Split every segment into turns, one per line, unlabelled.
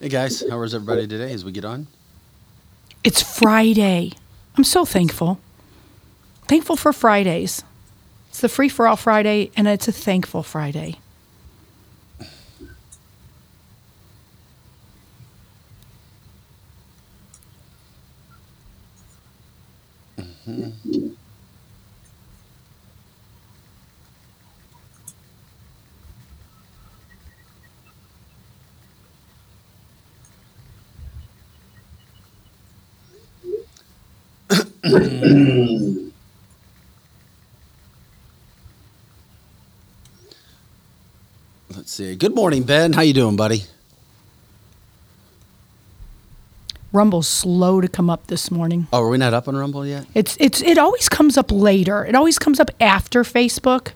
Hey guys, how is everybody today as we get on?
It's Friday. I'm so thankful. Thankful for Fridays. It's the free for all Friday, and it's a thankful Friday.
Let's see. Good morning, Ben. How you doing, buddy?
Rumble's slow to come up this morning.
Oh, are we not up on Rumble yet?
It's it's it always comes up later. It always comes up after Facebook.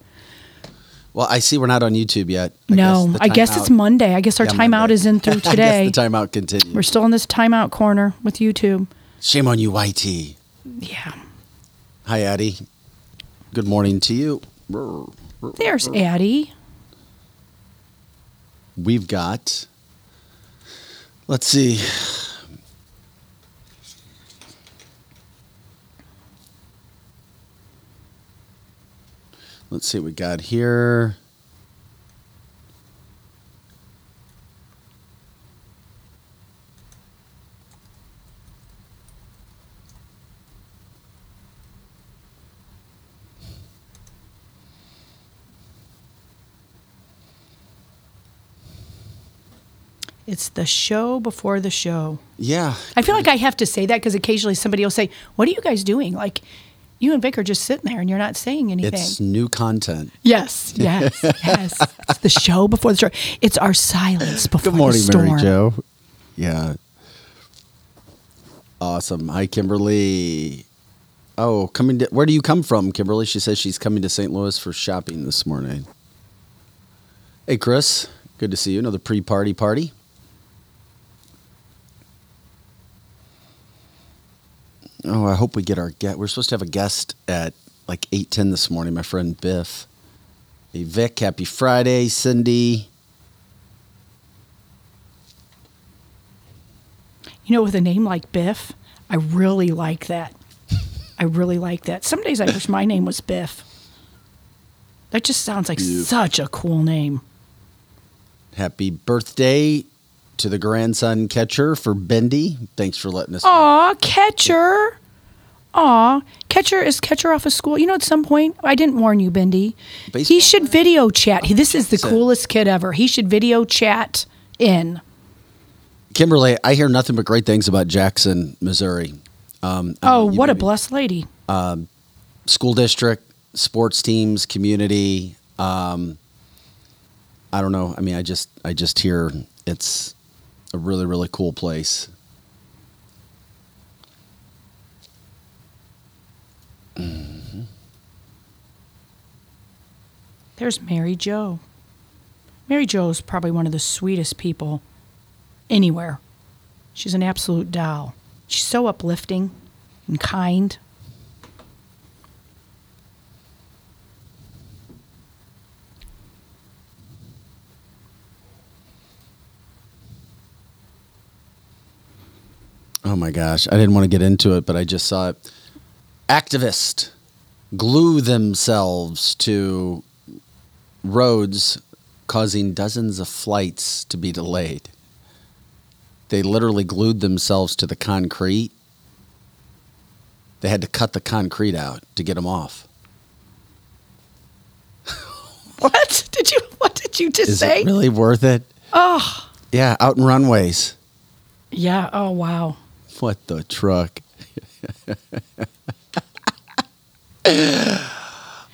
Well, I see we're not on YouTube yet.
no,
the
I guess
timeout-
it's Monday. I guess our
Yeah,
timeout
Monday.
is in through
I
today.
guess the timeout
We're
continues.
still in this timeout corner with YouTube.
Shame on you, YT.
Yeah.
Hi, Addie. Good morning to you. Brr.
There's Addie.
We've got. Let's see. Let's see what we got here.
It's the show before the show.
Yeah.
I feel like I have to say that because occasionally somebody will say, "What are you guys doing?" Like, you and Vic are just sitting there and you're not saying anything.
It's new content.
yes, yes, yes. It's the show before the storm. It's our silence before
Good morning,
the storm.
Mary Jo. Yeah. Awesome. Hi, Kimberly. Oh, coming to where do you come from, Kimberly? She says she's coming to St. Louis for shopping this morning. Hey, Chris. Good to see you. Another pre-party party. Oh, I hope we get our guest. We're supposed to have a guest at like eight ten this morning. My friend Biff. Hey, Vic. Happy Friday, Cindy.
You know, with a name like Biff, I really like that. I really like that. Some days I wish my name was Biff. That just sounds like such a cool name.
Happy birthday to the grandson catcher for Bendy. Thanks for letting us.
Aw, catcher. Aw, catcher is catcher off of school. You know, at some point, I didn't warn you, Bendy.
Baseball
he should video chat. He, this is the
Jackson.
coolest kid ever. He should video chat in.
Kimberly, I hear nothing but great things about Jackson, Missouri. Um, I
Oh,
mean, you
what a
maybe-
blessed lady.
school district, sports teams, community. Um, I don't know. I mean, I just I just hear it's a really really cool place.
There's Mary Jo. Mary Jo is probably one of the sweetest people anywhere. She's an absolute doll. She's so uplifting and kind.
Oh my gosh, I didn't want to get into it, but I just saw it. Activists glue themselves to roads, causing dozens of flights to be delayed. They literally glued themselves to the concrete. They had to cut the concrete out to get them off.
What did you? What did you just
Is
say?
it really worth it? Oh. Yeah, out in runways.
yeah. Oh wow.
What the truck?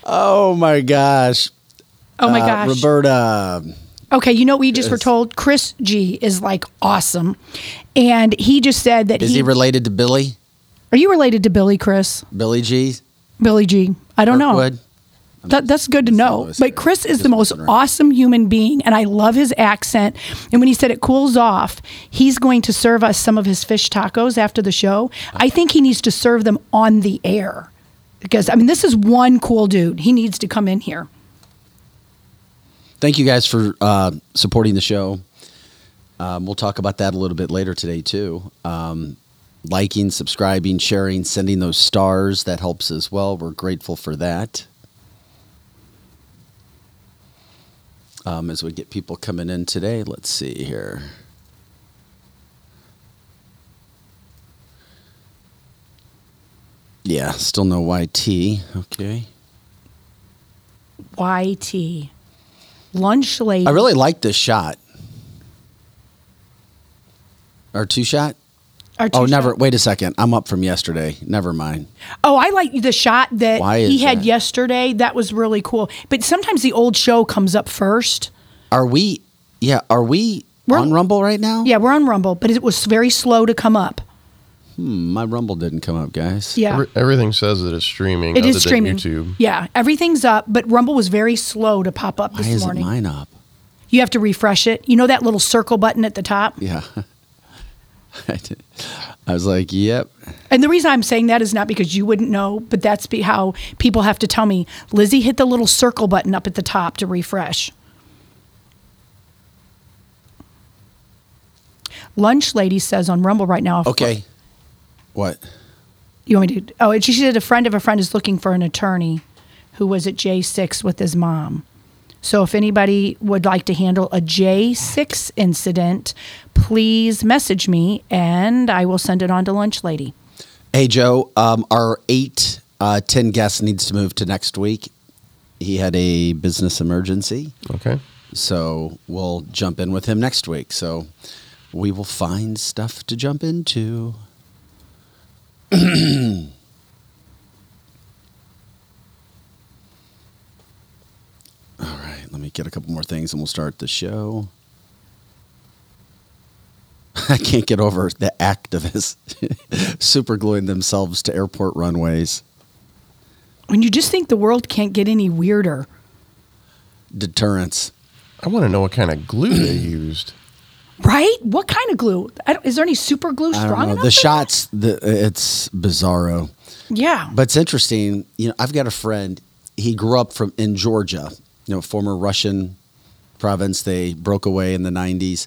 oh my gosh.
Oh my
Uh,
gosh.
Roberta. um,
Okay, you know what we just were told? Chris G is like awesome. And he just said that
Is he, related to Billy?
Are you related to Billy Chris?
Billy G?
Billy G. I don't
Kirkwood?
know. That, that's good to know.
Louis area.
But Chris is
Just
the most
messing around.
awesome human being, and I love his accent. And when he said it cools off, he's going to serve us some of his fish tacos after the show. I think he needs to serve them on the air. Because, I mean, this is one cool dude. He needs to come in here.
Thank you guys for uh, supporting the show. Um, we'll talk about that a little bit later today, too. Um, liking, subscribing, sharing, sending those stars, that helps as well. We're grateful for that. Um, as we get people coming in today, let's see here. Yeah, still no YT. Okay.
YT. Lunch lady.
I really like this shot. Or two shot?
or two
Oh,
shot-
never. Wait a second. I'm up from yesterday. Never mind.
Oh, I like the shot that
Why
he
is
had
that?
yesterday. That was really cool. But sometimes the old show comes up first.
Are we? Yeah. Are we
We're-
on Rumble right now?
Yeah, we're on Rumble, but it was very slow to come up.
Hmm, My Rumble didn't come up, guys.
Yeah.
Every- everything says that it's streaming.
it
other
is streaming.
Than YouTube.
Yeah, everything's up, but Rumble was very slow to pop up
Why
this
isn't
morning.
mine up?
You have to refresh it. You know that little circle button at the top?
Yeah. I did- I was like, yep.
And the reason I'm saying that is not because you wouldn't know, but that's be how people have to tell me, Lizzie, hit the little circle button up at the top to refresh. Lunch lady says on Rumble right now.
Okay. What?
You want me to? Oh, she said a friend of a friend is looking for an attorney who was at J6 with his mom. So if anybody would like to handle a J6 incident, please message me and I will send it on to Lunch Lady.
Hey, Joe, um, our eight, uh, 10 guest needs to move to next week. He had a business emergency.
Okay.
So we'll jump in with him next week. So we will find stuff to jump into. All right, let me get a couple more things and we'll start the show. I can't get over the activists super gluing themselves to airport runways.
When you just think the world can't get any weirder,
Deterrence.
I want to know what kind of glue they used.
right? What kind of glue? I don't, is there any super glue
I
strong
don't know.
enough?
The
for
shots, the, it's bizarro.
that? Yeah.
But it's interesting. You know, I've got a friend. He grew up from in Georgia, you know, former Russian province. They broke away in the '90s.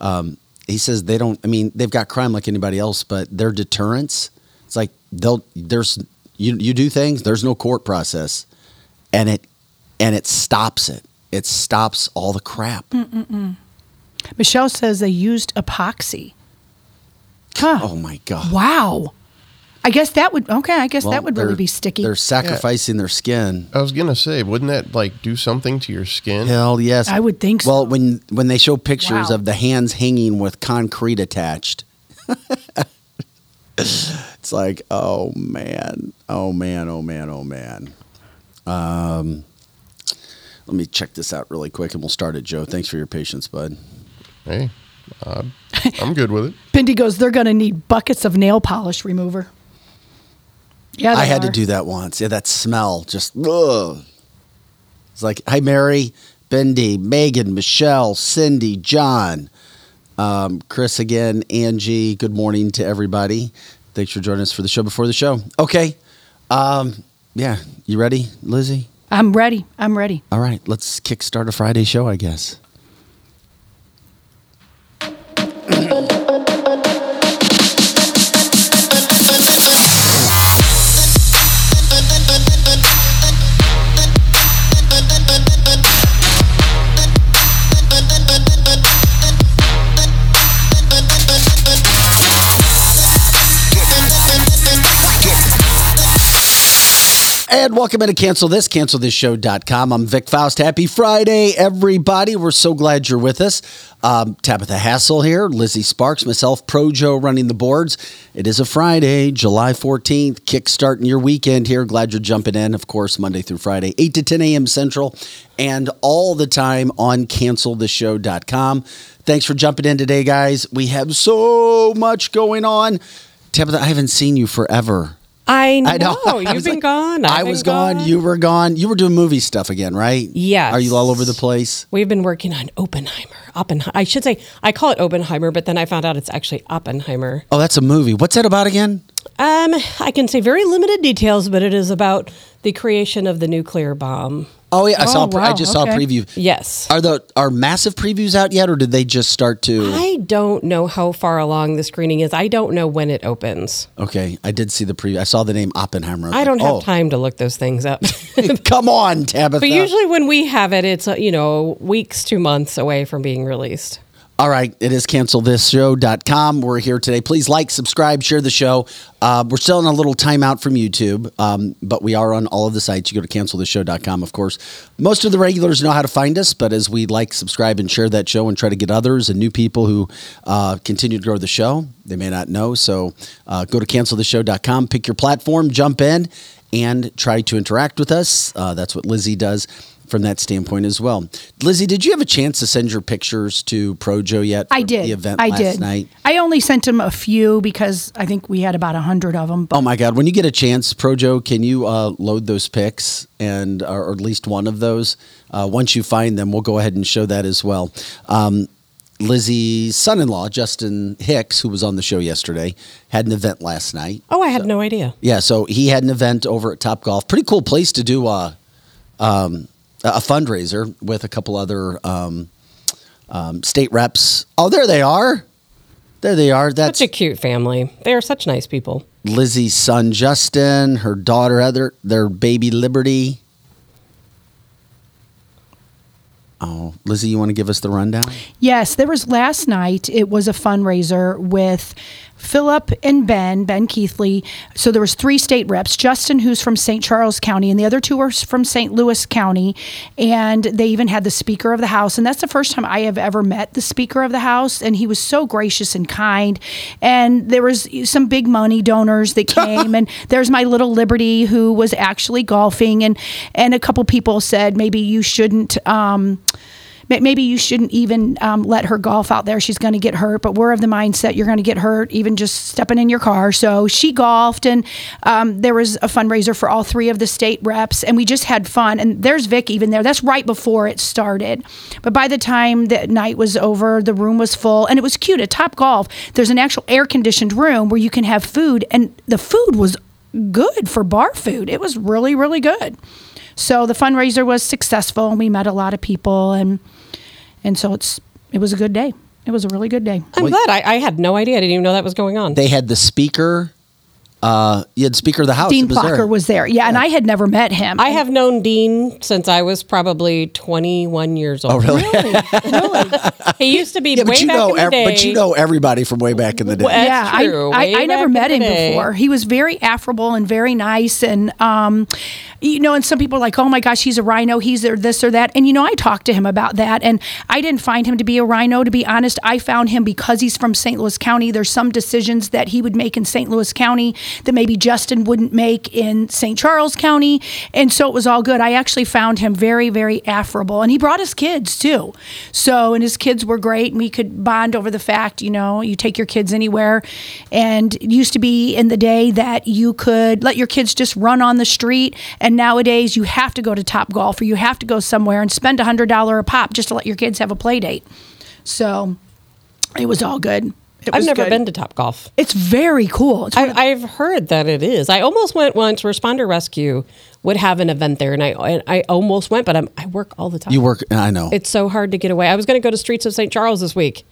Um, he says they don't. I mean, they've got crime like anybody else, but their deterrence. It's like they'll there's you you do things. There's no court process, and it and it stops it. It stops all the crap.
Mm. Michelle says they used epoxy. Huh.
Oh my god!
Wow. I guess that would, okay, I guess
Well,
that would really
they're-
be sticky.
They're sacrificing their skin.
I was gonna say, wouldn't that like do something to your skin?
Hell yes.
I would think so.
Well, when when they show pictures
Wow.
of the hands hanging with concrete attached, it's like, oh man, oh man, oh man, oh man. Um, let me check this out really quick, and we'll start it, Joe. Thanks for your patience, bud.
Hey, uh, I'm good with it.
Pindy goes, they're going to need buckets of nail polish remover. Yeah,
I
they
had to
are.
do that once. Yeah, that smell just. Ugh. It's like, hi, Mary, Bendy, Megan, Michelle, Cindy, John, um, Chris again, Angie. Good morning to everybody. Thanks for joining us for the show before the show. Okay. Um, yeah, you ready, Lizzie?
I'm ready. I'm ready.
All right, let's kickstart a Friday show, I guess. And welcome into Cancel This, CancelThisShow.com. I'm Vic Faust. Happy Friday, everybody. We're so glad you're with us. Um, Tabitha Hassel here, Lizzie Sparks, myself, Projo running the boards. It is a Friday, July 14th, kickstarting your weekend here. Glad you're jumping in, of course, Monday through Friday, 8 to 10 a.m. Central, and all the time on CancelThisShow.com. Thanks for jumping in today, guys. We have so much going on. Tabitha, I haven't seen you forever.
I know.
I know. I
You've
was
been
like-
gone. I've
I
been
was gone. You were gone. You were doing movie stuff again, right?
Yes.
Are you all over the place?
We've been working on Oppenheimer. Oppenheimer. I should say I call it Oppenheimer, but then I found out it's actually Oppenheimer.
Oh, that's a movie. What's that about again?
Um, I can say very limited details, but it is about the creation of the nuclear bomb.
Oh yeah, I saw.
Oh,
a pre- I
wow,
just saw a
okay.
preview.
Yes.
Are the are massive previews out yet, or did they just start to?
I don't know how far along the screening is. I don't know when it opens.
okay, I did see the preview. I saw the name Oppenheimer. was
I don't
like,
have
"Oh,
time to look those things up.
Come on, Tabitha.
but usually when we have it, it's, uh, you know, weeks to months away from being released.
All right, it is cancelthisshow.com. We're here today. Please like, subscribe, share the show. Uh, we're still in a little timeout from YouTube, um, but we are on all of the sites. You go to cancelthisshow.com, of course. Most of the regulars know how to find us, but as we like, subscribe, and share that show and try to get others and new people who uh, continue to grow the show, they may not know. So uh, go to cancelthisshow.com, pick your platform, jump in, and try to interact with us. Uh, that's what Lizzie does from that standpoint as well. Lizzie, did you have a chance to send your pictures to Projo yet?
I
for
did.
The event
I
last
did.
night.
I only sent him a few because I think we had about a hundred of them. But
Oh my God! When you get a chance, Projo, can you uh, load those pics and or, or at least one of those? Uh, once you find them, we'll go ahead and show that as well. Um, Lizzie's son-in-law, Justin Hicks, who was on the show yesterday, had an event last night.
Oh, I had no idea.
Yeah, so he had an event over at Top Golf. Pretty cool place to do a um, a fundraiser with a couple other um, um, state reps. Oh, there they are. There they are. That's
Such a cute family. They are such nice people.
Lizzie's son Justin, her daughter Heather, their baby Liberty. Oh, Lizzie, you want to give us the rundown?
yes, there was last night. It was a fundraiser with Philip and Ben, Ben Keithley. So there was three state reps. Justin, who's from St. Charles County, and the other two are s- from St. Louis County. And they even had the Speaker of the House, and that's the first time I have ever met the Speaker of the House. And he was so gracious and kind. And there was some big money donors that came, and there's my little Liberty who was actually golfing, and and a couple people said maybe you shouldn't. Um, Ma- maybe you shouldn't even um, let her golf out there. She's going to get hurt. But we're of the mindset you're going to get hurt even just stepping in your car. So she golfed, and um, there was a fundraiser for all three of the state reps, and we just had fun. And there's Vic even there. That's right before it started. But by the time the night was over, the room was full, and it was cute. At Top Golf, there's an actual air conditioned room where you can have food, and the food was good for bar food. It was really, really good. So the fundraiser was successful, and we met a lot of people, and and so it's it was a good day. It was a really good day.
I'm glad. I, I had no idea. I didn't even know that was going on.
They had the speaker. Uh, you had speaker of the house.
Dean
It was there.
Plucker was there, yeah, and I had never met him.
I have known Dean since I was probably 21 years old.
Oh, really?
He used to be
Yeah,
way
but you
back
know,
in the
ev-
day.
but you know everybody from way back in the day.
Well,
yeah,
That's true.
I,
Way
I, I never
back
met
in
him
the day.
before. He was very affable and very nice, and um, you know, and some people are like, oh my gosh, he's a rhino, he's or this or that, and you know, I talked to him about that, and I didn't find him to be a rhino. To be honest, I found him because he's from St. Louis County. There's some decisions that he would make in St. Louis County that maybe Justin wouldn't make in St. Charles County, and so it was all good. I actually found him very, very affable, and he brought his kids too. So, and his kids were great, and we could bond over the fact, you know, you take your kids anywhere. And it used to be in the day that you could let your kids just run on the street, and nowadays you have to go to Top Golf or you have to go somewhere and spend a hundred dollar a pop just to let your kids have a play date. So, it was all good. It
I've
was
never
good.
been to Top Golf.
It's very cool. It's
I, I've heard that it is. I almost went once. Responder Rescue would have an event there, and I and I almost went, but I'm, I work all the time.
you work. I know.
It's so hard to get away. I was going to go to Streets of St. Charles this week,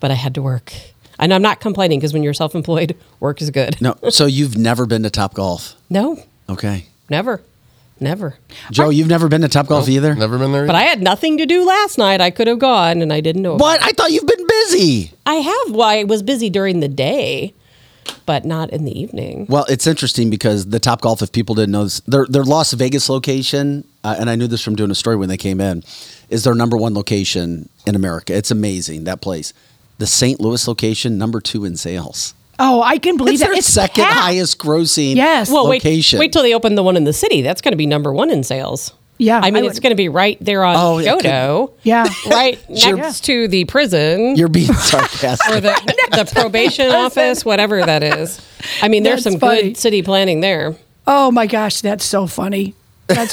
but I had to work. And I'm not complaining because when you're self employed, work is good.
no. So you've never been to Top Golf.
No,
Okay.
never, never.
Joe, you've never been to Top Golf either.
Never been there.
But I had nothing to do last night. I could have gone, and I didn't know.
What? I thought you've been busy.
I have. Well, I was busy during the day, but not in the evening.
Well, it's interesting because the Top Golf, if people didn't know this, their their Las Vegas location, uh, and I knew this from doing a story when they came in, is their number one location in America. It's amazing that place. The St. Louis location, number two in sales.
oh, I can believe
It's
that.
their second
packed.
highest grossing.
Yes.
Well, wait,
location.
wait till they open the one in the city. That's going to be number one in sales.
Yeah,
I mean,
I
it's
would-
going to be right there on
Oh, it could-
Shodo.
Yeah.
right next
Sure.
to the prison.
You're being sarcastic.
or the, the probation office, whatever that is. I mean, there's
That's
some
funny.
good city planning there.
Oh my gosh, that's so funny. That's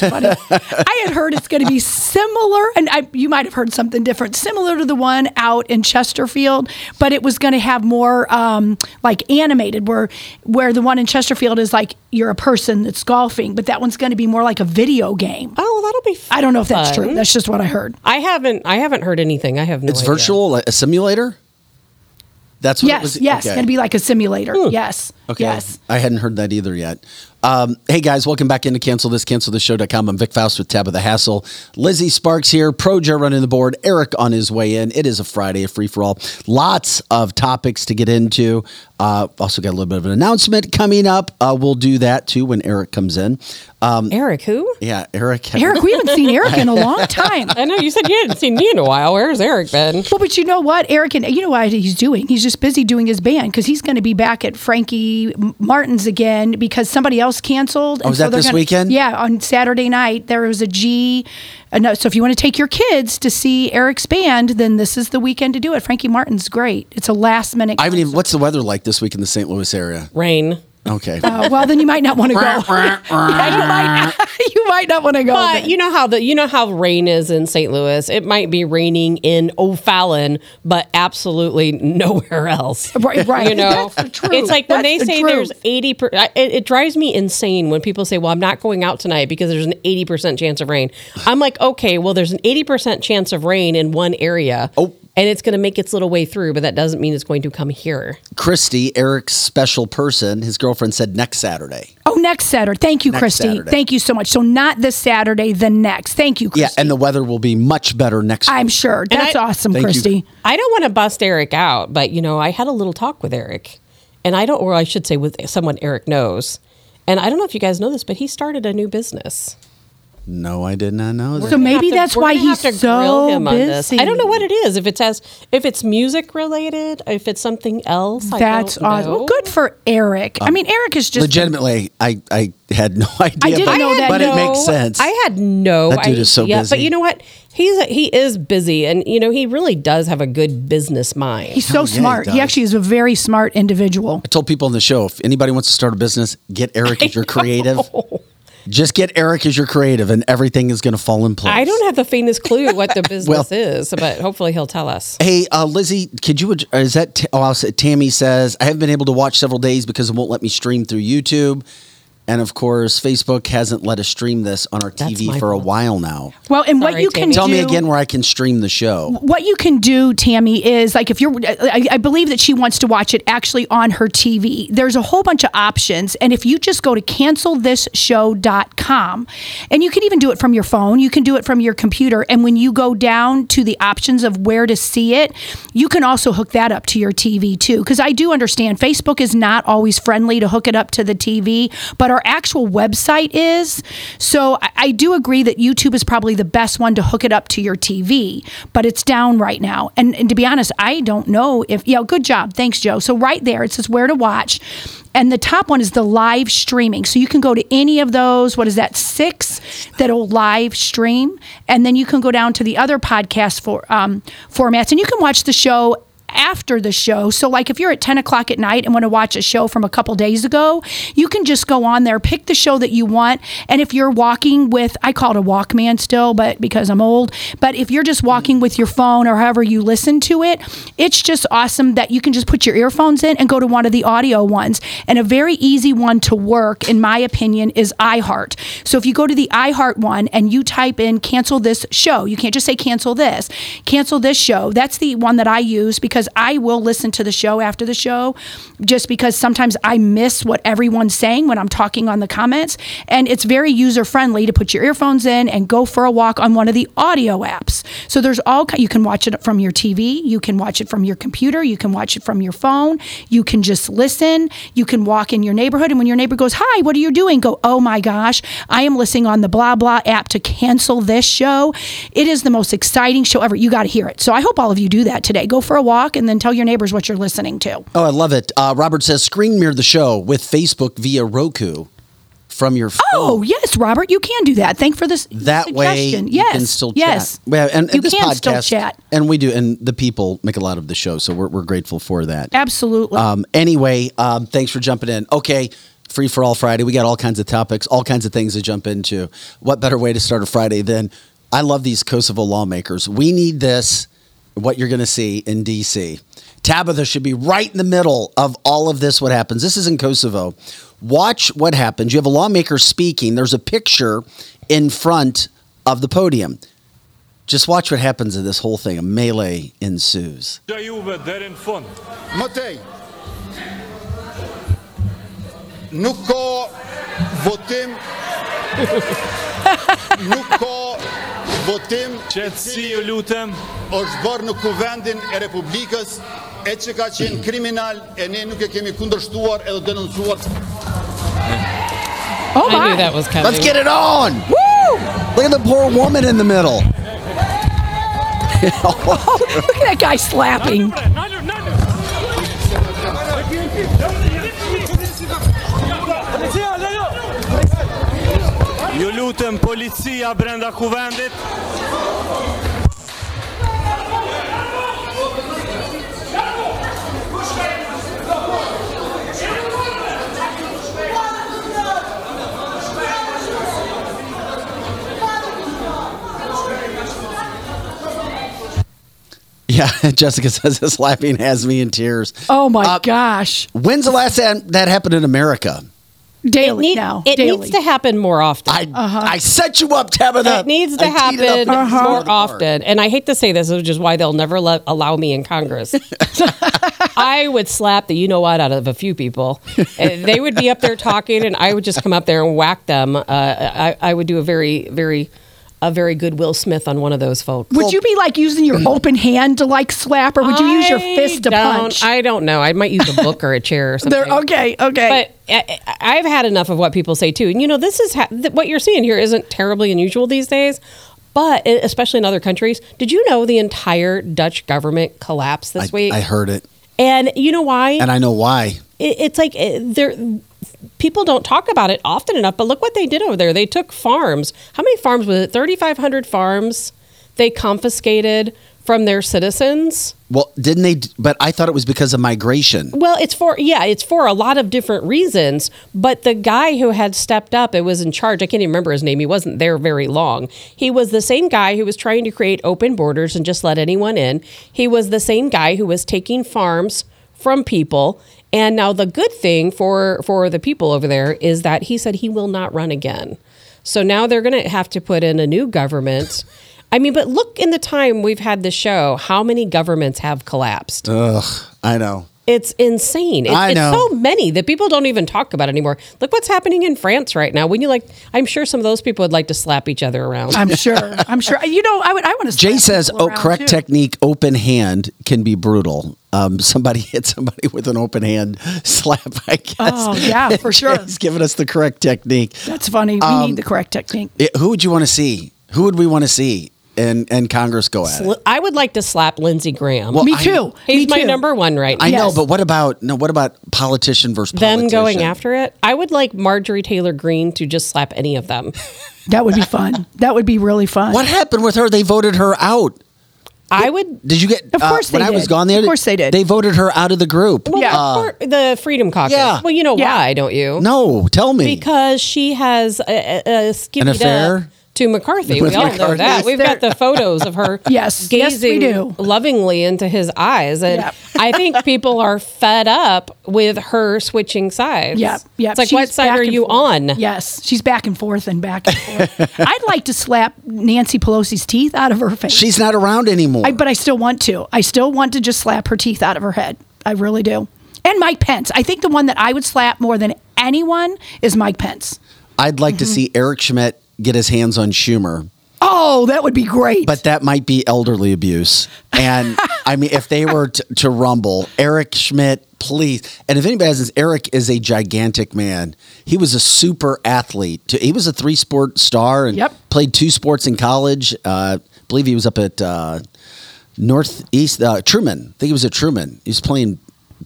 funny. I had heard it's going to be similar, and I, you might have heard something different, similar to the one out in Chesterfield, but it was going to have more um, like animated, where where the one in Chesterfield is like you're a person that's golfing, but that one's going to be more like a video game.
Oh, well, that'll be.
I don't know if that's
fun.
true. That's just what I heard.
I haven't. I haven't heard anything. I have no.
It's
idea.
virtual, like a simulator. That's what it
Yes,
was.
yes,
okay.
going to be like a simulator. Yes,
Okay.
yes.
I hadn't heard that either yet. Um, hey guys, welcome back into Cancel This, CancelThisShow.com. I'm Vic Faust with Tab of the Hassle. Lizzie Sparks here, Projo running the board, Eric on his way in. It is a Friday, a free for all. Lots of topics to get into. Uh, also got a little bit of an announcement coming up. Uh, we'll do that too when Eric comes in. Um,
Eric, who?
yeah, Eric.
Eric, we haven't seen Eric in a long time.
I know you said you hadn't seen me in a while. Where's Eric been?
Well, but you know what, Eric, and you know what he's doing. He's just busy doing his band because he's going to be back at Frankie M- Martin's again because somebody else canceled. and
Oh, is that
they're
this
gonna-
weekend?
Yeah, on Saturday night there was a G. uh, no, so if you want to take your kids to see Eric's band, then this is the weekend to do it. Frankie Martin's great. It's a last minute.
I haven't even, what's the weather like this week in the St. Louis area?
Rain.
Okay.
Uh, well, then you might not want to go. yeah, you might. you might not want to go.
But
then.
you know how the you know how rain is in St. Louis. It might be raining in O'Fallon, but absolutely nowhere else.
right, right.
You know,
That's the truth.
it's like when
That's
they
the
say
truth.
there's eighty. Per, I- it, it drives me insane when people say, "Well, I'm not going out tonight because there's an eighty percent chance of rain." I'm like, okay, well, there's an eighty percent chance of rain in one area.
Oh.
And it's going to make its little way through, but that doesn't mean it's going to come here.
Christy, Eric's special person, his girlfriend said next Saturday.
Oh, next Saturday. Thank you,
Next
Christy.
Saturday.
Thank you so much. So not this Saturday, the next. Thank you, Christy.
Yeah, and the weather will be much better next
I'm sure. That's
I-
awesome,
Thank you.
Christy.
I don't want to bust Eric out, but you know, I had a little talk with Eric, and I don't, or I should say, with someone Eric knows. And I don't know if you guys know this, but he started a new business.
No, I did not know that.
So maybe
Have to-
that's
we're
why
gonna
he's
have to
so
grill him on this.
busy.
I don't know what it is. If it's as if it's music related, if it's something else.
That's
I don't
awesome.
Know.
Well, good for Eric.
Um,
I mean, Eric is just
Legitimately, I, I had no idea.
didn't
but,
know that.
but it
no-
makes sense.
I had no.
That dude is so
idea,
busy.
But you know what? He's a, he is busy, and you know he really does have a good business mind.
he's so
Oh, yeah, he
smart. he
does.
actually is a very smart individual.
I told people on the show if anybody wants to start a business, get Eric as your creative. Just get Eric as your creative, and everything is going to fall in place.
I don't have the faintest clue what the business
Well-
is, but hopefully he'll tell us.
Hey, uh, Lizzie, could you? ad- Is that? T- oh, I'll say, Tammy says I haven't been able to watch several days because it won't let me stream through YouTube, and of course, Facebook hasn't let us stream this on our TV
my
for a
fault.
while now.
Well, and what
Sorry,
you can
Tammy.
Tell
do,
me again where I can stream the show.
what you can do, Tammy, is like if you're, I, I believe that she wants to watch it actually on her TV. There's a whole bunch of options. And if you just go to cancelthisshow.com, and you can even do it from your phone, you can do it from your computer. And when you go down to the options of where to see it, you can also hook that up to your TV too. Because I do understand Facebook is not always friendly to hook it up to the TV, but our actual website is. So I, I do agree that YouTube is probably the best one to hook it up to your TV, but it's down right now. And, and to be honest, I don't know if, yeah, good job. Thanks, Joe. So right there, it says where to watch. And the top one is the live streaming. So you can go to any of those, what is that, six that'll live stream. And then you can go down to the other podcast for, um, formats and you can watch the show after the show. So, like if you're at 10 o'clock at night and want to watch a show from a couple days ago, you can just go on there, pick the show that you want. And if you're walking with, I call it a Walkman still, but because I'm old, but if you're just walking with your phone or however you listen to it, it's just awesome that you can just put your earphones in and go to one of the audio ones. And a very easy one to work, in my opinion, is iHeart. So, if you go to the iHeart one and you type in cancel this show, you can't just say cancel this, cancel this show. That's the one that I use because I will listen to the show after the show just because sometimes I miss what everyone's saying when I'm talking on the comments. And it's very user friendly to put your earphones in and go for a walk on one of the audio apps. So there's all, ki- you can watch it from your TV, you can watch it from your computer, you can watch it from your phone, you can just listen, you can walk in your neighborhood. And when your neighbor goes, Hi, what are you doing? Go, Oh my gosh, I am listening on the blah blah app to cancel this show. It is the most exciting show ever. You got to hear it. So I hope all of you do that today. Go for a walk and then tell your neighbors what you're listening to.
Oh, I love it. Uh, Robert says screen mirror the show with Facebook via Roku from your phone.
Oh, yes, Robert, you can do that. Thank for this
that way
suggestion.
you
yes,
can still
yes.
chat. Well, and, and
you
this
can
podcast,
still chat.
and we do, and the people make a lot of the show, so we're, we're grateful for that.
Absolutely.
Um, anyway, um, thanks for um, jumping in. Okay, Free for all Friday. We got all kinds of topics, all kinds of things to jump into. What better way to start a Friday than I love these Kosovo lawmakers. We need this, what you're going to see in D.C. Tabitha should be right in the middle of all of this, what happens. This is in Kosovo. Watch what happens. You have a lawmaker speaking, there's a picture in front of the podium. Just watch what happens in this whole thing. A melee ensues.
Da juve deri në fund.
Më tej, nuk ka votim, nuk ka votim
Qetësi ju lutem,
është bërë në kuvendin e Republikës e që ka qenë kriminal e ne nuk e kemi kundërshtuar edhe denoncuar.
Oh
I knew
my!
that was coming.
Let's get it on.
Woo!
Look at the poor woman in the middle.
Look at that guy slapping.
ju lutem policia brenda kuvendit.
Yeah, Jessica says this laughing has me in tears.
Oh my
Uh,
gosh!
When's the last time that happened in America?
Daily
Need-
now.
it
daily.
needs to happen more often.
I I set you up, Tabitha.
Uh-huh. it needs to
I teed it
happen
up.
more often. And I hate to say this, which is why they'll never let, allow me in Congress. I would slap the you know what out of a few people. And they would be up there talking, and I would just come up there and whack them. Uh, I, I would do a very, very, a very good Will Smith on one of those folks.
Would you be like using your open hand to like slap, or would you use your fist to
Mm. I don't-
punch?
I don't know. I might use a book or a chair or something.
They're- okay, okay.
But I, I- I've had enough of what people say too. And you know, this is ha- th- what you're seeing here isn't terribly unusual these days, but e- especially in other countries. Did you know the entire Dutch government collapsed
I,
this week?
I heard it,
and you know why?
and I know why.
it, it's like eh, there people don't talk about it often enough but look what they did over there they took farms how many farms was it 3500 farms they confiscated from their citizens
Well, didn't they? d- But I thought it was because of migration.
well it's for yeah it's for a lot of different reasons but the guy who had stepped up and was in charge i can't even remember his name he wasn't there very long he was the same guy who was trying to create open borders and just let anyone in he was the same guy who was taking farms from people and now the good thing for for the people over there is that he said he will not run again so now they're going to have to put in a new government I mean, but look in the time we've had the show, how many governments have collapsed?
I know.
It's insane. It's,
I know.
it's so many that people don't even talk about anymore. Look what's happening in France right now. When you like, I'm sure some of those people would like to slap each other around.
I'm sure. I'm sure. You know, I would. I want to.
Jay says, "Oh, correct technique. Open hand can be brutal. Um, somebody hit somebody with an open hand slap. I guess.
Oh, yeah, for sure.
He's giving us the correct technique.
That's funny. We
Um,
need the correct technique.
Yeah, who would you want to see? Who would we want to see? And and Congress go at it.
Sl- I would like to slap Lindsey Graham.
Well,
Me
I-
too.
He's
Me
my
too.
number one right now.
I know,
Yes.
but what about no? What about politician versus
Them
politician?
going after it. I would like Marjorie Taylor Greene to just slap any of them.
That would be fun. That would be really fun.
What happened with her? They voted her out.
I would.
Did you get? uh,
Of course
when
they
I was
did.
gone there,
Of course they did.
They voted her out of the group.
Well,
Yeah.
yeah. the Freedom Caucus.
Uh, Yeah.
Well, you know
Yeah.
why, don't you?
No, tell me.
because she has uh, a, a, a skimmed
An affair?
up uh, to McCarthy.
With
we all know
McCarthy.
that. We've got the photos of her
Yes. Yes, we
gazing
do.
lovingly into his eyes. And
Yep.
I think people are fed up with her switching sides.
Yep, yep.
It's like, what
She's
side
back
are
and
you
forth.
on?
Yes, she's back and forth and back and forth. I'd like to slap Nancy Pelosi's teeth out of her face.
she's not around anymore.
I, but I still want to. I still want to just slap her teeth out of her head. I really do. And Mike Pence. I think the one that I would slap more than anyone is Mike Pence.
I'd like
Mm-hmm.
to see Eric Schmidt get his hands on Schumer,
Oh, that would be great.
but that might be elderly abuse. And I mean, if they were t- to rumble, Eric Schmidt, please. And if anybody has, Eric is a gigantic man. He was a super athlete. He was a three sport star and
Yep.
played two sports in college. Uh, I believe he was up at uh, Northeast uh, Truman. I think he was at Truman. He was playing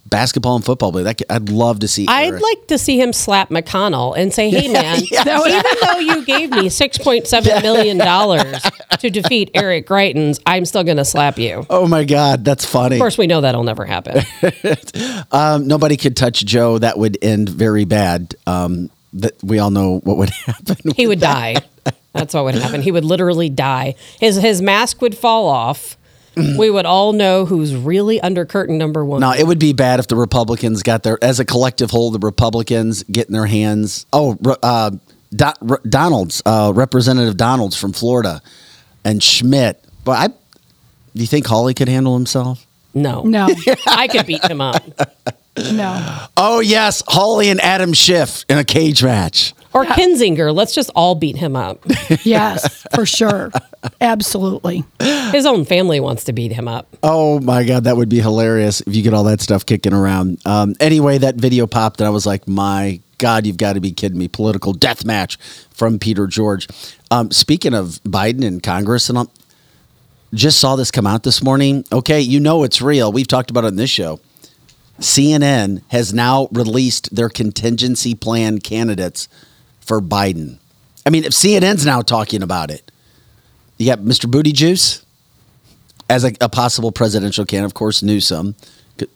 basketball and football player. That kid, I'd love to see.
I'd
Eric.
like to see him slap McConnell and say, "Hey, man, even though you gave me six point seven million dollars to defeat Eric Greitens, I'm still going to slap you." Of
Oh my God, that's funny.
course, we know that'll never happen.
Um, nobody could touch Joe. That would end very bad. Um, that we all know what would happen.
He would die. That's what would happen. He would literally die. His his mask would fall off. We would all know who's really under curtain number one.
Now it would be bad if the Republicans got their as a collective whole. The Republicans getting their hands. Oh, Re- uh, Do- Re- Donald's uh, Representative Donald's from Florida, and Schmidt. But I, do you think Hawley could handle himself?
no,
No,
I could beat him up.
no.
Oh yes, Hawley and Adam Schiff in a cage match.
Or Kinzinger. Let's just all beat him up.
Yes, for sure. Absolutely.
His own family wants to beat him up.
Oh my God, that would be hilarious if you get all that stuff kicking around. Um, anyway, that video popped, and I was like, my God, you've got to be kidding me. Political death match from Peter George. Um, speaking of Biden and Congress, and all, just saw this come out this morning. Okay, you know it's real. We've talked about it on this show. CNN has now released their contingency plan candidates for Biden. I mean, if CNN's now talking about it, you got Mr. Booty Juice as a, a possible presidential candidate. Of course, Newsom.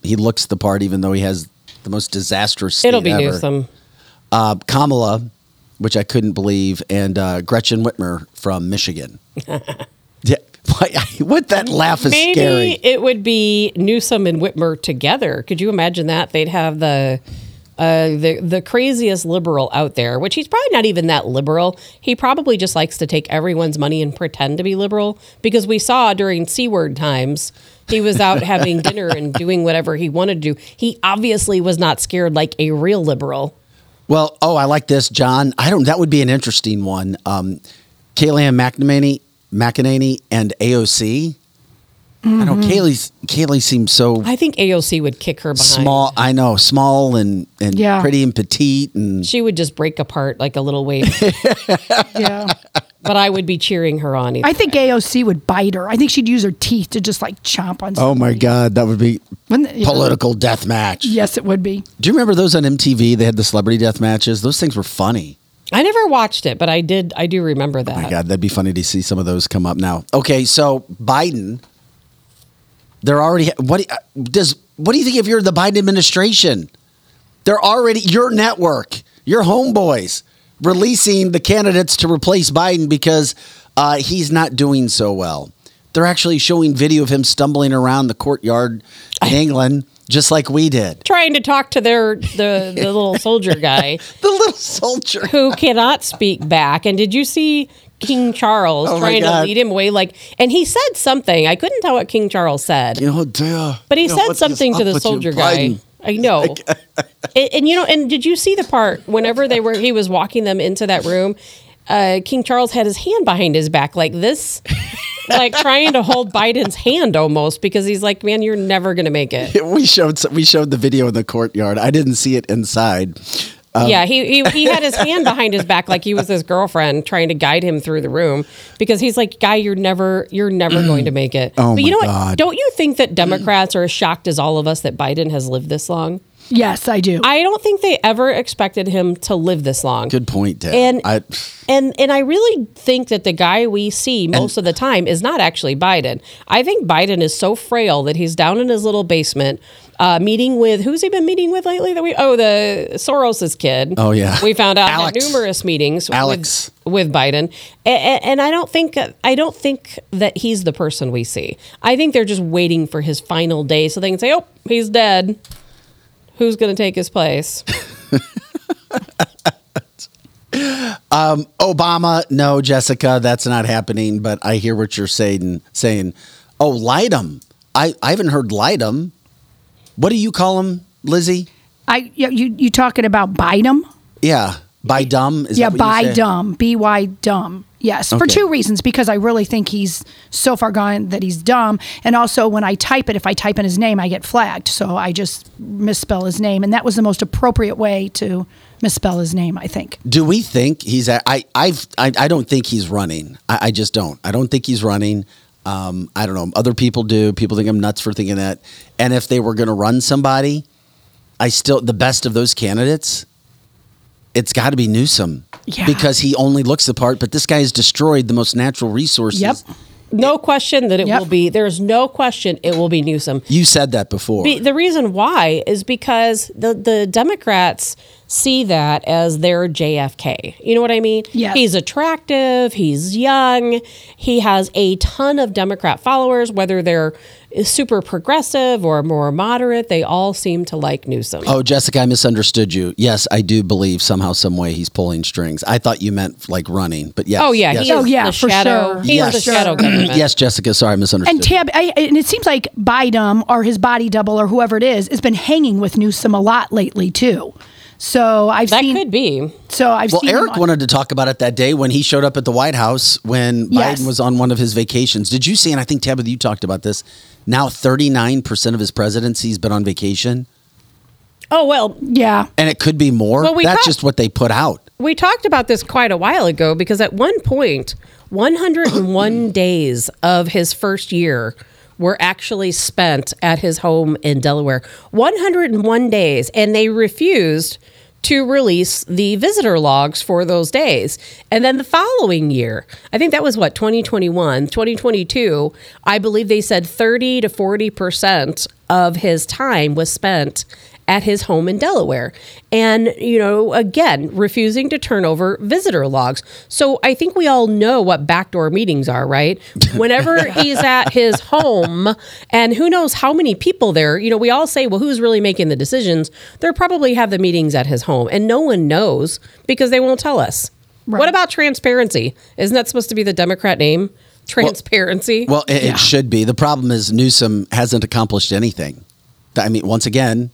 He looks the part, even though he has the most disastrous. state
It'll be
ever.
Newsom.
Uh, Kamala, which I couldn't believe, and uh, Gretchen Whitmer from Michigan. yeah, why- what that laugh is
Maybe
scary.
it would be Newsom and Whitmer together. Could you imagine that? They'd have the uh, the the craziest liberal out there, which he's probably not even that liberal. He probably just likes to take everyone's money and pretend to be liberal because we saw during C word times he was out having dinner and doing whatever he wanted to do. He obviously was not scared like a real liberal.
Well, oh, I like this, John. I don't. That would be an interesting one. Um, Kayleigh McNamee, McEnany, and AOC. I don't. Kayleigh. Kayleigh seems so
Mm-hmm. I think AOC would kick her behind.
small. I know, small and and
Yeah.
pretty and petite, and
She would just break apart like a little wave,
Yeah.
but I would be cheering her on. either
I think AOC would bite her. I think she'd use her teeth to just like chomp on.
oh my God, that would be
Wouldn't it-
political death match.
Yes, it would be.
Do you remember those on MTV? They had the celebrity death matches. Those things were funny.
I never watched it, but I did. I do remember that.
Oh My God, that'd be funny to see some of those come up now. Okay, so Biden, they're already. What do you- does? What do you think if you're the Biden administration? They're already your network, your homeboys, releasing the candidates to replace Biden because uh, he's not doing so well. They're actually showing video of him stumbling around the courtyard in England, just like we did.
Trying to talk to their the, the little soldier guy
The little soldier.
who cannot speak back. And did you see King Charles
Oh my
trying to
God.
lead him away? Like, and he said something. I couldn't tell what King Charles said,
You know, Oh, dear,
but he
you know,
said
what is
something to
up with
the
you,
soldier guy.
Biden?
I know. and, and, you know, and did you see the part whenever they were he was walking them into that room? Uh, King Charles had his hand behind his back like this. like trying to hold Biden's hand almost because he's like, man, you're never going to make it.
we showed we showed the video in the courtyard. I didn't see it inside. Um,
yeah, he, he he had his hand behind his back like he was his girlfriend trying to guide him through the room because he's like, guy, you're never you're never going to make it.
Oh
but you
my
know what?
God.
Don't you think that Democrats are as shocked as all of us that Biden has lived this long?
Yes, I do.
I don't think they ever expected him to live this long.
Good point, Dad.
And
I,
and and I really think that the guy we see most of the time is not actually Biden. I think Biden is so frail that he's down in his little basement, uh, meeting with who's he been meeting with lately? That we oh the Soros's kid.
Oh, yeah.
we found out at
Alex.
numerous meetings. with-
Alex.
with, Biden, A- a- and, I don't think I don't think that he's the person we see. I think they're just waiting for his final day so they can say, oh, he's dead. Who's going to take his place?
Obama, no, Jessica, that's not happening. But I hear what you're saying. Saying, oh, Lightem. I I haven't heard Lightem. What do you call him, Lizzie?
I you you, you talking about bite 'em?
Yeah, by dumb. Is
yeah,
that what you
by
say?
dumb, by dumb. Yes, for
Okay.
two reasons. Because I really think he's so far gone that he's dumb, and also when I type it, if I type in his name, I get flagged. So I just misspell his name, and that was the most appropriate way to misspell his name. I think.
Do we think he's? a- I I've I, I don't think he's running. I, I just don't. I don't think he's running. Um, I don't know. Other people do. People think I'm nuts for thinking that. And if they were going to run somebody, I still the best of those candidates. It's got to be Newsom
Yeah.
because he only looks the part, but this guy has destroyed the most natural resources.
Yep.
No question that it
Yep.
will be. There's no question it will be Newsom.
You said that before.
Be- the reason why is because the, the Democrats see that as their JFK. You know what I mean?
Yes.
He's attractive, he's young, he has a ton of Democrat followers, whether they're super progressive or more moderate, they all seem to like Newsom.
Oh, Jessica, I misunderstood you. Yes, I do believe somehow, some way he's pulling strings. I thought you meant like running, but yes.
Oh, yeah,
yes.
he is
Oh, yeah,
the
for
shadow.
sure.
He
Yes.
is the shadow government.
yes, Jessica. Sorry, I misunderstood.
And Tab, I, and it seems like Biden or his body double or whoever it is has been hanging with Newsom a lot lately too. So I've
That
seen.
could be.
So I've
well,
seen. him
Eric
on-
wanted to talk about it that day when he showed up at the White House when
Yes.
Biden was on one of his vacations. Did you see? And I think Tabitha, you talked about this. Now, thirty nine percent of his presidency's been on vacation,
Oh, well,
Yeah.
and it could be more.
Well, we
That's
thought-
just what they put out.
we talked about this quite a while ago because at one point 101 days of his first year were actually spent at his home in Delaware 101 days and they refused to release the visitor logs for those days and then the following year i think that was what 2021 2022 i believe they said 30 to 40% of his time was spent at his home in Delaware. And, you know, again, refusing to turn over visitor logs. So I think we all know what backdoor meetings are, right? Whenever he's at his home and who knows how many people there, you know, we all say, well, who's really making the decisions? They're probably have the meetings at his home and no one knows because they won't tell us. What about transparency? Isn't that supposed to be the Democrat name? Transparency.
Well, it, it should be. The problem is Newsom hasn't accomplished anything. I mean, once again,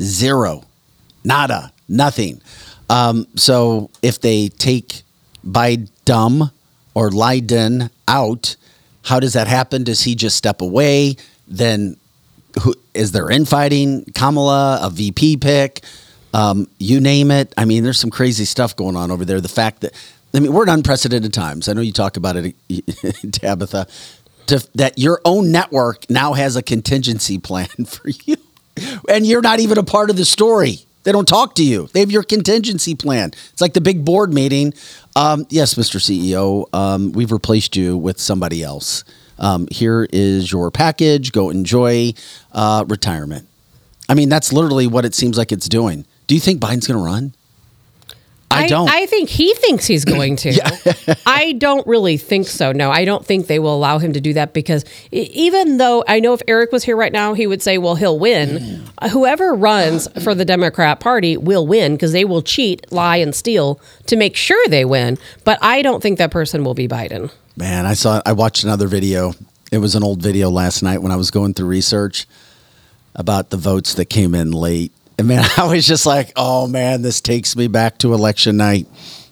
zero, nada, nothing. Um, so if they take Biden or Leiden out, how does that happen? Does he just step away? Then who is there infighting? Kamala, a VP pick, um, you name it. I mean, there's some crazy stuff going on over there. The fact that I mean, we're in unprecedented times. I know you talk about it, Tabitha, to, that your own network now has a contingency plan for you, and you're not even a part of the story. They don't talk to you. They have your contingency plan. It's like the big board meeting. Um, yes, Mr. CEO, um, we've replaced you with somebody else. Um, here is your package. Go enjoy uh, retirement. I mean, that's literally what it seems like it's doing. Do you think Biden's going to run? I, don't.
I think he thinks he's going to. I don't really think so. No, I don't think they will allow him to do that because e- even though I know if Eric was here right now, he would say, well, he'll win.
Mm.
Uh, Whoever runs for the Democrat Party will win because they will cheat, lie, and steal to make sure they win. But I don't think that person will be Biden.
Man, I saw. I watched another video. It was an old video last night when I was going through research about the votes that came in late. And man, I was just like, "Oh man, this takes me back to election night."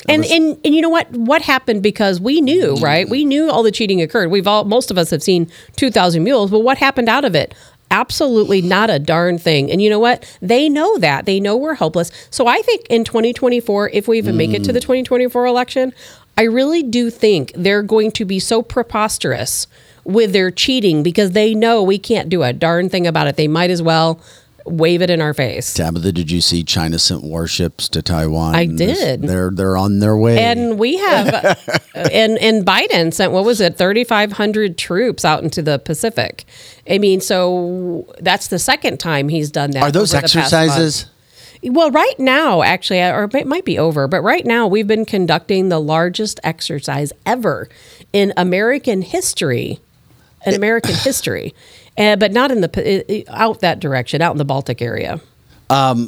And, and and you know what what happened because we knew right we knew all the cheating occurred we've all most of us have seen 2000 mules but what happened out of it absolutely not a darn thing and you know what they know that they know we're helpless so i think in 2024 if we even make it to the 2024 election i really do think they're going to be so preposterous with their cheating because they know we can't do a darn thing about it they might as well wave it in our face
Tabitha, did you see China sent warships to Taiwan?
I
And this-
did.
They're they're on their way.
And we have, and and Biden sent what was it, thirty five hundred troops out into the Pacific. I mean, so that's the second time he's done that.
Are those
over the past
exercises?
month. Well, right now, actually, or it might be over, but right now we've been conducting the largest exercise ever in American history, in American history, uh, but not in the Pa- i- i- out that direction, out in the Baltic area.
Um,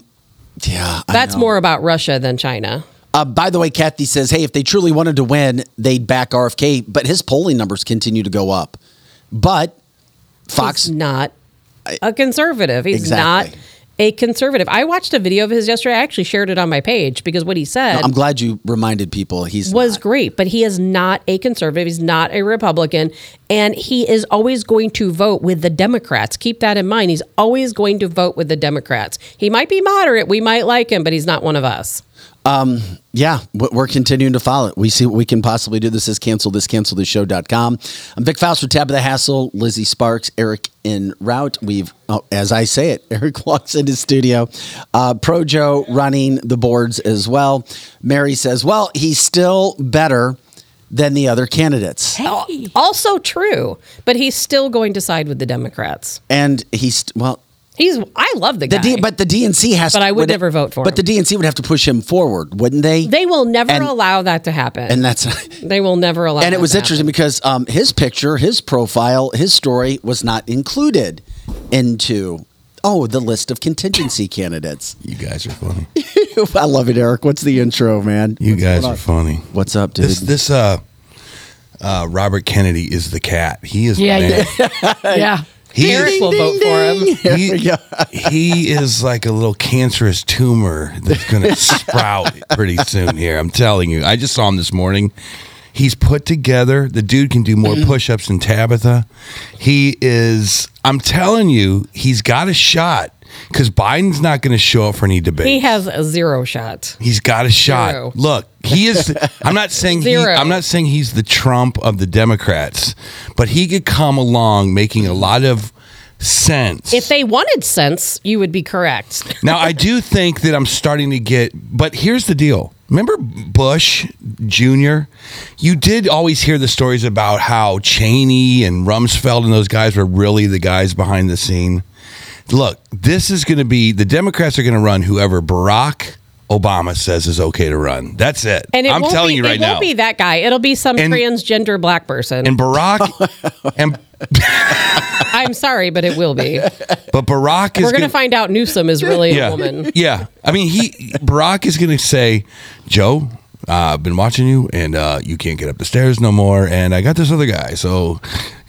Yeah, I
That's
know.
more about Russia than China.
Uh, by the way, Kathy says, "Hey, if they truly wanted to win, they'd back RFK." But his polling numbers continue to go up. But Fox,
He's not a conservative. He's
Exactly.
not a conservative. I watched a video of his yesterday. I actually shared it on my page because what he said
I'm glad you reminded people he's
was
not.
great, but he is not a conservative. He's not a Republican. And he is always going to vote with the Democrats. Keep that in mind. He's always going to vote with the Democrats. He might be moderate. We might like him, but he's not one of us.
yeah, we- we're continuing to follow it. We see what we can possibly do. This is cancel this, cancel this show.com. I'm Vic Faust with Tab of the Hassle, Lizzie Sparks, Eric in route. We've, oh, as I say it, Eric walks into studio. Uh, Projo running the boards as well. Mary says, well, he's still better than the other candidates.
Al- Also true, but he's still going to side with the Democrats.
And he's, well,
He's I love the
the
guy.
D, but the DNC has
But
to.
I would never vote for
But
him.
the DNC would have to push him forward, wouldn't they?
they will never
And-
allow that to happen.
and that's.
they will never allow.
and
that
it was
to
interesting
happen.
because um, his picture, his profile, his story was not included into oh the list of contingency candidates.
You guys are funny.
I love it, Eric. What's the intro, man?
You guys are funny.
What's up, dude?
This this uh uh Robert Kennedy is the cat. He is
Yeah,
the man.
yeah.
He
Eric will vote for him.
He, he is like a little cancerous tumor that's going to sprout pretty soon here. I'm telling you. I just saw him this morning. He's put together. The dude can do more push ups than Tabitha. He is, I'm telling you, he's got a shot because Biden's not going to show up for any debate.
He has a zero shot.
He's got a shot.
Zero.
Look, he is. I'm not saying he,
Zero.
I'm not saying he's the Trump of the Democrats, but he could come along making a lot of sense.
If they wanted sense, you would be correct.
now, I do think that I'm starting to get. But here's the deal. Remember Bush Jr. You did always hear the stories about how Cheney and Rumsfeld and those guys were really the guys behind the scene. Look, this is going to be the Democrats are going to run whoever Barack Obama says is okay to run. That's it.
And it
I'm
won't
telling
be,
you right
it
now.
won't be that guy. It'll be some
And-
transgender black person.
and Barack and
I'm sorry, but it will be.
but Barack is
We're going to
gonna-
find out Newsom is really
yeah,
a woman.
Yeah. I mean, he Barack is going to say, "Joe, uh, I've been watching you and uh, you can't get up the stairs no more and I got this other guy. So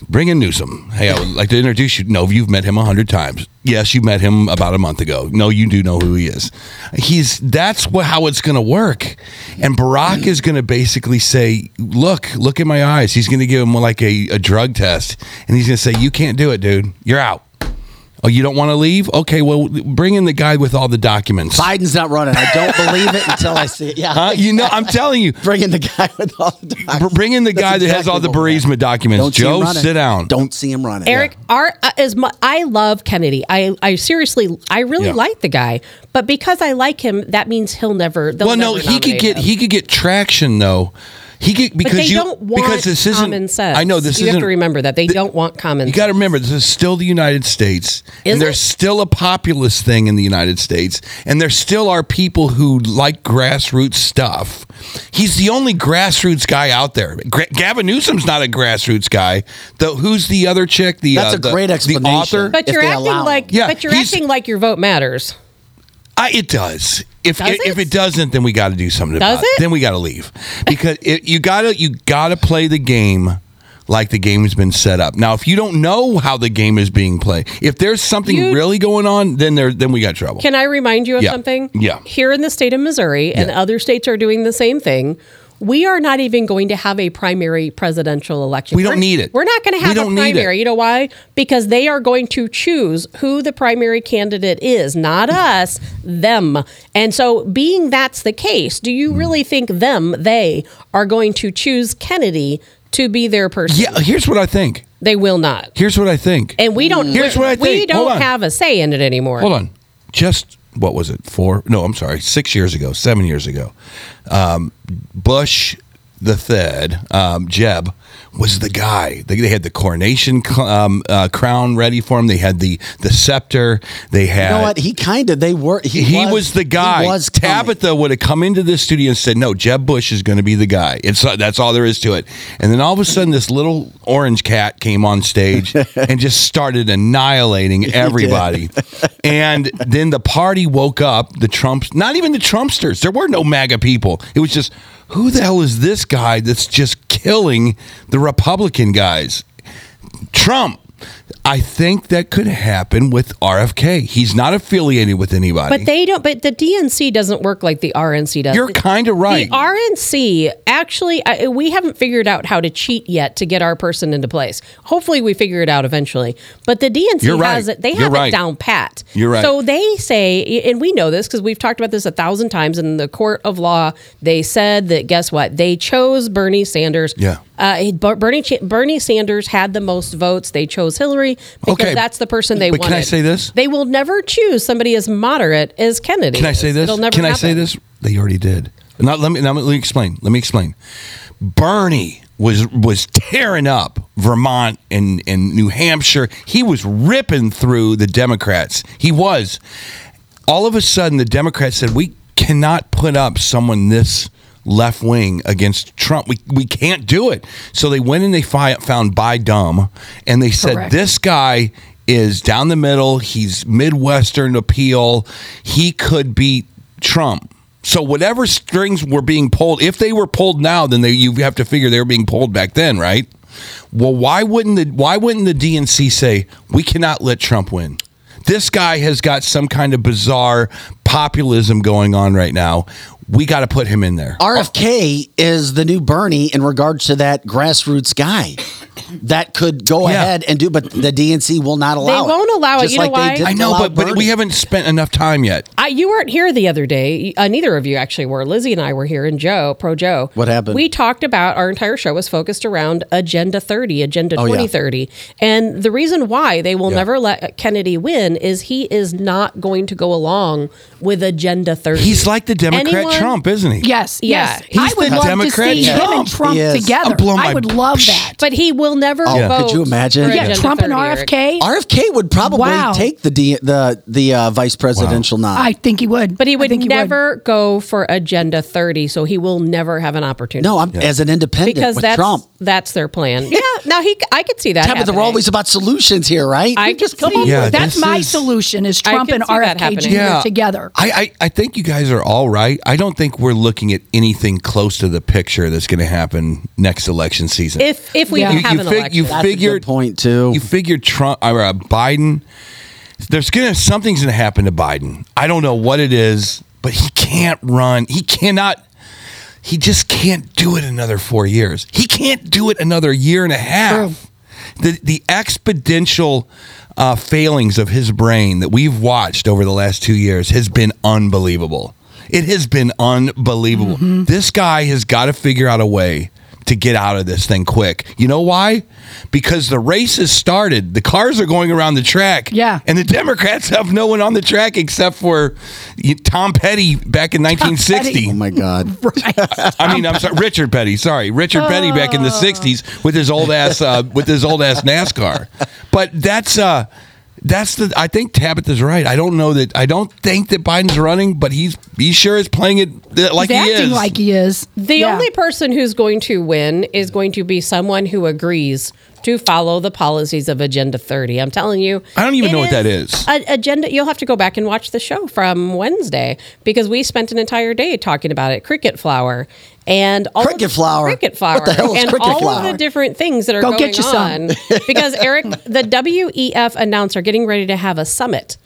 bring in Newsom. Hey, I would like to introduce you. No, you've met him a hundred times. Yes, you met him about a month ago. No, you do know who he is. He's that's what, how it's going to work. And Barack is going to basically say, "Look, look in my eyes." He's going to give him like a, a drug test and he's going to say, "You can't do it, dude. You're out." Oh, you don't want to leave? Okay, well, bring in the guy with all the documents.
Biden's not running. I don't believe it until I see it. Yeah,
Huh? You know, I'm telling you,
bring in the guy with all the
br-
documents.
bring in the
That's
guy that has
exactly
all the
what we
Burisma
want.
documents.
Don't see him
Joe,
running.
sit down.
Don't see him running,
Eric, our, uh, as mu- I love Kennedy. I, I seriously, I really
Yeah.
like the guy. But because I like him, that means he'll never. they'll
Well, no,
never
he could
nominate
get
him.
he could get traction though. He could because
they
you
don't want
because this isn't
common sense.
I know this
You
isn't.
have to remember that they don't want common.
You got to remember, this is still the United States,
Is
and there's
it?
still a populist thing in the United States, and there still are people who like grassroots stuff. He's the only grassroots guy out there. Gra- Gavin Newsom's not a grassroots guy. Though, who's the other chick? The
That's
uh,
a
the-
great
The
explanation.
author.
But
if
you're
they
acting
allow him.
like
Yeah,
but you're
he's-
acting like your vote matters.
I, it does. If
Does
if
it?
it? doesn't, then we got to do something
Does
about
it?
it. Then we got to leave because it, you gotta you gotta play the game like the game has been set up. Now, if you don't know how the game is being played, if there's something
You-
really going on, then there then we got trouble.
Can I remind you of
Yeah.
something?
Yeah.
Here in the state of Missouri and
Yeah.
other states are doing the same thing. We are not even going to have a primary presidential election.
We don't
We're-
need it.
We're not going
We
to have a
don't need it.
primary. You know why? Because they are going to choose who the primary candidate is, not us, them. And so, being that's the case, do you
Mm.
really think them, they, are going to choose Kennedy to be their person?
yeah, here's what I think.
They will not.
Here's what I think.
and we don't.
Here's what I
We
think. Hold
don't
on.
have a say in it anymore.
Hold on. Just what was it? Four? No, I'm sorry. Six years ago, seven years ago, um, Bush the third, um, Jeb was the guy. They, they had the coronation cl- um, uh, crown ready for him. They had the the scepter. They had.
you know what? He kind of they were. He,
He was, the guy.
He was coming.
Tabitha would have come into this studio and said, "No, Jeb Bush is going to be the guy." It's uh, that's all there is to it. And then all of a sudden, this little orange cat came on stage and just started annihilating everybody. and then the party woke up. The Trumps, not even the Trumpsters. There were no MAGA people. It was just, who the hell is this guy that's just killing the Republican guys? Trump. I think that could happen with RFK. He's not affiliated with anybody.
But they don't. But the DNC doesn't work like the RNC does.
You're kind of right.
The RNC actually, I, we haven't figured out how to cheat yet to get our person into place. Hopefully, we figure it out eventually. But the DNC
You're right.
has it. They
You're
have
right.
it down pat.
You're right.
So they say, and we know this because we've talked about this a thousand times in the court of law. They said that guess what? They chose Bernie Sanders.
Yeah.
Uh, he- Ber- Bernie Ch- Bernie Sanders had the most votes. They chose Hillary because
Okay.
that's the person they
But
wanted.
can I say this?
They will never choose somebody as moderate as Kennedy.
Can I say
is.
this?
It'll never
Can I
happen.
say this? They already did. Now let me now let me explain. Let me explain. Bernie was was tearing up Vermont and and New Hampshire. He was ripping through the Democrats. He was. All of a sudden, the Democrats said, "We cannot put up someone this." Left wing against Trump. We, we can't do it. So they went and they fi- found By Dumb and they said,
Correct.
This guy is down the middle. He's Midwestern appeal. He could beat Trump. So whatever strings were being pulled, if they were pulled now, then they, you have to figure they were being pulled back then, right? Well, why wouldn't the why wouldn't the DNC say we cannot let Trump win? This guy has got some kind of bizarre populism going on right now. We got to put him in there.
RFK is the new Bernie in regards to that grassroots guy that could go
Yeah.
ahead and do, but the DNC will not allow it.
won't allow it.
Just
You know
like they
why?
didn't
I know,
allow
but, but we
Bernie.
haven't spent enough time yet.
I, you weren't here the other day. Uh, neither of you actually were. Lizzie and I were here, and Joe, pro Joe.
What happened?
We talked about our entire show was focused around Agenda 30, Agenda
Oh, yeah.
2030. And the reason why they will never let Kennedy win is he is not going to go along with Agenda 30.
He's like the Democrat
Anyone-
Trump, isn't he?
Yes,
Yeah.
yes.
He's
I would
the
love
Democrat
to see him and
Trump.
Trump
He is.
together.
I'll blow my-
I would love that.
But he will never
Oh,
vote.
could you imagine?
for
Yeah,
Agenda
Trump and
30, Eric.
RFK.
RFK would probably
Wow.
take the D, the the uh, vice presidential nod.
I think he would.
But he
I
would
think
never go for Agenda 30, so he will never have an opportunity.
no, I'm as an independent
because
with
that's
Trump.
that's their plan. Yeah, now he, I could see that.
Yeah, but they're
happening.
always about solutions here, right?
I
Just come
see-
on.
Yeah,
That's
this
my
is-
solution is
I
Trump
can
and
see that
RFK Jr.
happening.
together.
I, I, I think you guys are all right. I don't think we're looking at anything close to the picture that's going to happen next election season.
if if we
Yeah.
don't have
you,
an
fig-
election.
you
That's a good
figure
point, too.
You figure Trump or uh, Biden. There's gonna something's gonna happen to Biden. I don't know what it is, but he can't run. He cannot. He just can't do it another four years. He can't do it another year and a half. The the exponential uh, failings of his brain that we've watched over the last two years has been unbelievable. It has been unbelievable. This guy has got to figure out a way to get out of this thing quick. You know why? Because the race has started. The cars are going around the track.
Yeah.
And the Democrats have no one on the track except for you- Tom Petty back in 1960.
oh my God!
I mean, I'm sorry, Richard Petty. Sorry, Richard Petty back in the '60s with his old ass uh, with his old ass NASCAR. But that's uh, that's the. I think Tabitha's right. I don't know that. I don't think that Biden's running, but he's he sure is playing it th- like
He's
he
acting
is.
like he is.
the
Yeah.
only person who's going to win is going to be someone who agrees to follow the policies of Agenda 30. I'm telling you.
I don't even
it
know what that is.
a- agenda. You'll have to go back and watch the show from Wednesday because we spent an entire day talking about it. Cricket flour and all of
Cricket
the-
flour?
Cricket flour.
What the hell is
and
cricket
all of
flour?
the different things that are
Go
going
get you some.
on. because Eric, the WEF announced are getting ready to have a summit.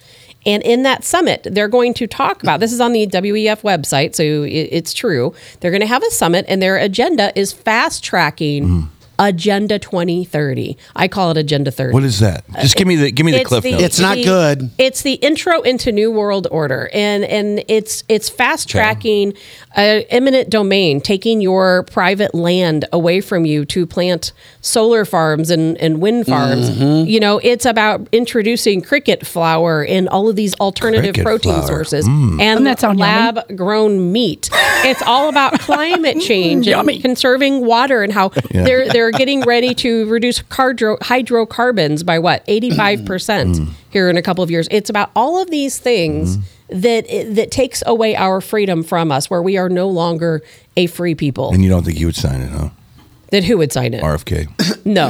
And in that summit, they're going to talk about this is on the WEF website, so it, it's true. They're going to have a summit, and their agenda is fast tracking
Mm-hmm.
Agenda 2030. I call it Agenda 30
what is that? Just give me the give me the cliff notes.
It's not good.
it's the intro into new world order and and it's it's fast tracking uh, eminent domain taking your private land away from you to plant solar farms and, and wind farms
Mm-hmm.
you know it's about introducing cricket flour and all of these alternative
Cricket
protein
flour. Mm.
sources and
Doesn't that sound yummy?
lab grown meat it's all about climate change and conserving water and how they're they're getting ready to reduce hydro, hydrocarbons by what 85 percent
Mm-hmm.
here in a couple of years. It's about all of these things
Mm-hmm.
that that takes away our freedom from us, where we are no longer a free people.
and you don't think he would sign it, huh?
Then who would sign it?
RFK.
no,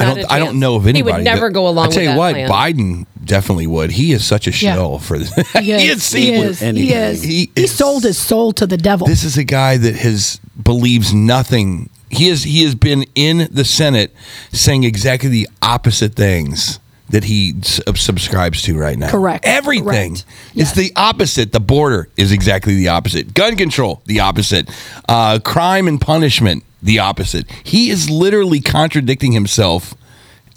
I
not
don't.
a
I don't
chance.
know of anybody.
He would never
that-
go along.
I tell
with
you
that
what,
plan.
Biden definitely would. He is such a shell for the.
He is.
he
He is. He
anything.
is.
He
He,
is-
sold his soul to the devil.
This is a guy that has believes nothing. he is he has been in the Senate saying exactly the opposite things that he sub- subscribes to right now.
Correct.
Everything
Correct. Yes.
is the opposite. The border is exactly the opposite. Gun control, the opposite. Uh, crime and punishment, the opposite. He is literally contradicting himself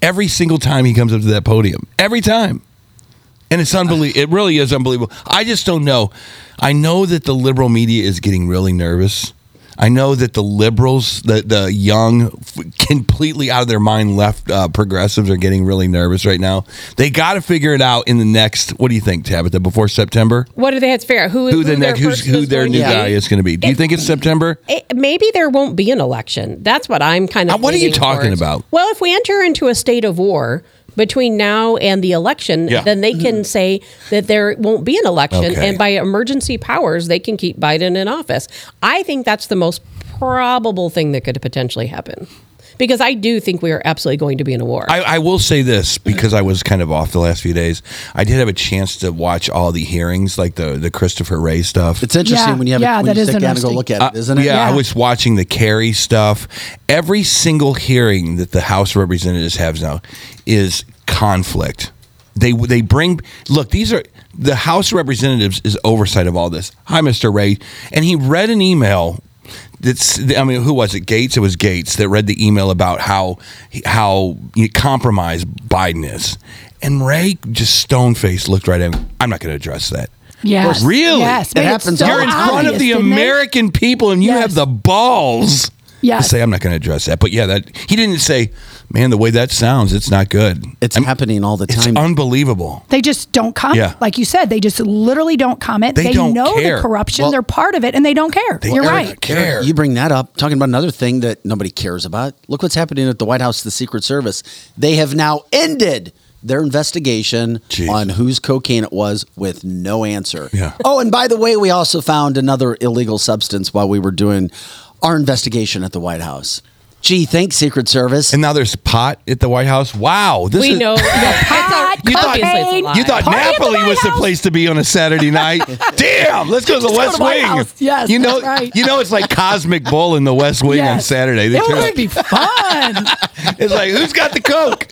every single time he comes up to that podium. Every time. And it's unbelievable. It really is unbelievable. I just don't know. I know that the liberal media is getting really nervous. I know that the liberals, the the young, f- completely out of their mind left uh, progressives are getting really nervous right now. They got to figure it out in the next. What do you think, Tabitha? Before September,
What do they have to figure out? Who,
who the
their
next who's,
person
who
is
their
going
new
to be?
guy is going to be? Do you think it's September?
It, maybe there won't be an election. That's what I'm kind
Uh,
of.
what are you
leaning
talking
towards.
about?
Well, if we enter into a state of war between now and the election,
Yeah.
then they can say that there won't be an election,
Okay.
and by emergency powers, they can keep Biden in office. I think that's the most probable thing that could potentially happen, because I do think we are absolutely going to be in a war.
I, I will say this because I was kind of off the last few days. I did have a chance to watch all the hearings, like the the Christopher Ray stuff.
It's interesting
Yeah,
when you have
yeah,
a, when
that
you
is
sit down and go
interesting.
look at it, isn't it?
Uh, Yeah, I
Yeah.
was watching the Kerry stuff. Every single hearing that the House of Representatives has now is conflict. They they bring look. These are the House of Representatives is oversight of all this. Hi, Mr. Ray, and he read an email. That's I mean, who was it? Gates. It was Gates that read the email about how how compromised Biden is, and Ray just stone faced looked right at him. I'm not going to address that.
Yes.
Oh, Really?
Yes.
It
but it's
happens
so
all
You're in front of
obvious,
the
didn't they?
American people, and you
Yes.
have the balls
Yes.
to say, "I'm not going to address that." But yeah, that he didn't say, "Man, the way that sounds, it's not good."
It's happening all the
It's
time.
unbelievable.
They just don't comment.
Yeah.
Like you said, they just literally don't comment.
They
They,
don't
know
care.
the corruption.
Well-
They're part of it and they don't care. You're
don't
right.
Care.
You bring that up, talking about another thing that nobody cares about. Look what's happening at the White House, the Secret Service. They have now ended their investigation
Jeez.
on whose cocaine it was with no answer.
Yeah.
Oh, and by the way, we also found another illegal substance while we were doing our investigation at the White House. Gee, thanks, Secret Service.
and now there's pot at the White House. Wow, this
we
is,
know no, it's a-
You thought-
obviously it's a
you
lie.
You thought
Party at the
Napoli
White
was the
House.
place to be on a Saturday night? Damn, let's go to
Just go
the
to
West
the White
Wing.
House. Yes,
you know,
that's right.
you know, it's like Cosmic Bowl in the West Wing on
Yes.
Saturday. They
It
turn-
would be fun.
it's like who's got the coke?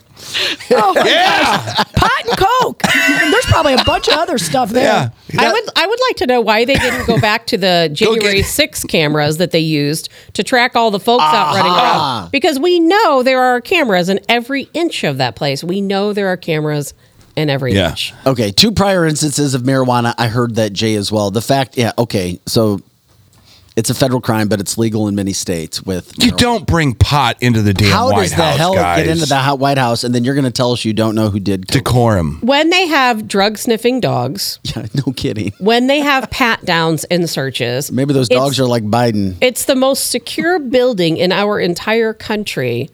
Oh my
Yeah.
gosh. Pot and Coke. And there's probably a bunch of other stuff there.
Yeah,
I would I would like to know why they didn't go back to the January 6 cameras that they used to track all the folks out running around. Because we know there are cameras in every inch of that place. We know there are cameras in every
Yeah.
inch.
Okay, two prior instances of marijuana. I heard that Jay as well. The fact, yeah, okay, so it's a federal crime, but it's legal in many states. With
You
marijuana.
don't bring pot into the damn
How
White
does the
House,
hell
guys.
get into the ho- White House, and then you're going to tell us you don't know who did? coke?
decorum?
When they have drug sniffing dogs,
Yeah, no kidding.
when they have pat downs and searches,
Maybe those
it's-
dogs are like Biden.
It's the most secure building in our entire country,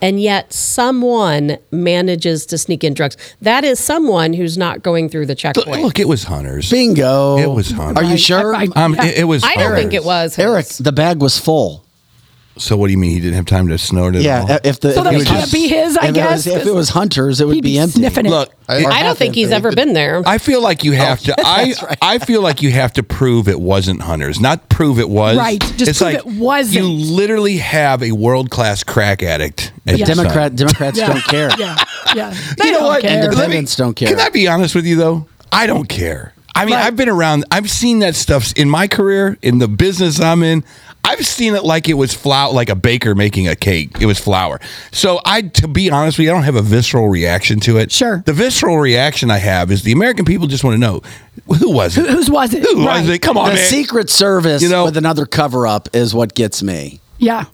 and yet someone manages to sneak in drugs. That is someone who's not going through the checkpoint.
Look, it was hunters.
Bingo.
It was Hunter.
Are you sure?
I-
Um, it, it was.
I don't think it was
hunters.
his.
Eric, the bag was full.
So what do you mean he didn't have time to snort it? all?
Yeah. If the
So
if
that
it was
can't
just-
be his, I
if it was-
guess,
if it was hunters, it would
He'd
be,
be
empty.
sniffing it.
Look,
I-
Or
I
half
don't think he's
empty.
ever been there.
I feel like
Oh,
you have to. I I feel like you have to prove it wasn't hunters, not prove it was.
Right, just
it's
prove
like
it wasn't.
You literally have a world class crack addict. at
Yeah.
your side.
Democrat Democrats don't care.
Yeah. Yeah. They
You know
don't
what?
care.
Let me-
Independents don't care.
Can I be honest with you though? I don't care. I mean,
Right.
I've been around. I've seen that stuff in my career, in the business I'm in. I've seen it like it was flour, like a baker making a cake. It was flour. So I, to be honest with you, I don't have a visceral reaction to it.
Sure.
The visceral reaction I have is the American people just want to know who was it.
Whose was it?
Who
Right.
was it? Come on,
The
man.
Secret Service
You know-
with another cover up is what gets me.
Yeah.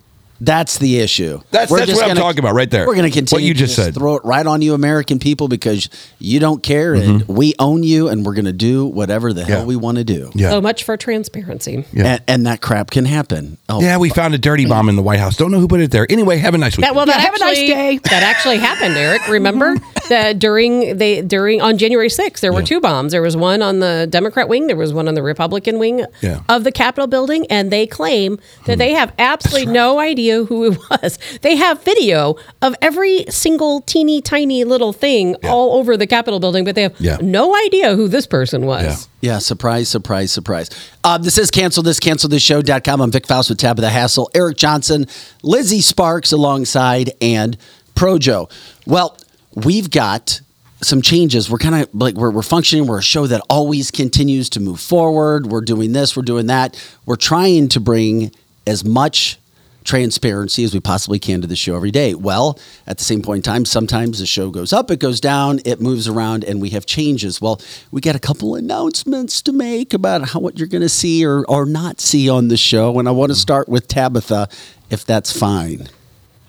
That's the issue.
That's- that's
just
what I'm talking about right there.
We're going
What
to continue.
you
to
just said.
Throw it right on you, American people, because you don't care, and we own you, and we're going to do whatever the
Mm-hmm. Yeah.
hell we want to do.
Yeah.
So much for transparency.
Yeah.
And, and that crap can happen. Oh,
yeah, we found a dirty bomb in the White House. Don't know who put it there. Anyway, have a nice week.
That well,
Yeah,
that
have a nice
actually
day.
that actually happened, Eric. Remember that during they during on January 6th, there were two bombs. There was one on the Democrat wing, there was one on the Republican wing
Yeah.
of the Capitol building, and they claim that they have absolutely no video who it was. They have video of every single teeny tiny little thing all over the Capitol building, but they have
Yeah.
no idea who this person was.
Yeah.
Yeah, surprise, surprise, surprise. Uh, this is Cancel This, Cancel This Show.com. I'm Vic Faust with Tabitha Hassel, Eric Johnson, Lizzie Sparks alongside, and Projo. Well, we've got some changes. We're kind of like, we're, we're functioning. We're a show that always continues to move forward. We're doing this, we're doing that. We're trying to bring as much transparency as we possibly can to the show every day. Well, at the same point in time, sometimes the show goes up, it goes down, it moves around, and we have changes. Well, we got a couple announcements to make about how what you're going to see or, or not see on the show. And I
Mm-hmm.
want to start with Tabitha, if that's fine.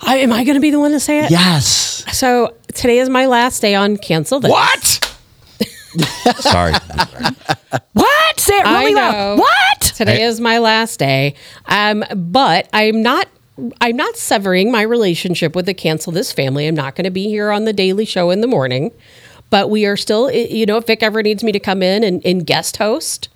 I, am I going to be the one to say it?
Yes.
So today is my last day on Cancel This.
What? Sorry.
What? Say it
I
really loud.
know.
What?
Today
I-
is my last day. Um, but I'm not. I'm not severing my relationship with the cancel this family. I'm not going to be here on the Daily Show in the morning, but we are still. You know, if Vic ever needs me to come in and, and guest host,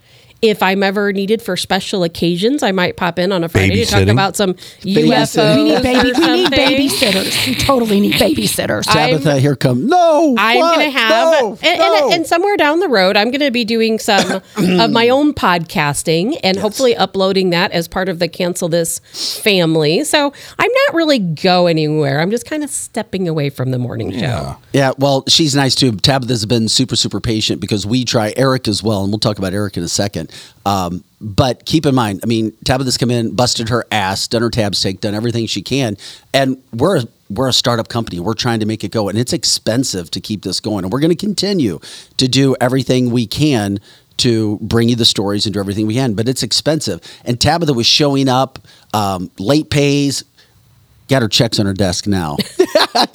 if I'm ever needed for special occasions, I might pop in on a Friday to talk
Babysitting.
about some
Babysitting.
UFOs.
We need baby.
or
We need
something.
babysitters. We totally need babysitters.
Tabitha, here come. No.
I'm
what?
going to have,
No,
and, and-
no.
And, somewhere down the road, I'm going to be doing some of my own podcasting and hopefully uploading that as part of the Cancel This family. So I'm not really go anywhere. I'm just kind of stepping away from the morning show.
Yeah, well, she's nice too. Tabitha's been super, super patient because we try Eric as well, and we'll talk about Eric in a second. Um, but keep in mind, I mean, Tabitha's come in, busted her ass, done her tabs take, done everything she can, and we're we're a startup company. We're trying to make it go, and it's expensive to keep this going, and we're going to continue to do everything we can to bring you the stories and do everything we can. But it's expensive, and Tabitha was showing up um, late pays. Got her checks on her desk now.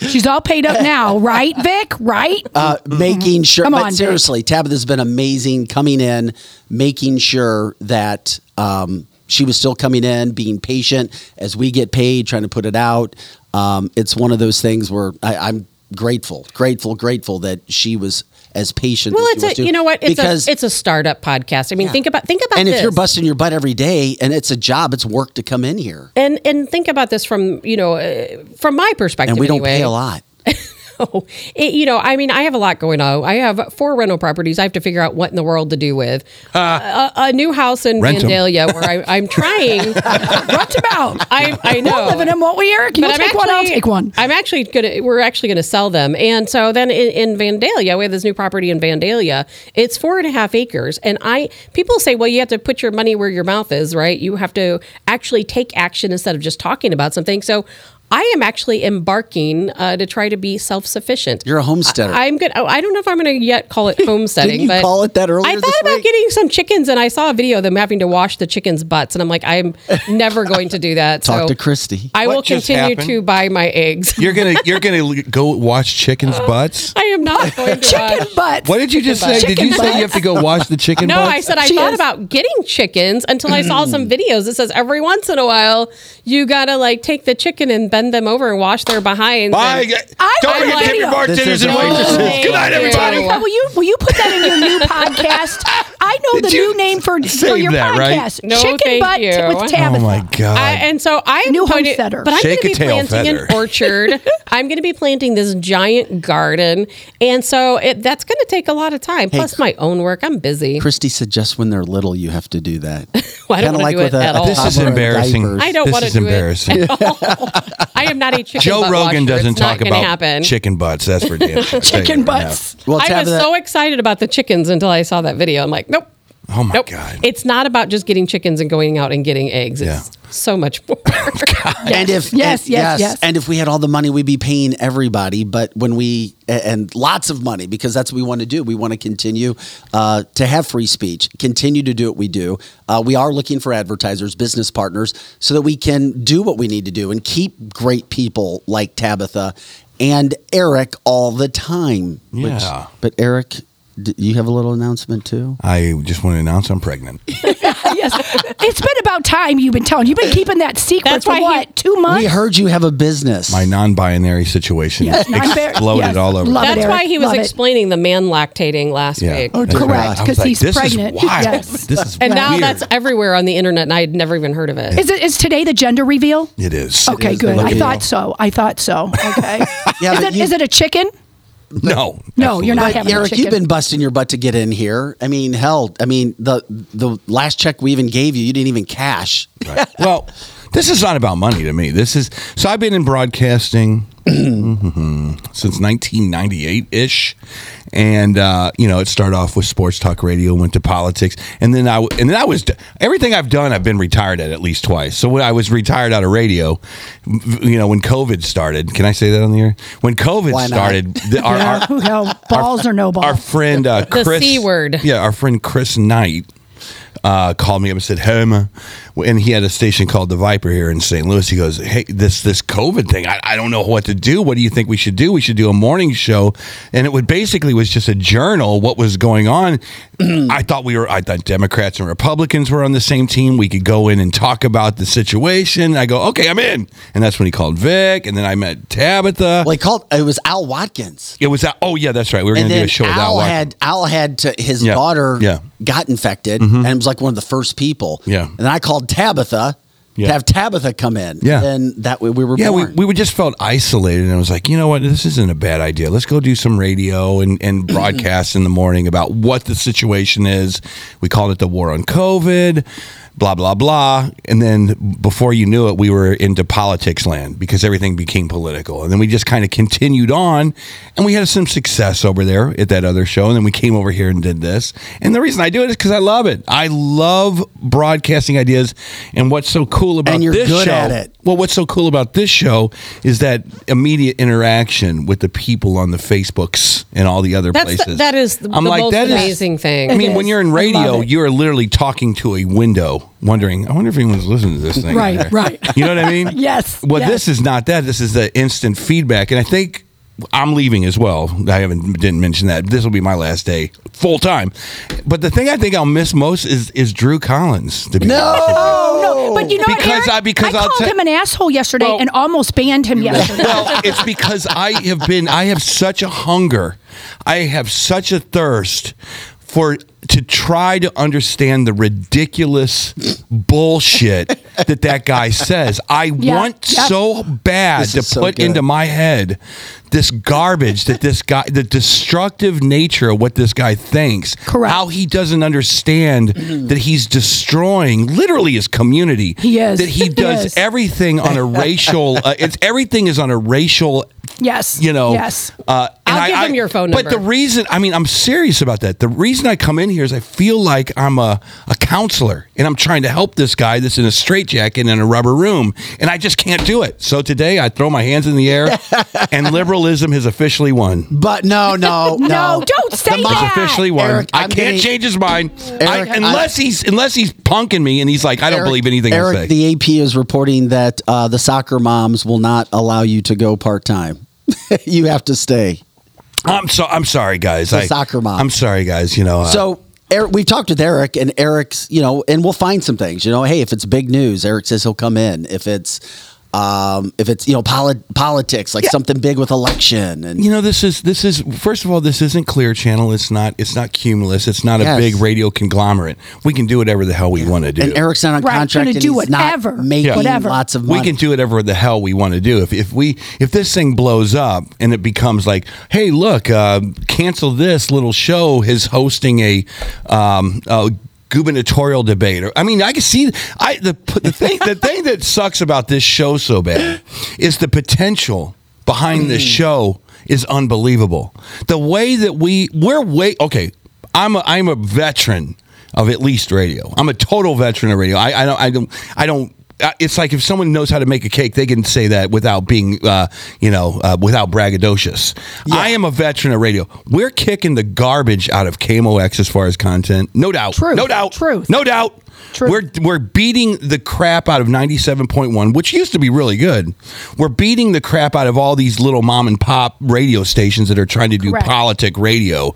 She's all paid up now, right, Vic? Right?
uh,
Mm-hmm.
making sure.
Come
but
on, Vic.
seriously, Tabitha's been amazing coming in, making sure that um, she was still coming in, being patient as we get paid, trying to put it out. Um, it's one of those things where I, I'm grateful, grateful, grateful that she was as patient.
Well,
as she
it's
was
a,
too,
you know what? It's
because
a, it's a startup podcast. I mean, think about, think about
and
this.
if you're busting your butt every day, and it's a job, it's work to come in here,
and, and think about this from, you know, uh, from my perspective.
and we don't
anyway.
pay a lot.
know. It, you know, I mean, I have a lot going on. I have four rental properties. I have to figure out what in the world to do with a, a new house in
Rent 'em.
Vandalia where I, I'm trying.
What's about?
I, I know.
We'll live in them, won't we, Eric? You
But
take one, I'll take one.
I'm actually gonna. We're actually gonna sell them, and so then in, in Vandalia, we have this new property in Vandalia. It's four and a half acres, and I people say, well, you have to put your money where your mouth is, right? You have to actually take action instead of just talking about something. So. I am actually embarking uh, to try to be self-sufficient.
You're a homesteader.
I, am good. oh, I don't know if I'm going to yet call it homesteading.
you
but
call it that earlier
I thought
this
about
week?
getting some chickens, and I saw a video of them having to wash the chickens' butts, and I'm like, I'm never going to do that.
Talk
so
to Christy.
I
What
will
just
continue
happened?
to buy my eggs.
You're gonna you're gonna go watch chickens' butts.
I am not going to
Chicken
buy.
butts.
What did you just say? Did you
Chicken
say you have to go watch the chicken
No,
butts?
I said I
She
thought
is-
about getting chickens until I saw some videos that says every once in a while you gotta like take the chicken and bend them over and wash their behinds.
Bye.
and-
I
Don't
would
forget to
like-
tip your
This
bartenders
is
and
a-
waitresses.
Thank
Good night,
you.
everybody.
Well, will you will you put that in your new podcast? I know
Did
the
you
new name for, for
save
your
that, right?
podcast.
No,
Chicken
thank
butt
you.
with Tabitha.
Oh my god.
I, and so I'm
New
going to,
homesteader.
but I'm going
Shake
to
a
be
tail
planting
feather.
an orchard. I'm going to be planting this giant garden, and so it, that's going to take a lot of time. Plus my own work. I'm busy.
Christy said just when they're little, you have to do that.
Well, I don't
Kinda
wanna do it at all.
this is
toddler in
embarrassing.
diapers.
Oh. I don't
This
wanna
is
do it.
embarrassing.
I am not a chicken.
Joe
butt
Rogan
washer.
doesn't
It's not
talk
gonna
about
happen.
chicken butts. That's for damn sure.
Chicken
Right now.
butts.
Well,
I was
Tabitha-
so excited about the chickens until I saw that video. I'm like, nope.
Oh my
nope.
god.
It's not about just getting chickens and going out and getting eggs. It's
Yeah.
so much more.
And if
Yes,
and-
yes, yes.
and if we had all the money, we'd be paying everybody. But when we a- and lots of money because that's what we want to do. We want to continue uh, to have free speech, continue to do what we do. Uh, we are looking for advertisers, business partners, so that we can do what we need to do and keep great people like Tabitha and Eric all the time.
Yeah.
but Eric, d- you have a little announcement too.
I just want to announce I'm pregnant.
yes. It's been about time you've been telling. You've been keeping that secret
That's
for
why he-
what? two months?
We heard you have a business.
My non-binary situation
Yes, non-binary-
exploded
yes,
all over.
love
That's
it,
why
Eric.
he was
Love it.
explaining the man lactating last
Yeah.
week.
That's
correct,
right. Oh, I was
'cause he's
this
pregnant."
Is wild.
Yes.
This is
And now
weird.
that's everywhere on the internet, and I had never even heard of it.
Is it is today the gender reveal?
it is.
Okay,
is the
good. I
reveal.
thought so. I thought so. Okay.
Yeah,
is,
but
it,
you-
is it a chicken?
No,
No, you're not
absolutely.
having
Eric,
a chicken.
you've been busting your butt to get in here. I mean, hell, I mean the the last check we even gave you, you didn't even cash.
Right. Well, this is not about money to me. This is so I've been in broadcasting mm-hmm, since 1998 ish, and uh, you know it started off with sports talk radio, went to politics, and then I w- and then I was d- everything I've done. I've been retired at at least twice. So when I was retired out of radio, v- you know when COVID started. Can I say that on the air? When COVID
Why not?
started, the, our,
Yeah,
our,
who hell, balls or no
our
balls?
friend uh, Chris,
C word.
Yeah, our friend Chris Knight uh, called me up and said, "Hey, man," and he had a station called the Viper here in St. Louis. He goes, "Hey, this this COVID thing, I, I don't know what to do. What do you think we should do? We should do a morning show." And it would basically was just a journal what was going on. I thought we were, I thought Democrats and Republicans were on the same team. We could go in and talk about the situation. I go, "Okay, I'm in," and that's when he called Vic, and then I met Tabitha.
Well, he called. It was Al Watkins,
it was that. Oh yeah, that's right. We were going
and
to do
then
a show without
Al
Watkins.
had Al had to his
Yeah,
daughter
yeah. Mm-hmm.
got infected and was like one of the first people.
Yeah.
and then I called Tabitha
Yeah.
to have Tabitha come in.
Yeah.
and that way we were
Yeah, we,
born.
we were just felt isolated, and I was like, you know what, this isn't a bad idea. Let's go do some radio and, and broadcast in the morning about what the situation is. We called it the war on COVID, blah blah blah, and then before you knew it, we were into politics land because everything became political, and then we just kind of continued on, and we had some success over there at that other show, and then we came over here and did this, and the reason I do it is because I love it. I love broadcasting ideas, and what's so cool about
And you're
this
good
show,
at it.
well, what's so cool about this show is that immediate interaction with the people on the Facebooks and all the other
That's
places.
the, that is the, the most
that is-
amazing thing.
I mean, when you're in
I love
radio,
it.
you are literally talking to a window, wondering, I wonder if anyone's listening to this thing.
Right,
there."
right.
You know what I mean?
Yes,
Well,
yes.
this is not that. This is the instant feedback, and I think I'm leaving as well. I haven't didn't mention that. This will be my last day full time. But the thing I think I'll miss most is is Drew Collins. To be honest with you.
Oh no! But you know what,
Because
Eric?
I- because
I
I'll
called
te-
him an asshole yesterday
Well-
and almost banned him yesterday.
well, it's because I have been I have such a hunger. I have such a thirst for to try to understand the ridiculous bullshit that that guy says. I
Yeah,
want
yeah.
so bad
This
to
is so
put
good.
into my head this garbage that this guy the destructive nature of what this guy thinks.
Correct.
How he doesn't understand
Mm-hmm.
that he's destroying literally his community.
He is.
That he
He
does
is.
everything on a racial uh, it's everything is on a racial
yes.
you know
Yes.
uh, and
I'll
I-
give
I-
him your phone
but
number.
the reason i mean i'm serious about that the reason i come in here is i feel like i'm a, a counselor and i'm trying to help this guy that's in a straitjacket and in a rubber room and i just can't do it so today i throw my hands in the air and liberalism has officially won
but no, no, no,
No, don't say
The
He's
mom-
that.
officially won.
Eric,
I
I'm
can't
getting-
change his mind I-
Eric,
unless he's unless he's punking me and he's like, I don't
Eric-
believe anything
Eric,
I say.
the AP is reporting that uh, the soccer moms will not allow you to go part time. you have to stay.
I'm so I'm sorry, guys.
The
I,
soccer mom.
I'm sorry, guys. You know. uh,
So Eric, we've talked with Eric, and Eric's, you know, and we'll find some things. You know, hey, if it's big news, Eric says he'll come in. If it's, um, if it's you know poli- politics, like something big with election, and
you know this is this is first of all this isn't clear channel it's not it's not cumulus it's not
Yes.
a big radio conglomerate we can do whatever the hell we want to do
and Eric's not on
Right,
contract,
gonna
and
do
he's not
whatever,
making
Yeah. whatever.
lots of money.
we can do whatever the hell we want to do if, if we if this thing blows up and it becomes like hey look uh, cancel this little show is hosting a um, a gubernatorial debate or i mean i can see i the, the thing the thing that sucks about this show so bad is the potential behind this
Mm.
show is unbelievable the way that we we're way okay i'm a i'm a veteran of at least radio i'm a total veteran of radio i, I don't i don't i don't uh, it's like if someone knows how to make a cake, they can say that without being, uh, you know, uh, without braggadocious. I am a veteran of radio. We're kicking the garbage out of KMOX as far as content, no doubt,
Truth.
no doubt,
Truth.
no doubt.
Truth.
We're we're beating the crap out of ninety seven point one, which used to be really good. We're beating the crap out of all these little mom and pop radio stations that are trying to do
Correct.
politics politic radio.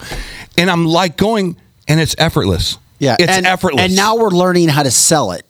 And I'm like going, and it's effortless.
Yeah,
It's
and,
effortless.
And now we're learning how to sell it,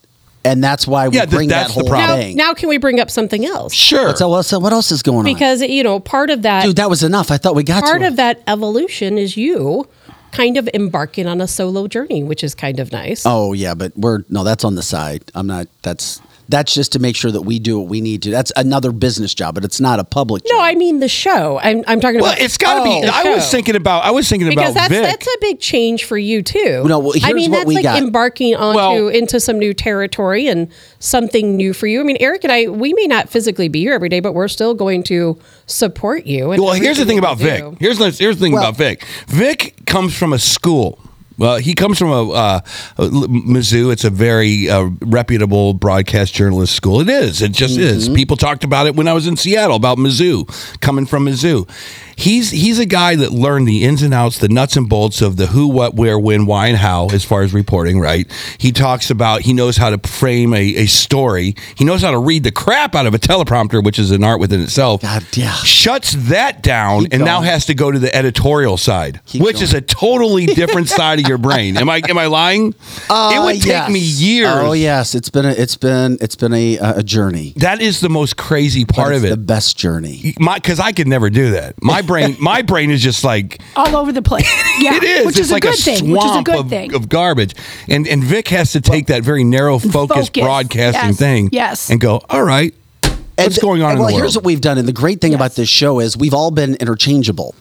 and that's why we
Yeah, th-
bring
that's
that
the
whole
problem.
Now,
thing.
now can we bring up something else?
Sure.
What's else, what else is going on?
Because you know, part of that
Dude, that was enough. I thought we got
part
to it.
of that evolution is you kind of embarking on a solo journey, which is kind of nice.
Oh yeah, but we're no, that's on the side. I'm not. That's that's just to make sure that we do what we need to. That's another business job, but it's not a public.
No,
job.
I mean the show. I'm, I'm talking
well,
about.
it's got to be.
Oh,
the
I was
show.
thinking about. I was thinking
because
about
that's
Vic.
that's a big change for you too.
No, well,
I
here's
mean
what
that's
we
like
got.
embarking onto
Well-
into some new territory and something new for you. I mean, Eric and I, we may not physically be here every day, but we're still going to support you. in
Well, here's the
everything
thing
you
about
do.
Vic. Here's the, here's the thing about Vic. Vic comes from a school. Well, he comes from a uh, Mizzou. It's a very uh, reputable broadcast journalist school. It is. It just
Mm-hmm.
is. People talked about it when I was in Seattle about Mizzou coming from Mizzou. He's he's a guy that learned the ins and outs, the nuts and bolts of the who, what, where, when, why, and how as far as reporting. Right? He talks about he knows how to frame a, a story. He knows how to read the crap out of a teleprompter, which is an art within itself
God, yeah.
shuts that down and
going.
now has to go to the editorial side,
Keep
which is a
going.
totally different side of your brain. Am I am I lying? it would take
Uh, Ah, yes.
me years.
Oh yes, it's been a, it's been it's been a a journey.
That is the most crazy part
But
of
it's
it.
the best journey.
my because I could never do that. My brain, my brain is just like
all over the place. Yeah,
it is.
which
it's
is
like
a good thing. Which is a
swamp
good
of,
thing.
of garbage. And and Vic has to take that very narrow focused
Focus.
broadcasting
Yes.
thing,
Yes.
and go. All right, what's
And-
going on
and
in
well,
the world?
here's what we've done. And the great thing about this show is we've all been interchangeable.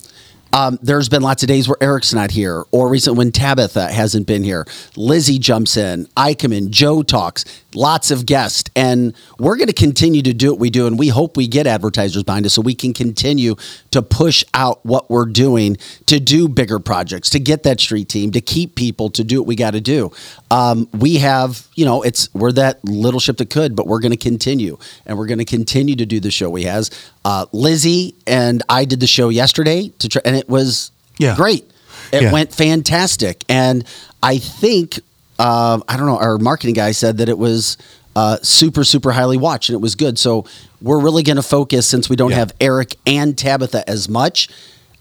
Um, there's been lots of days where Eric's not here, or recent when Tabitha hasn't been here. Lizzie jumps in, I come in, Joe talks, lots of guests, and we're going to continue to do what we do, and we hope we get advertisers behind us so we can continue to push out what we're doing to do bigger projects, to get that street team, to keep people, to do what we got to do. Um, we have, you know, it's we're that little ship that could, but we're going to continue, and we're going to continue to do the show we has. Uh, Lizzie and I did the show yesterday to try, and it was
Yeah.
great. It
Yeah.
went fantastic, and I think um, I don't know. Our marketing guy said that it was uh, super, super highly watched, and it was good. So we're really going to focus since we don't
Yeah.
have Eric and Tabitha as much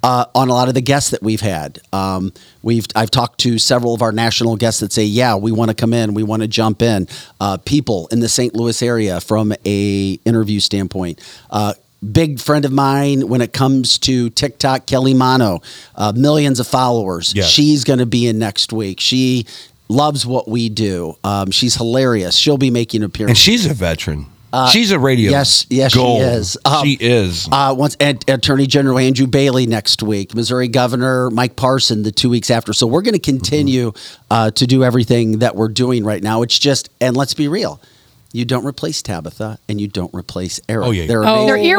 uh, on a lot of the guests that we've had. Um, we've I've talked to several of our national guests that say, "Yeah, we want to come in, we want to jump in." Uh, people in the St. Louis area from a interview standpoint. Uh, Big friend of mine when it comes to TikTok, Kelly Mono, uh, millions of followers.
Yes.
She's going to be in next week. She loves what we do. Um, she's hilarious. She'll be making
And
appearances.
she's a veteran. she's a radio.
Uh, yes, yes, she
gold.
is. Um,
she is.
Uh, once and Attorney General Andrew Bailey next week, Missouri Governor Mike Parson the two weeks after. So we're going to continue
Mm-hmm.
uh, to do everything that we're doing right now. It's just and let's be real, you don't replace Tabitha and you don't
replace Eric.
oh yeah.
They're
Oh,
They're
I've been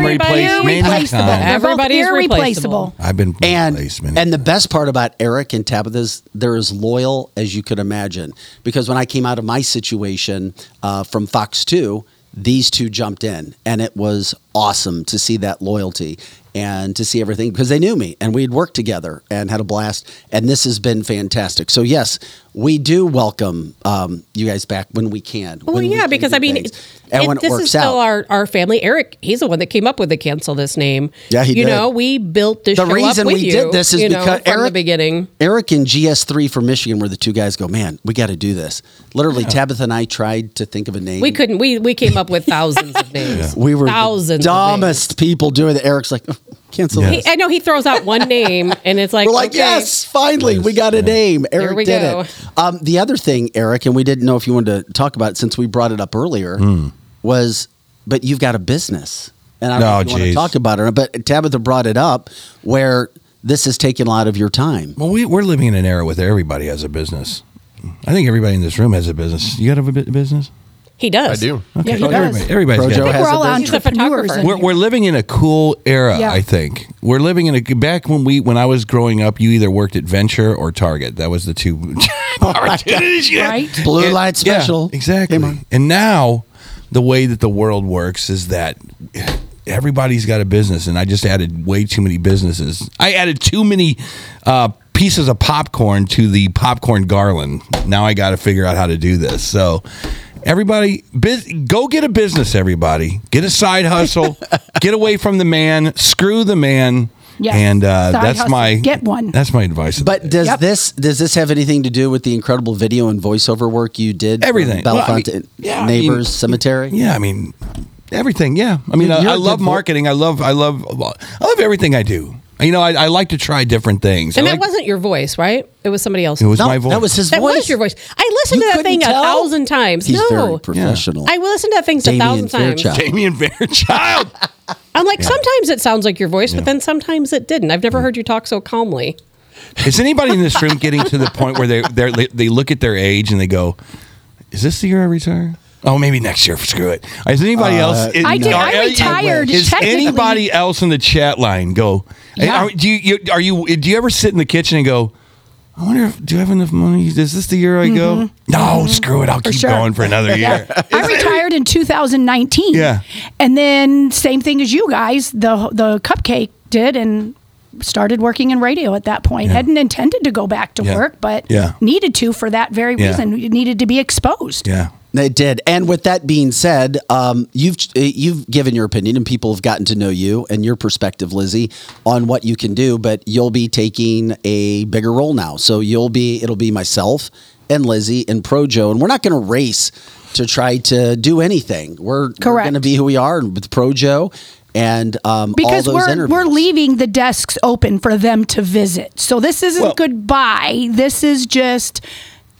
irreplaceable.
replaced many
irreplaceable.
times.
They're both
Everybody's
irreplaceable.
I've been
and
replaced many
and the best part about Eric and Tabitha's, they're as loyal as you could imagine. Because when I came out of my situation uh, from Fox Two, these two jumped in, and it was awesome to see that loyalty and to see everything because they knew me and we had worked together and had a blast. And this has been fantastic. So yes, we do welcome um, you guys back when we can.
Well,
when we
yeah,
can
because
do
I mean,
things.
it-
and
it-
when it
this
works
is
out,
still our, our family. Eric, he's the one that came up with the cancel this name.
Yeah, he
You
did.
know, we built this.
The
show
reason
up with
we
you,
did this is
you know,
because
from the
Eric-
beginning.
Eric and GS3 from Michigan were the two guys go, man, we got to do this. Literally, Tabitha and I tried to think of a name.
We couldn't. We we came up with thousands of names.
We were
thousands
the
of names.
dumbest people doing it. Eric's like, "Oh, cancel
Yeah.
this.
I know he throws out one name, and it's like
We're like,
okay.
yes, finally, we got a name. Eric
we
did
go.
it. Um, the other thing, Eric, and we didn't know if you wanted to talk about it since we brought it up earlier,
Hmm.
was, but you've got a business. And I don't know
Oh,
if you want to
geez.
talk about it, but Tabitha brought it up where this has taken a lot of your time.
Well, we, we're living in an era where everybody has a business. I think everybody in this room has a business. You got to have a bu- business?
He
I
does.
do.
Yeah, he
Oh,
does.
Everybody, everybody's
Projo
got a
has
We're
a
all
business.
He's a
entrepreneurs.
photographer.
in
We're,
here.
we're living in a cool era,
Yeah.
I think. We're living in a back when we when I was growing up, you either worked at Venture or Target. That was the two opportunities. you had.
Oh Right?
Blue
Yeah,
light special.
Yeah, exactly.
Came on.
And now the way that the world works is that everybody's got a business, and I just added way too many businesses. I added too many uh, pieces of popcorn to the popcorn garland. Now I got to figure out how to do this. So. Everybody, bus go get a business. Everybody, get a side hustle. get away from the man. Screw the man,
Yes.
And uh,
Side
that's
hustle.
my
Get one.
That's my advice. of the
But
day.
does
Yep.
this does this have anything to do with the incredible video and voiceover work you did? from
everything. Well, I
Bellefonte
mean, yeah, I mean,
Neighbors Cemetery.
Yeah, I mean everything. Yeah, I mean
You're-
I,
you're
I
a
love
good vo-
marketing. I love I love I love everything I do. You know, I, I like to try different things.
And
I
that
like-
wasn't your voice, right? It was somebody else.
it was
No,
my voice.
that was his
that
voice.
was your voice. I listened
You
to that
couldn't
thing
tell?
a thousand times.
He's
no,
very professional.
I listened to that thing
Damien
a thousand times.
Fairchild.
Damien Fairchild.
I'm like, sometimes it sounds like your voice, but then sometimes it didn't. I've
Mm.
never heard you talk so calmly.
Is anybody in this room getting to the point where they they're, they they look at their age and they go, "Is this the year I retire?" Oh, maybe next year. Screw it. Is anybody else?
Uh, I did- I retired,
Is
technically.
anybody else in the chat line go?
Yeah.
Are, do you, you are you do you ever sit in the kitchen and go? I wonder if do I have enough money? Is this the year I go? No, screw it. I'll keep
Mm-hmm. sure.
going for another year.
I retired in 2019.
Yeah.
And then same thing as you guys, the the cupcake did and started working in radio at that point.
Yeah.
Hadn't intended to go back to
Yeah.
work, but
Yeah.
needed to for that very
Yeah.
reason. It needed to be exposed.
Yeah.
They did. And with that being said, um, you've uh, you've given your opinion, and people have gotten to know you and your perspective, Lizzie, on what you can do. But you'll be taking a bigger role now, so you'll be it'll be myself and Lizzie and Projo, and we're not going to race to try to do anything. We're,
Correct.
going to be who we are with Projo and um,
Because
all those
we're
interviews.
we're leaving the desks open for them to visit. So this isn't
Well-
goodbye. This is just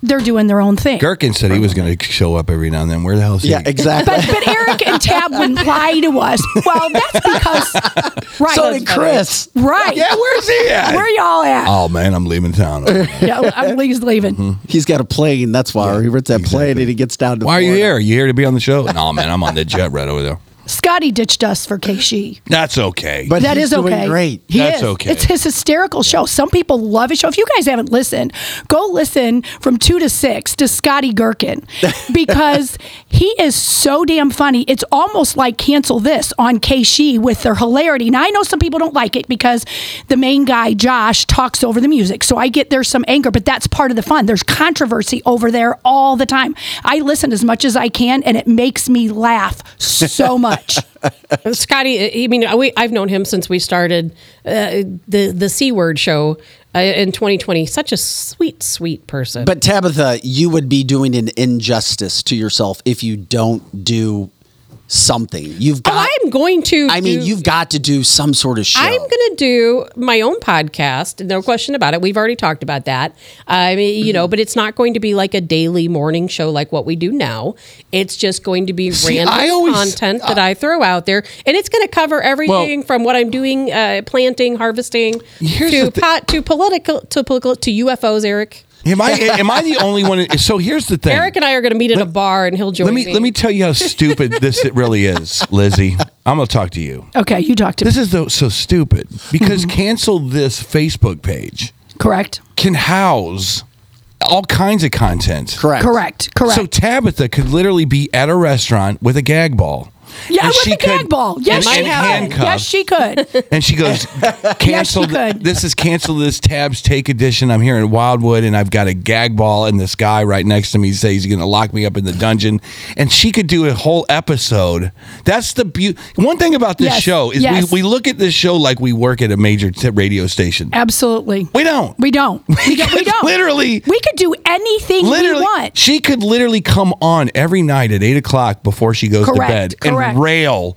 they're doing their own thing.
Gherkin said he was going to show up every now and then. Where the hell is he?
Yeah, exactly.
But, but Eric and Tab wouldn't lie to us. Well, that's because right.
so did Chris.
Right.
Yeah, where's he at?
Where y'all at?
Oh man, I'm leaving town.
yeah, I'm he's leaving.
He's got a plane. That's why he ripped that plane and he gets down to.
Why are you
Florida.
here? Are you here to be on the show? No, man, I'm on the jet right over there.
Scotty ditched us for KC.
That's okay.
But
That
he's
is
doing
okay.
Great.
He
That's
is.
okay.
It's his hysterical show. Some people love his show. If you guys haven't listened, go listen from two to six to Scotty Gherkin because he is so damn funny. It's almost like cancel this on KC with their hilarity. Now I know some people don't like it because the main guy Josh talks over the music, so I get there's some anger, but that's part of the fun. There's controversy over there all the time. I listen as much as I can, and it makes me laugh so much.
Uh, Scotty, I mean, we, I've known him since we started uh, the the C word show uh, in 2020. Such a sweet, sweet person.
But Tabitha, you would be doing an injustice to yourself if you don't do something. You've got.
oh, I'm going to.
I mean,
do-
you've got to do some sort of show.
I'm going to do my own podcast. No question about it. We've already talked about that. I mean, you know,
Mm-hmm.
but it's not going to be like a daily morning show like what we do now. It's just going to be random
I always- uh,
content that I throw out there, and it's going to cover everything from what I'm doing, uh, planting, harvesting,
Here's
to
the thi-
pot, to political, to political, to UFOs. Eric,
am I am I the only one? So here's the thing.
Eric, and I are going to meet at a bar, and he'll join
let me let me tell you how stupid this it really is, Lizzie. I'm gonna talk to you.
Okay, you talked to
This is though so stupid because cancel this Facebook page
Correct.
can house all kinds of content.
correct.
Correct. Correct.
So Tabitha could literally be at a restaurant with a gag ball.
yeah,
And
with
she
a gag
could-
ball. Yes,
and-
she
and
could.
handcuffed.
Yes, she could.
And she goes, cancel. th-
could.
this is cancel this tabs take edition. I'm here in Wildwood, and I've got a gag ball, and this guy right next to me says he's going to lock me up in the dungeon. And she could do a whole episode. That's the beauty. One thing about this
Yes,
show is
yes.
we, we look at this show like we work at a major t- radio station.
Absolutely.
We don't.
We don't. We, don't- we
could
don't.
literally-
We could do anything
literally,
we want.
she could literally come on every night at eight o'clock before she goes
Correct,
to bed
correct.
and rail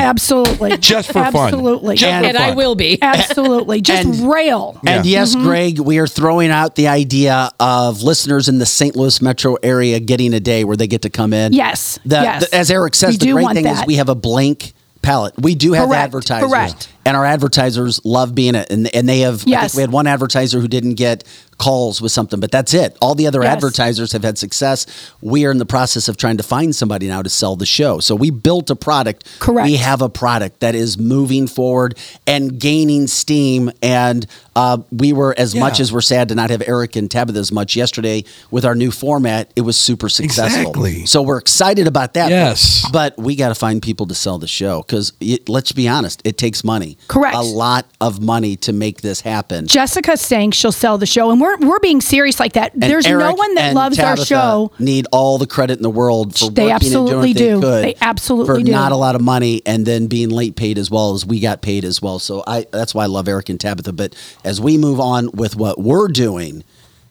Absolutely.
Just for fun.
Absolutely.
Just for
and I
fun.
will be.
Absolutely. Just
And-
rail.
And
Yeah.
yes,
Mm-hmm.
Greg, we are throwing out the idea of listeners in the St. Louis metro area getting a day where they get to come in.
Yes,
The,
yes.
the- as Eric says,
We
the
do
great
want
thing is
that.
we have a blank palette. We do have
Correct,
advertisers.
correct.
And our advertisers love being it. And, and they have, I
Yes.
think we had one advertiser who didn't get calls with something, but that's it. All the other
Yes.
advertisers have had success. We are in the process of trying to find somebody now to sell the show. So we built a product.
Correct.
We have a product that is moving forward and gaining steam. And uh, we were, as much as we're sad to not have Eric and Tabitha as much yesterday with our new format, it was super successful.
Exactly.
So we're excited about that.
Yes.
But we got to find people to sell the show because let's be honest, it takes money.
Correct.
A lot of money to make this happen.
Jessica's saying she'll sell the show, and we're we're being serious like that.
And
There's no
Eric
one that
and
loves
Tabitha
our show.
Need all the credit in the world for
They
working
absolutely
and doing
do.
what They, could
They absolutely
for
do.
not a lot of money and then being late paid as well as we got paid as well. So I that's why I love Eric and Tabitha. But as we move on with what we're doing,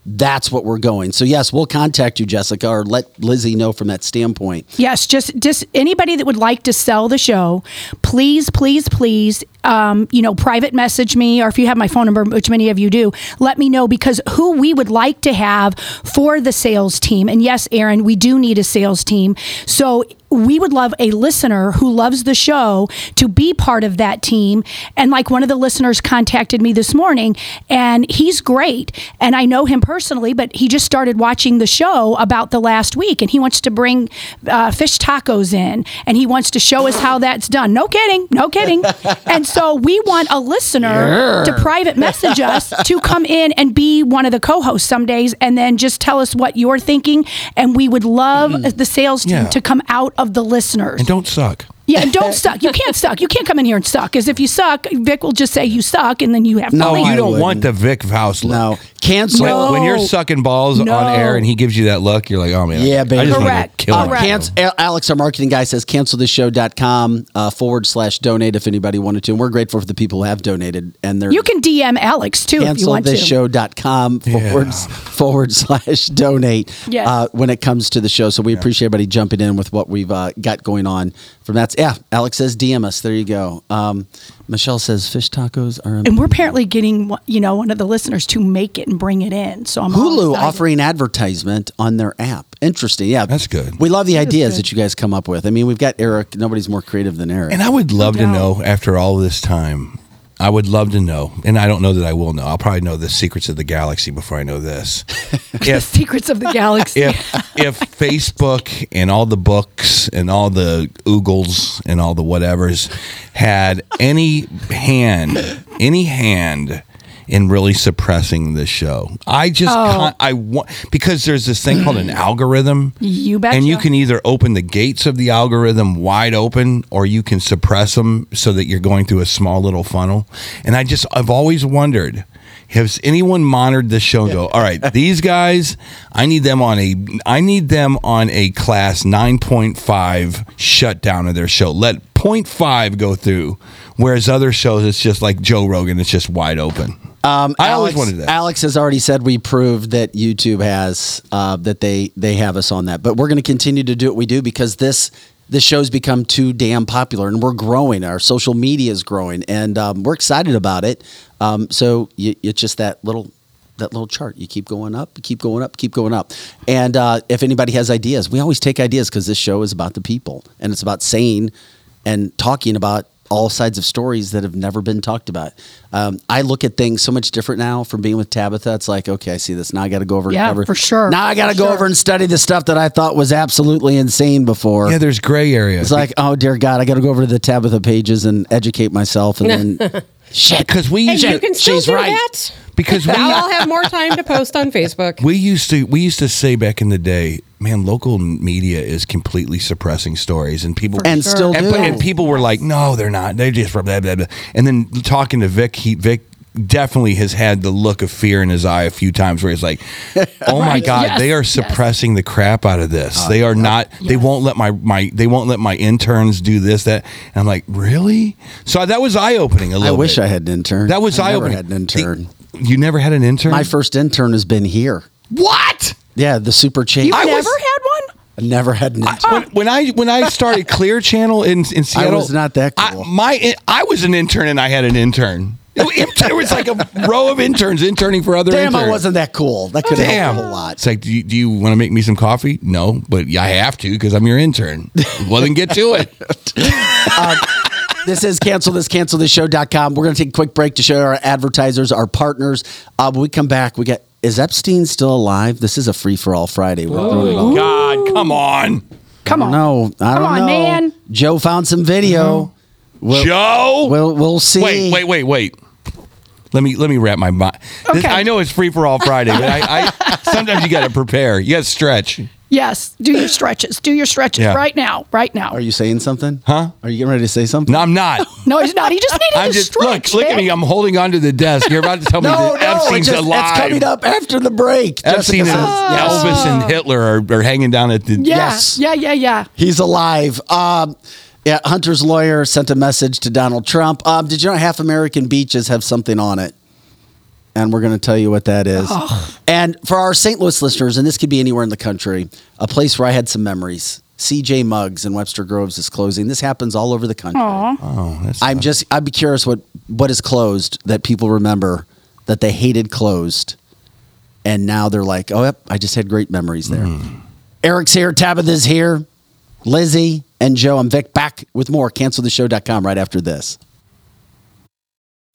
that's what we're going. So yes, we'll contact you, Jessica, or let Lizzie know from that standpoint.
Yes, just just anybody that would like to sell the show, please, please, please, um, you know, private message me, or if you have my phone number, which many of you do, let me know because who we would like to have for the sales team. And yes, Aaron, we do need a sales team. So we would love a listener who loves the show to be part of that team. And like one of the listeners contacted me this morning, and he's great. And I know him personally, but he just started watching the show about the last week, and he wants to bring uh, fish tacos in, and he wants to show us how that's done. No kidding, no kidding. and so we want a listener to private message us to come in and be one of the co-hosts some days, and then just tell us what you're thinking. And we would love the sales team
Yeah.
to come out of the listeners.
And don't suck.
yeah, and don't suck. You can't suck. You can't come in here and suck. Because if you suck, Vic will just say you suck, and then you have to
No,
leave.
I
Oh, you don't
wouldn't.
want the Vic House look.
No. Cancel
When, when you're
No.
sucking balls
No.
on air and he gives you that look, you're like, oh man,
Yeah,
I
baby.
just want to
Correct.
kill
Uh,
him.
Correct.
canc- A- Alex, our marketing guy, says cancelthisshow.com uh, forward slash donate if anybody wanted to. And we're grateful for the people who have donated. And they're
You can DM Alex too if you want to.
cancelthisshow.com forward, forward slash donate
Yes.
uh, when it comes to the show. So we appreciate everybody jumping in with what we've uh, got going on from that. Yeah, Alex says DM us. There you go. Um, Michelle says fish tacos are
And we're apparently getting one- you know one of the listeners to make it and bring it in. So I'm all
Hulu
excited.
offering advertisement on their app. Interesting. Yeah.
That's good.
We love the ideas that you guys come up with. I mean, we've got Eric. Nobody's more creative than Eric.
And I would love to
No.
know after all this time. I would love to know, and I don't know that I will know. I'll probably know the secrets of the galaxy before I know this.
the
if
secrets of the galaxy.
if if Facebook and all the books and all the oogles and all the whatevers had any hand, any hand in really suppressing this show, I just can't, I want because there's this thing called an algorithm.
You betcha.
And you can either open the gates of the algorithm wide open, or you can suppress them so that you're going through a small little funnel. And I just I've always wondered. Has anyone monitored this show and go, all right, these guys, I need them on a I need them on a class 9.5 shutdown of their show. Let 0.5 go through. Whereas other shows it's just like Joe Rogan, it's just wide open.
Uh,
Um, I always
Alex-
wanted that.
Alex has already said we proved that YouTube has uh, that they they have us on that, but we're going to continue to do what we do because this this show's become too damn popular, and we're growing. Our social media is growing, and um, we're excited about it. Um, so you, it's just that little that little chart. You keep going up, you keep going up, keep going up. And uh, if anybody has ideas, we always take ideas because this show is about the people, and it's about saying and talking about all sides of stories that have never been talked about. Um, I look at things so much different now from being with Tabitha. It's like, okay, I see this. Now I got to go over
Yeah,
and cover.
for sure.
Now I got to
For
go
sure.
over and study the stuff that I thought was absolutely insane before.
yeah, there's gray areas.
it's like, oh dear God, I got to go over to the Tabitha pages and educate myself, and then shit.
because we
And
used
you
to-
can still
she's
do
right.
that.
because we
Now I'll have more time to post on Facebook.
We used to we used to say back in the day, man, local media is completely suppressing stories, and people
And still
and,
do.
and people were like, no, they're not. They just blah blah blah. blah." And then talking to Vic, he Vic definitely has had the look of fear in his eye a few times where he's like, oh my god,
Yes.
they are suppressing the crap out of
Oh,
this. they are not. They won't let my my they won't let my interns do this that. And I'm like, really? So that was eye opening a
I
little.
wish
bit.
I had an intern.
That was
I
eye
never
opening.
had an intern.
you never had an intern.
My first intern has been here.
what?
Yeah, the super chain.
You've
I
never
was-
had one.
I never had an intern.
when, when I when I started Clear Channel in in Seattle,
was not that
I-
cool.
my I was an intern and I had an intern. It- There was like a row of interns interning for other.
Damn,
interns.
I wasn't that cool. That could have
Damn,
helped a whole lot.
It's like, do you, do you want to make me some coffee? No, but I have to because I'm your intern. Well, then get to it.
this is cancel this cancel this show.com we're going to take a quick break to show our advertisers our partners uh, when we come back we got is epstein still alive this is a free-for-all friday we're throwing it all
God, come on,
Come on,
no i
Come
don't
on,
know
man. Mm-hmm.
joe found some video Well-
Joe.
we'll, we'll see
wait, wait, wait, wait. Let me let me wrap my mind.
Okay.
I know it's free for all Friday, but I, I sometimes you got to prepare. You got to stretch.
Yes, do your stretches. Do your stretches
Yeah.
right now. Right now.
Are you saying something?
Huh?
Are you getting ready to say something?
No, I'm not.
no, he's not. He just needed
I'm
to
just
stretch.
look. Look at
man.
me. I'm holding onto the desk. You're about to tell me
No,
that
no,
Epstein's
it's, just,
alive.
it's coming up after the break.
Epstein
Jessica
and
says-
Elvis and Hitler are, are hanging down at the.
Yeah,
Yes.
yeah, yeah, yeah.
He's alive. Um, yeah, Hunter's lawyer sent a message to Donald Trump. Um, did you know half American beaches have something on it? And we're going to tell you what that is. And for our St. Louis listeners, and this could be anywhere in the country, a place where I had some memories. CJ Muggs in Webster Groves is closing. This happens all over the country.
Oh, that's
I'm just I'd be curious what what is closed that people remember that they hated closed, and now they're like, oh, yep, I just had great memories there.
Hmm.
Eric's here, Tabitha's here, Lizzie and Joe. I'm Vic back with more. CancelTheShow.com right after this.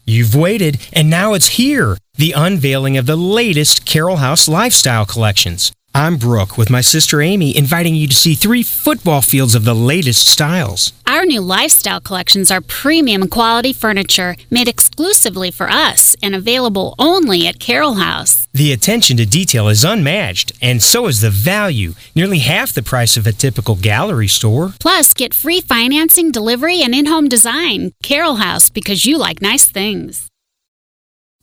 You've waited, and now it's here the unveiling of the latest Carroll House lifestyle collections. I'm Brooke with my sister Amy, inviting you to see three football fields of the latest styles.
Our new lifestyle collections are premium quality furniture made exclusively for us and available only at Carroll House.
The attention to detail is unmatched, and so is the value, nearly half the price of a typical gallery store.
Plus, get free financing, delivery, and in home design. Carroll House, because you like nice things.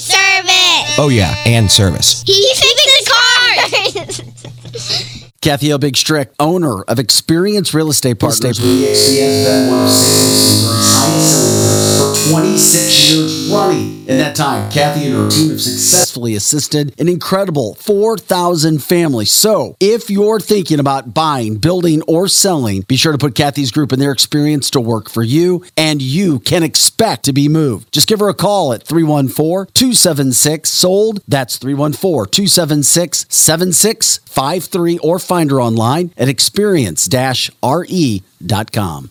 service.
Oh, yeah, and service.
He's fixing the car.
Kathy O. Big Strick, owner of Experience Real Estate Partners. 26 years running. In that time, Kathy and her team have successfully assisted an incredible 4,000 families. So, if you're thinking about buying, building, or selling, be sure to put Kathy's group and their experience to work for you, and you can expect to be moved. Just give her a call at 314 276 SOLD. That's 314 276 7653, or find her online at experience E re.com.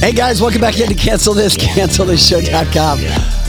Hey guys, welcome back into Cancel This, CancelThisShow.com.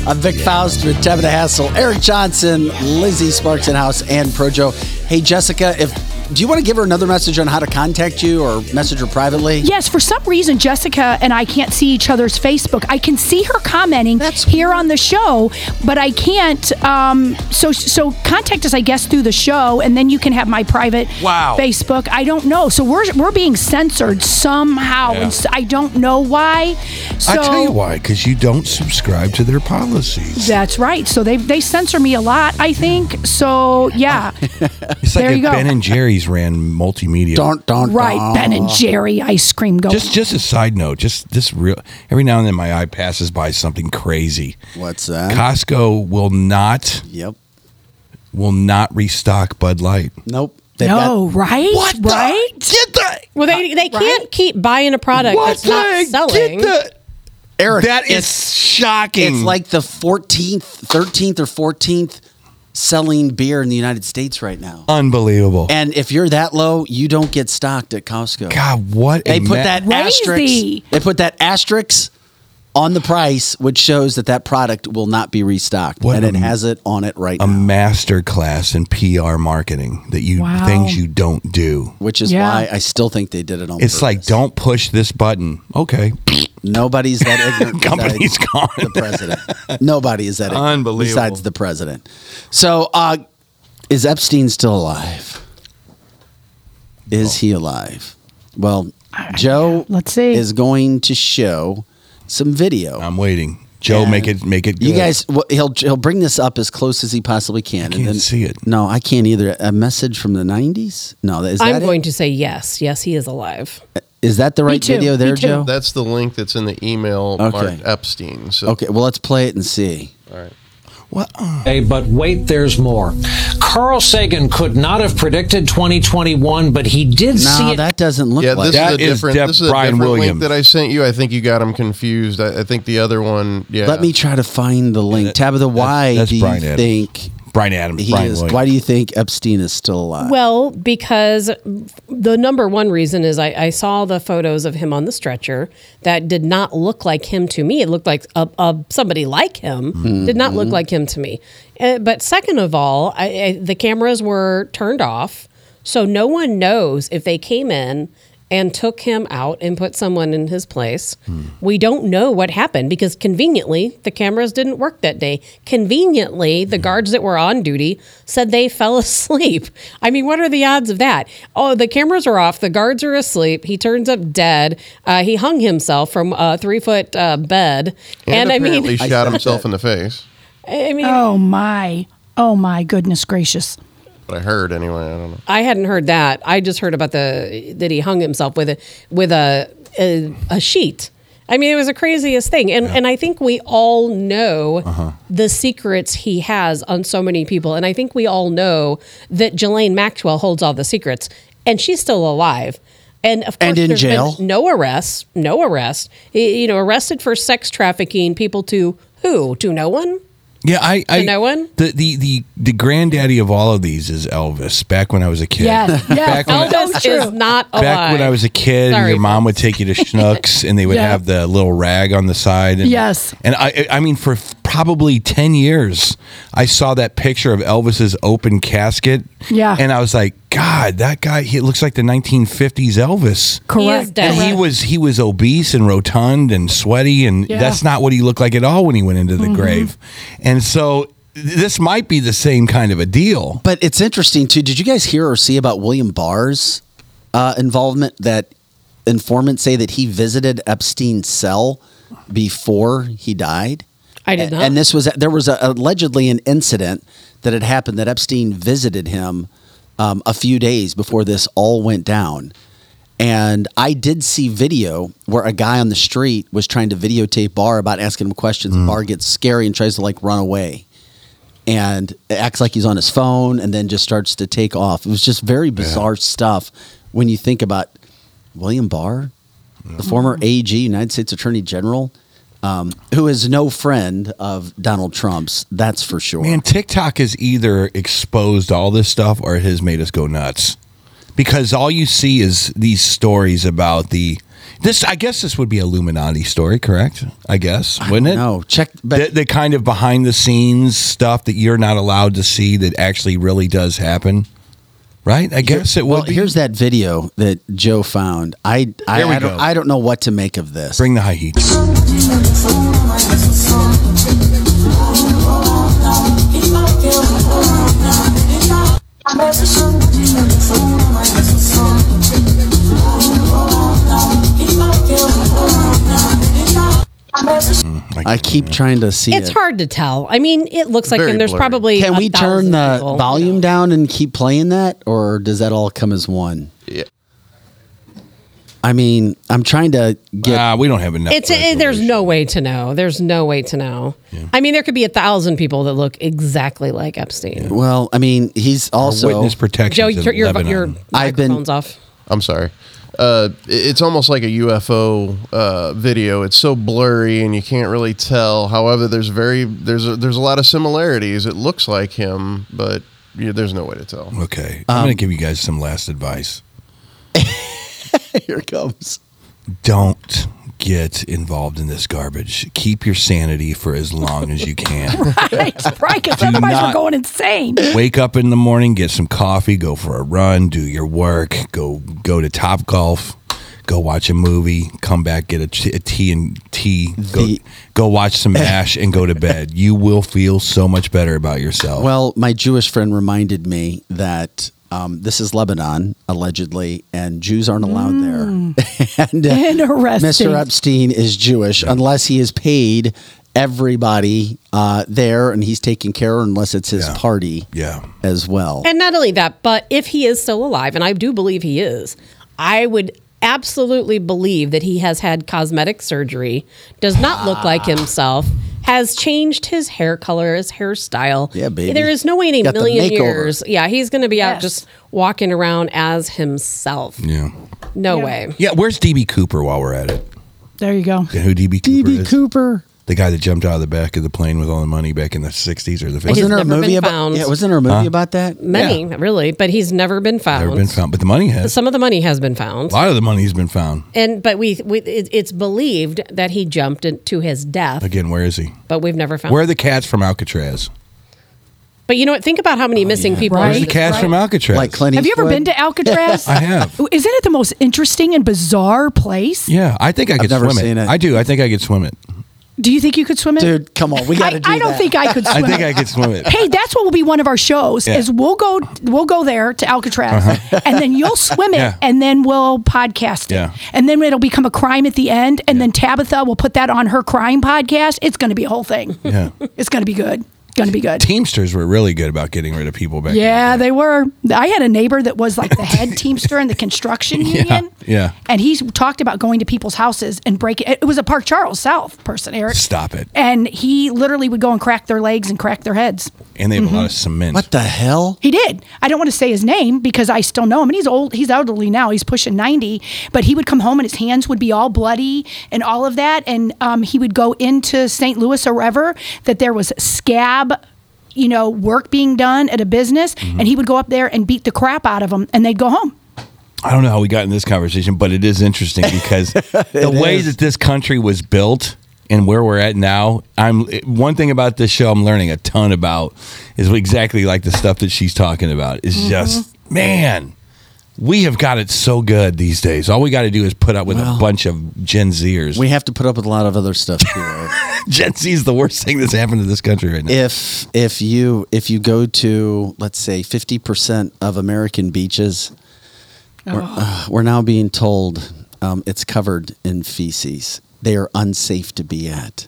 I'm Vic Faust with Tabitha Hassel, Eric Johnson, Lizzie Sparks in house, and Projo. Hey Jessica, if do you want to give her another message on how to contact you or message her privately?
Yes, for some reason, Jessica and I can't see each other's Facebook. I can see her commenting here on the show, but I can't. Um, so, so contact us, I guess, through the show, and then you can have my private
Wow.
Facebook. I don't know. So we're we're being censored somehow,
Yeah.
and s- I don't know why. So
I tell you why, because you don't subscribe to their policies.
That's right. So they they censor me a lot. I think so. Yeah.
It's like
There
if
you go.
Ben and Jerry's ran multimedia.
Don't, don't,
right. Ben and Jerry ice cream go.
Just, just a side note. Just this real. Every now and then, my eye passes by something crazy.
What's that?
Costco will not
yep.
will not restock Bud Light.
Nope. They've
no.
got-
right.
the-
right.
Get that.
Well, they, they can't keep buying a product that's not selling.
Get the,
Eric,
that is shocking.
It's like the 14th, 13th, or 14th selling beer in the United States right now.
unbelievable.
And if you're that low, you don't get stocked at Costco.
God, what
they
a
put
ma-
that
Crazy.
asterisk. They put that asterisk on the price, which shows that that product will not be restocked,
What um,
and it
a-
has it on it right
a
now.
master class in PR marketing that you
Wow.
things you don't do.
Which is
Yeah.
why I still think they did it on.
It's like
purpose.
don't push this button. Okay,
nobody's that ignorant.
company's
besides
gone.
The president. Nobody is that ignorant
Unbelievable.
besides the president. So, uh, is Epstein still alive? Is he alive? Well, Joe,
Let's see.
is going to show some video.
I'm waiting. Joe,
And
make it make it.
You
good.
guys, well, he'll he'll bring this up as close as he possibly can.
can't see it.
No, I can't either. A message from the '90s. No, is
I'm
that it?
going to say yes. Yes, he is alive.
Is that the right
too,
video
me
there,
too.
Joe?
That's the link that's in the email
Okay.
marked Epstein. So
Okay, well, let's play it and see.
what?
Hey, but wait, there's more. Carl Sagan could not have predicted 2021, but he did see
No,
it
that doesn't look
Yeah,
like
this
it.
That
is a
is
different.
Def-
this is a
Brian
different
Williams.
link that I sent you. I think you got him confused. I, I think the other one. Yeah.
Let me try to find the link. Tabitha, why
that's
do you
Brian Adams.
think
Brian Adams.
he
Brian
is?
Williams.
Why do you think Epstein is still alive?
Well, because the number one reason is I, I saw the photos of him on the stretcher that did not look like him to me. It looked like a, a, somebody like him. Did not look like him to me. Uh, but second of all, I, I, the cameras were turned off, so no one knows if they came in and took him out and put someone in his place.
Hmm.
We don't know what happened because conveniently the cameras didn't work that day. Conveniently,
Hmm.
the guards that were on duty said they fell asleep. I mean, what are the odds of that? Oh, the cameras are off, the guards are asleep. He turns up dead. Uh, he hung himself from a three foot uh, bed.
And,
And, I mean,
apparently shot himself in the face.
I mean,
Oh my. Oh my goodness gracious.
What I heard anyway. I don't know.
I hadn't heard that. I just heard about the that he hung himself with a with a a, a sheet. I mean, it was the craziest thing, and and I think we all know
Uh-huh.
the secrets he has on so many people, and I think we all know that Jelaine Maxwell holds all the secrets, and she's still alive. And of course,
And in
there's been
jail.
no arrests, no arrest. You know, arrested for sex trafficking people to who? To no one.
Yeah, I, I
no one?
The, the the the granddaddy of all of these is Elvis. Back when I was a kid.
Yeah. Yeah.
Back when I-
Elvis is not alive.
Back when I was a kid, and
Sorry,
your mom would take you to Schnucks, and they would
Yeah.
have the little rag on the side. And,
Yes.
and I, I mean, for f- probably ten years, I saw that picture of Elvis's open casket.
Yeah.
and I was like, God, that guy, he looks like the 1950s Elvis.
He
Correct.
is dead.
And he was he was obese and rotund and sweaty, and
Yeah.
that's not what he looked like at all when he went into the grave. And so th- this might be the same kind of a deal.
But it's interesting too. Did you guys hear or see about William Barr's uh, involvement? That informants say that he visited Epstein's cell before he died.
I did
A-
not.
And this was there was a, allegedly an incident that had happened that Epstein visited him um, a few days before this all went down. And I did see video where a guy on the street was trying to videotape Barr about asking him questions. Barr gets scary and tries to like run away and acts like he's on his phone and then just starts to take off. It was just very bizarre stuff when you think about William Barr, the former AG, United States Attorney General, um, who is no friend of Donald Trump's, that's for sure.
Man, TikTok has either exposed all this stuff or it has made us go nuts. Because all you see is these stories about the this I guess this would be Illuminati story, correct? I guess. Wouldn't it?
no, check, but
the, the kind of behind the scenes stuff that you're not allowed to see that actually really does happen. right? I guess it would
well,
be.
here's that video that Joe found. I I,
There we
I don't
go.
I don't know what to make of this.
Bring the high heat.
I keep trying to see.
It's
it.
hard to tell. I mean, it looks like,
Very
and there's
blurry.
probably
Can
a
we turn
thousand
the
people.
volume down and keep playing that, or does that all come as one?
Yeah.
I mean, I'm trying to get.
Ah, we don't have enough.
It's it, there's no way to know. There's no way to know. I mean, there could be a thousand people that look exactly like Epstein.
well, I mean, he's also
witness protection.
Joe, your your,
Lebanon.
your
I've been-
microphone's off.
I'm sorry. Uh, i- it's almost like a UFO uh, video. It's so blurry and you can't really tell. However, there's very there's a, there's a lot of similarities. It looks like him, but yeah, there's no way to tell.
okay. I'm gonna give you guys some last advice.
here it comes.
Don't get involved in this garbage. Keep your sanity for as long as you can.
right, right, because otherwise
not-
we're going insane.
Wake up in the morning, get some coffee, go for a run, do your work, go go to Top Golf, go watch a movie, come back, get a, ch- a tea and tea, go,
The-
go watch some Ash, and go to bed. You will feel so much better about yourself.
Well, my Jewish friend reminded me that um, this is Lebanon, allegedly, and Jews aren't allowed there. and uh,
Interesting.
Mr. Epstein is Jewish unless he has paid everybody uh, there and he's taken care of, unless it's his
Yeah.
party
yeah.
as well.
And not only that, but if he is still alive, and I do believe he is, I would absolutely believe that he has had cosmetic surgery, does not look like
Ah.
himself, has changed his hair color, his hairstyle.
Yeah, baby.
There is no way in a
Got the
million
makeover.
years. Yeah, he's going to be out
Yes.
just walking around as himself.
Yeah.
No
Yeah.
way.
Yeah. Where's DB Cooper while we're at it?
There you go.
And who DB Cooper
DB
is?
Cooper.
The guy that jumped out of the back of the plane with all the money back in the 60s or the 50s.
He's
Wasn't there a
never
movie
been
about?
found.
Yeah, wasn't there a movie about that?
Many, really, but he's never been found.
Never been found, but the money has.
Some of the money has been found.
A lot of the money has been found.
And but we, we it, it's believed that he jumped into his death,
Again, where is he?
but we've never found.
Where are the cats from Alcatraz?
But you know what? Think about how
Oh,
many missing people.
Right.
are
Where's the
in this
cats
right.
from Alcatraz?
Like Clint
Have you ever
Eastwood?
been to Alcatraz?
I have.
Isn't it the most interesting and bizarre place?
Yeah, I think I could
never
swim
seen
it.
it.
I do. I think I could swim it.
Do you think you could swim in?
Dude, come on, we got
I,
to do
I don't
that.
think I could
I
swim.
think
it.
I could swim it.
Hey, that's what will be one of our shows
Yeah. Uh-huh.
is we'll go we'll go there to Alcatraz and then you'll swim it
Yeah.
and then we'll podcast it.
Yeah.
And then it'll become a crime at the end and then Tabitha will put that on her crime podcast. It's going to be a whole thing.
Yeah.
It's going to be good. Going to be good.
Teamsters were really good about getting rid of people back.
Yeah,
in the day.
they were. I had a neighbor that was like the head teamster in the construction union.
yeah.
And he talked about going to people's houses and breaking. It was a Park Charles South person, Eric.
Stop it.
And he literally would go and crack their legs and crack their heads.
And they have a lot of
Mm-hmm.
cement.
What the hell?
He did. I don't want to say his name because I still know him, and he's old. He's elderly now. He's pushing ninety, but he would come home and his hands would be all bloody and all of that. And um, he would go into St. Louis or wherever that there was scab, you know, work being done at a business,
Mm-hmm.
and he would go up there and beat the crap out of them, and they'd go home.
I don't know how we got in this conversation, but it is interesting because the way
is.
that this country was built and where we're at now, I'm one thing about this show I'm learning a ton about is exactly like the stuff that she's talking about. It's
Mm-hmm.
just man, we have got it so good these days. All we got to do is put up with a bunch of Gen Zers.
We have to put up with a lot of other stuff here.
Gen Z is the worst thing that's happened to this country right now.
if if you if you go to let's say 50% of american beaches we're,
Oh.
uh, we're now being told um, it's covered in feces they are unsafe to be at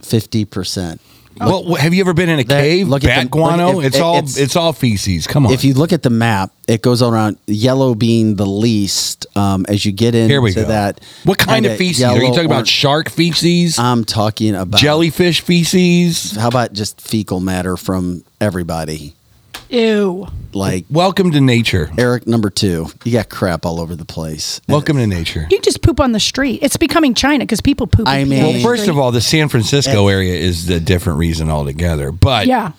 50%
well, have you ever been in a
There-
cave?
look at
Bat
the-
guano?
look at-
it's
it-
all
it's-
it's, all feces. Come on.
if you look at the map it goes around yellow being the least um, as you get into
Here we go.
that
what kind of
kinda
feces? Are you
yellow
talking about
orange-
shark feces?
i'm talking about
jellyfish feces.
how about just fecal matter from everybody
Ew.
like
Welcome to nature.
Eric number two. You got crap all over the place.
Welcome to nature.
You can just poop on the street. It's becoming China because people poop.
I
in
mean-
people's
Well,
First
street.
of all, the San Francisco area is a different reason altogether. But
yeah.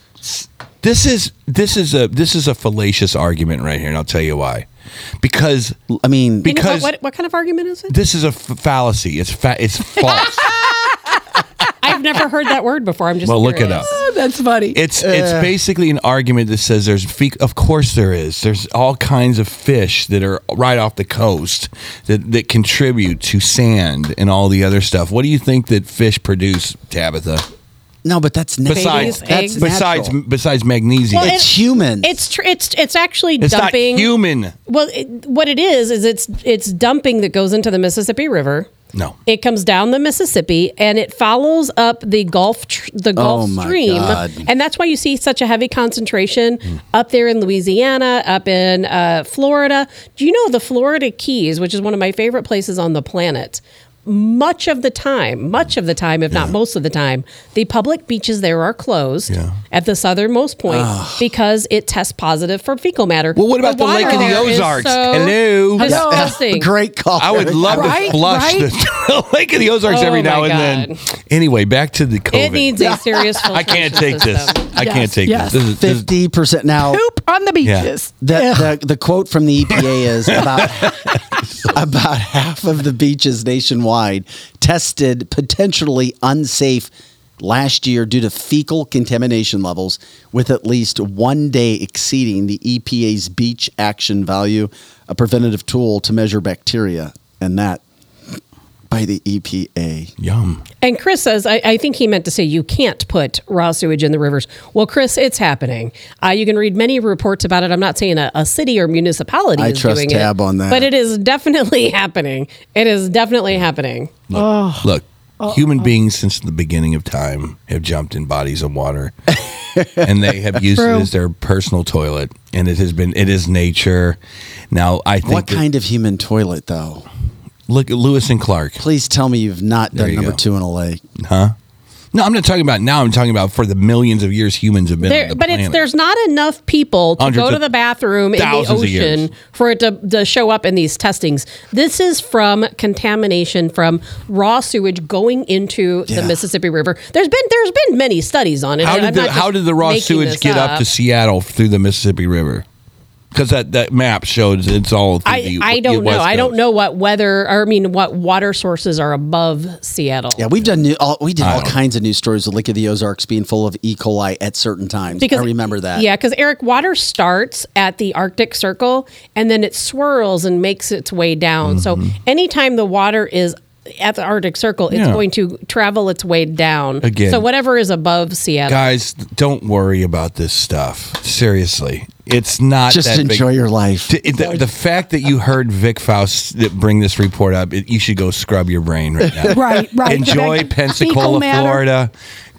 this is this is a this is a fallacious argument right here, and I'll tell you why. Because
I mean,
You know,
because-
what, what, what kind of argument is it?
this is a f- fallacy. It's fa- it's false.
I've never heard that word before. I'm just
well, look it
curious.
up.
That's funny.
It's it's
Uh,
Yeah.
basically an argument that says there's fe- of course there is there's all kinds of fish that are right off the coast that that contribute to sand and all the other stuff. What do you think that fish produce, Tabitha?
No, but that's natural.
Besides,
that's
besides,
natural.
besides magnesium,
Well, It's it-
human.
It's tr- it's it's actually
It's not
dumping
human.
Well, it, what it is is it's it's dumping that goes into the Mississippi River.
No.
It comes down the Mississippi and it follows up the Gulf tr- the
Oh
Gulf
my
Stream,
God.
and that's why you see such a heavy concentration
Hmm.
up there in Louisiana, up in uh, Florida. Do you know the Florida Keys, which is one of my favorite places on the planet? Much of the time, much of the time, if not most of the time, the public beaches there are closed at the southernmost point because it tests positive for fecal matter. Well,
what about the Lake of the Ozarks?
Hello,
Hello.
disgusting.
Great call.
I would love to
Right?
flush
Right?
the Lake of the Ozarks
Oh
every
my
now and then. Anyway, back to the COVID.
It needs a serious.
I can't
filtration
take this.
system.
I can't take
Yes.
this. This is, this is-
Fifty percent now.
Poop on the
Yeah.
beaches.
The, the, the quote from the EPA is about about half of the beaches nationwide tested potentially unsafe last year due to fecal contamination levels with at least one day exceeding the EPA's beach action value, a preventative tool to measure bacteria, and that by the E EPA.
yum.
And Chris says, I, I think he meant to say you can't put raw sewage in the rivers. Well, Chris, it's happening. Uh, you can read many reports about it. I'm not saying a, a city or municipality
I
is
trust
doing
Tab
it,
on that.
but it is definitely happening. It is definitely happening.
Look,
Oh,
human beings since the beginning of time have jumped in bodies of water, and they have used
True.
it as their personal toilet. And it has been it is nature. Now I think
What
that-
kind of human toilet, though?
Look at Lewis and Clark,
Please tell me you've not
There
done
you
number
go.
two in a lake.
huh? No, I'm not talking about now. I'm talking about for the millions of years humans have been.
There,
on the
but it's
planet.
there's not enough people to
Hundreds
go to
of
the bathroom in the
thousands of years.
ocean for it to, to show up in these testings. This is from contamination from raw sewage going into
Yeah.
the Mississippi River. There's been there's been many studies on it.
How
and
did
I'm
the,
not just
how did the raw
making
sewage
this
get up. to Seattle through the Mississippi River? Because that, that map showed it's all. Through
I,
the,
I don't know.
West
I don't
Coast.
know what weather or I mean what water sources are above Seattle.
Yeah, we've done new. All, we did
I
all
don't-
kinds of news stories with Lake of the Ozarks being full of E. coli at certain times. I remember that.
Yeah, because Eric, water starts at the Arctic Circle and then it swirls and makes its way down.
Mm-hmm.
So anytime the water is at the Arctic Circle, it's
Yeah.
going to travel its way down.
Again.
So whatever is above Seattle.
Guys, don't worry about this stuff. Seriously, it's not
just
that
enjoy
big.
your life.
T- it- The, the fact that you heard Vic Faust that bring this report up, it, you should go scrub your brain right now.
Right, right.
Enjoy
Fecal
Pensacola,
matter.
Florida.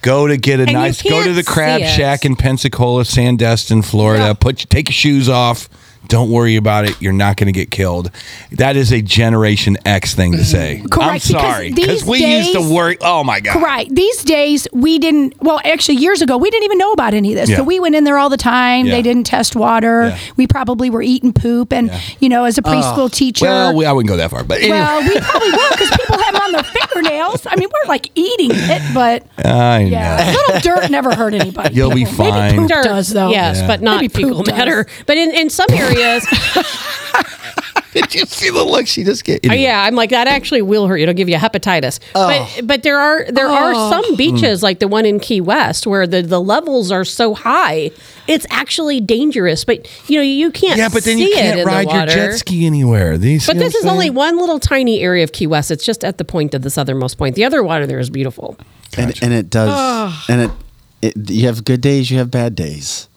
Go to get a
you
nice. Go to
can't
the Crab
see it.
Shack in Pensacola, Sandestin, Florida. Put take your shoes off. Don't worry about it. You're not going to get killed. That is a Generation X thing to say. I'm
Correct, because
sorry because
these
we used
days-
to worry. Oh my god.
Right. These days, we didn't, well, actually, years ago, we didn't even know about any of this.
Yeah.
So we went in there all the time.
Yeah.
They didn't test water.
Yeah. Oh,
We probably were eating poop. And, you know, as a preschool teacher,
Well, we, I wouldn't go that far, but anyway.
well, we probably were because people had them on their fingernails. I mean, we're like eating it, but
I know.
yeah, little dirt never hurt anybody.
You'll be
Maybe
fine.
poop
Dirt,
does, though.
Yes, but not
Maybe poop
fecal
does.
matter. But in, in some areas,
Did you see the look she just gave?
Uh, yeah, I'm like that actually will hurt. It'll give you hepatitis.
Oh.
But but there are there are
Hmm.
some beaches like the one in Key West where the, the levels are so high, it's actually dangerous. But you know you can't.
Yeah, but then you
see it in
can't
the
ride your
water.
jet ski anywhere. These,
But
you know
this
what
is
I'm
only
saying?
one little tiny area of Key West. It's just at the point of the southernmost point. The other water there is beautiful.
and, and it does.
Ah.
And it, it, you have good days, you have bad days.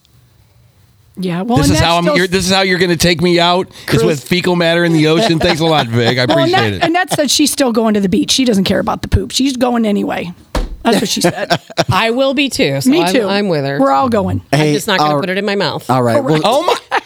Yeah. Well,
This
and
is
that's
how I'm.
still-
You're, this is how you're going to take me out. Is with fecal matter in the ocean. Thanks a lot, Vic. I
well, and,
appreciate
that, and
it.
that said, she's still going to the beach. She doesn't care about the poop. She's going anyway. That's what she said.
I will be too. So
Me
I'm,
too.
I'm with her.
We're all going.
I'm
Hey,
just not going to
all-
put it in my mouth.
All right. Well,
Oh my!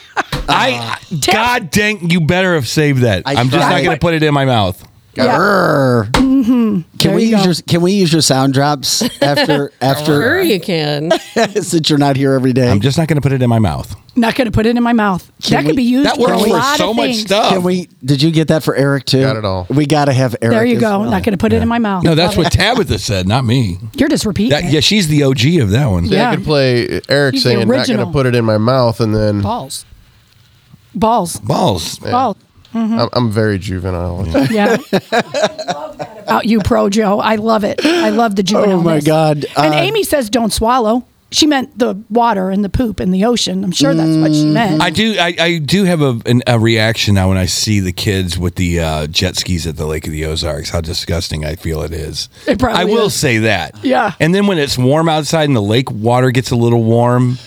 I God dang! You better have saved that.
I
I am just
tried.
not going to put it in my mouth.
grrr. Can
Mm-hmm. There
we
you
use
go.
your Can we use your sound drops after
Sure,
after
you can.
since you're not here every day?
I'm just not going to put it in my mouth.
Not going to put it in my mouth. that
we-
could be used
That
for a
works for
lot
so
of
much
things.
stuff.
Can we? Did you get that for Eric too?
Got it all.
We got to have Eric.
There you
as
go.
well.
Not going to put it in my mouth.
No, that's
Love
what
it.
Tabitha said, not me.
You're just repeating.
That,
it.
yeah, she's the OG of that one.
Yeah,
Yeah.
I could play Eric
He's the
saying, "Not going
original.
to put it in my mouth," and then
balls. Balls.
Balls.
Balls.
I'm, I'm very juvenile.
Mm-hmm.
Yeah. About you, Pro Joe. I love it. I love the juvenile.
Oh my God.
And
Uh,
Amy says, don't swallow. She meant the water and the poop and the ocean. I'm sure that's what she meant.
Mm-hmm. I do. I, I do have a, an, a reaction now when I see the kids with the uh, jet skis at the Lake of the Ozarks. How disgusting I feel it is.
It probably
I will
is.
say that.
Yeah.
And then when it's warm outside and the lake water gets a little warm,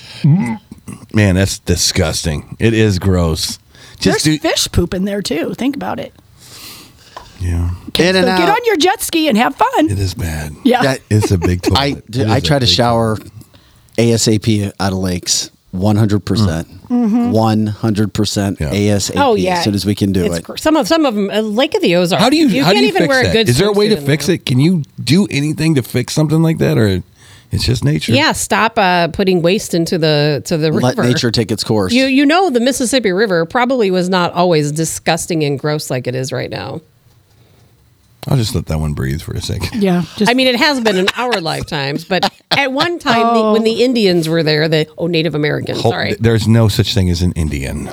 man, that's disgusting. It is gross.
There's
Just do.
fish poop in there too. Think about it.
Yeah.
In
So
and
get
out.
on your jet ski and have fun.
It is bad.
Yeah.
That-
It's a big toilet.
I,
It
I
is a
try to
big
shower ASAP out of lakes. 100%. percent
Mm-hmm.
100%
Yeah.
ASAP
Oh, yeah.
as soon as we can do
It's
it.
gr- some of some of them, uh, Lake of the Ozarks.
How do you?
You
how
can't
do you
even
fix
wear
that?
a good.
Is there a way to
swimsuit in
fix
there.
it? Can you do anything to fix something like that, or it's just nature?
Yeah, stop uh, putting waste into the to the river.
Let nature take its course.
You you know the Mississippi River probably was not always disgusting and gross like it is right now.
I'll just let that one breathe for a second.
Yeah. Just,
I mean, it has been in our lifetimes, but at one time the, when
Oh.
the Indians were there, the oh Native Americans,
Hol-
sorry.
There's no such thing as an Indian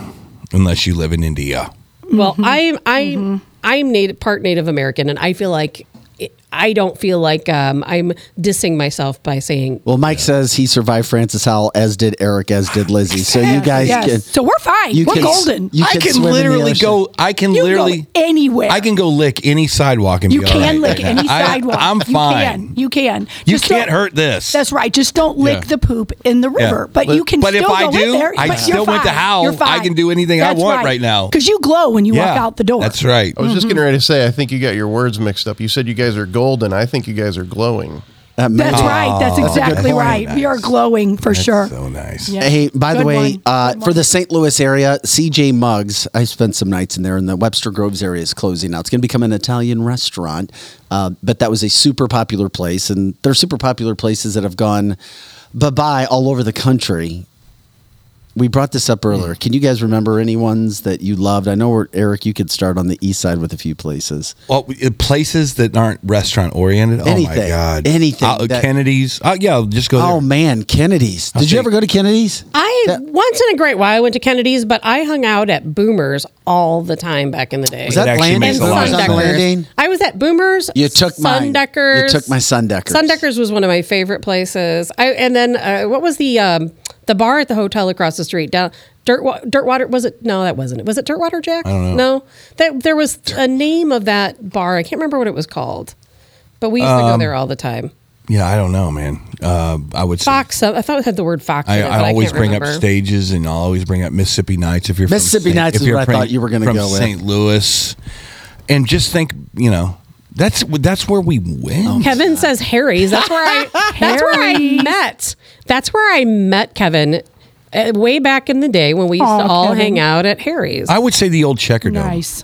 unless you live in India.
Well,
Mm-hmm.
I'm I'm I'm native, part Native American, and I feel like it, I don't feel like um, I'm dissing myself by saying
well, Mike says he survived Francis Howell, as did Eric, as did Lizzie. So you guys
yes.
can.
so we're fine.
you
we're
can-
golden.
you
I
can
can
swim in the
literally
ocean.
go. I can
You
literally
go anywhere.
I can go lick any sidewalk and
You
be all
can
right
lick
right
any
now. I-
sidewalk.
I'm fine.
You can. You can.
You
Just
can't
don't-
hurt this.
That's right. Just don't lick
Yeah.
the poop in the river. But,
But-
you can.
but if
still
I
go in
do,
there,
I
but
still
you're
went to
fine.
Howl.
You're
I
fine.
can do anything I
That's
want right now.
Because you glow when you walk out the door. Mm,
That's right.
I was
Mm-hmm.
just getting ready to say, I think you got your words mixed up. You said you guys are golden. I think you guys are glowing.
That man-
That's right. That's
Oh, that's a good
exactly
point.
right. We are
Nice.
glowing for
That's
sure.
So nice.
Yeah.
Hey, by the
Good
way,
one.
uh,
Good
for the
one.
St. Louis area, CJ Muggs, I spent some nights in there, and the Webster Groves area is closing now. It's going to become an Italian restaurant, uh, but that was a super popular place, and there are super popular places that have gone bye bye all over the country. We brought this up earlier.
Mm.
Can you guys remember any ones that you loved? I know, where, Eric, you could start on the east side with a few places.
Well, uh, places that aren't restaurant oriented. oh my
Anything.
god.
Anything
Uh,
that-
Kennedy's. Uh, yeah, I'll just go. There.
Oh, man, Kennedy's. Did
take-
you ever go to Kennedy's?
I
That-
once in a great while I went to Kennedy's, but I hung out at Boomers all the time back in the day.
Was
It
that
actually
Landing?
and
makes a lot of
Was that
sense.
Sundeckers.
Landing?
I was at Boomers.
You took my
Sundeckers.
You took my Sundeckers.
Sundeckers was one of my favorite places. I and then uh, what was the um, the bar at the hotel across the street down Dirt Wa- Dirtwater was it? No, that wasn't it. Was it Dirtwater Jack? I don't know. No, that there was a name of that bar. I can't remember what it was called, but we used to go there all the time.
Yeah, I don't know, man. Uh, I would say
Fox. I thought it had the word fox.
I,
in it,
I
but
always
can't
bring up
remember.
stages, and I'll always bring up Mississippi Nights. If you're
Mississippi
from Saint-
Nights
if
is
you're
what I
from-
thought you were gonna
from
go with.
St. Louis, and just think, you know, that's that's where we went.
Oh.
Kevin says Harry's. That's where I. that's where I
Harry's.
met. That's where I met Kevin, uh, way back in the day when we used to
Aw,
all
Kevin.
hang out at Harry's.
I would say the old Checker Dome.
Nice.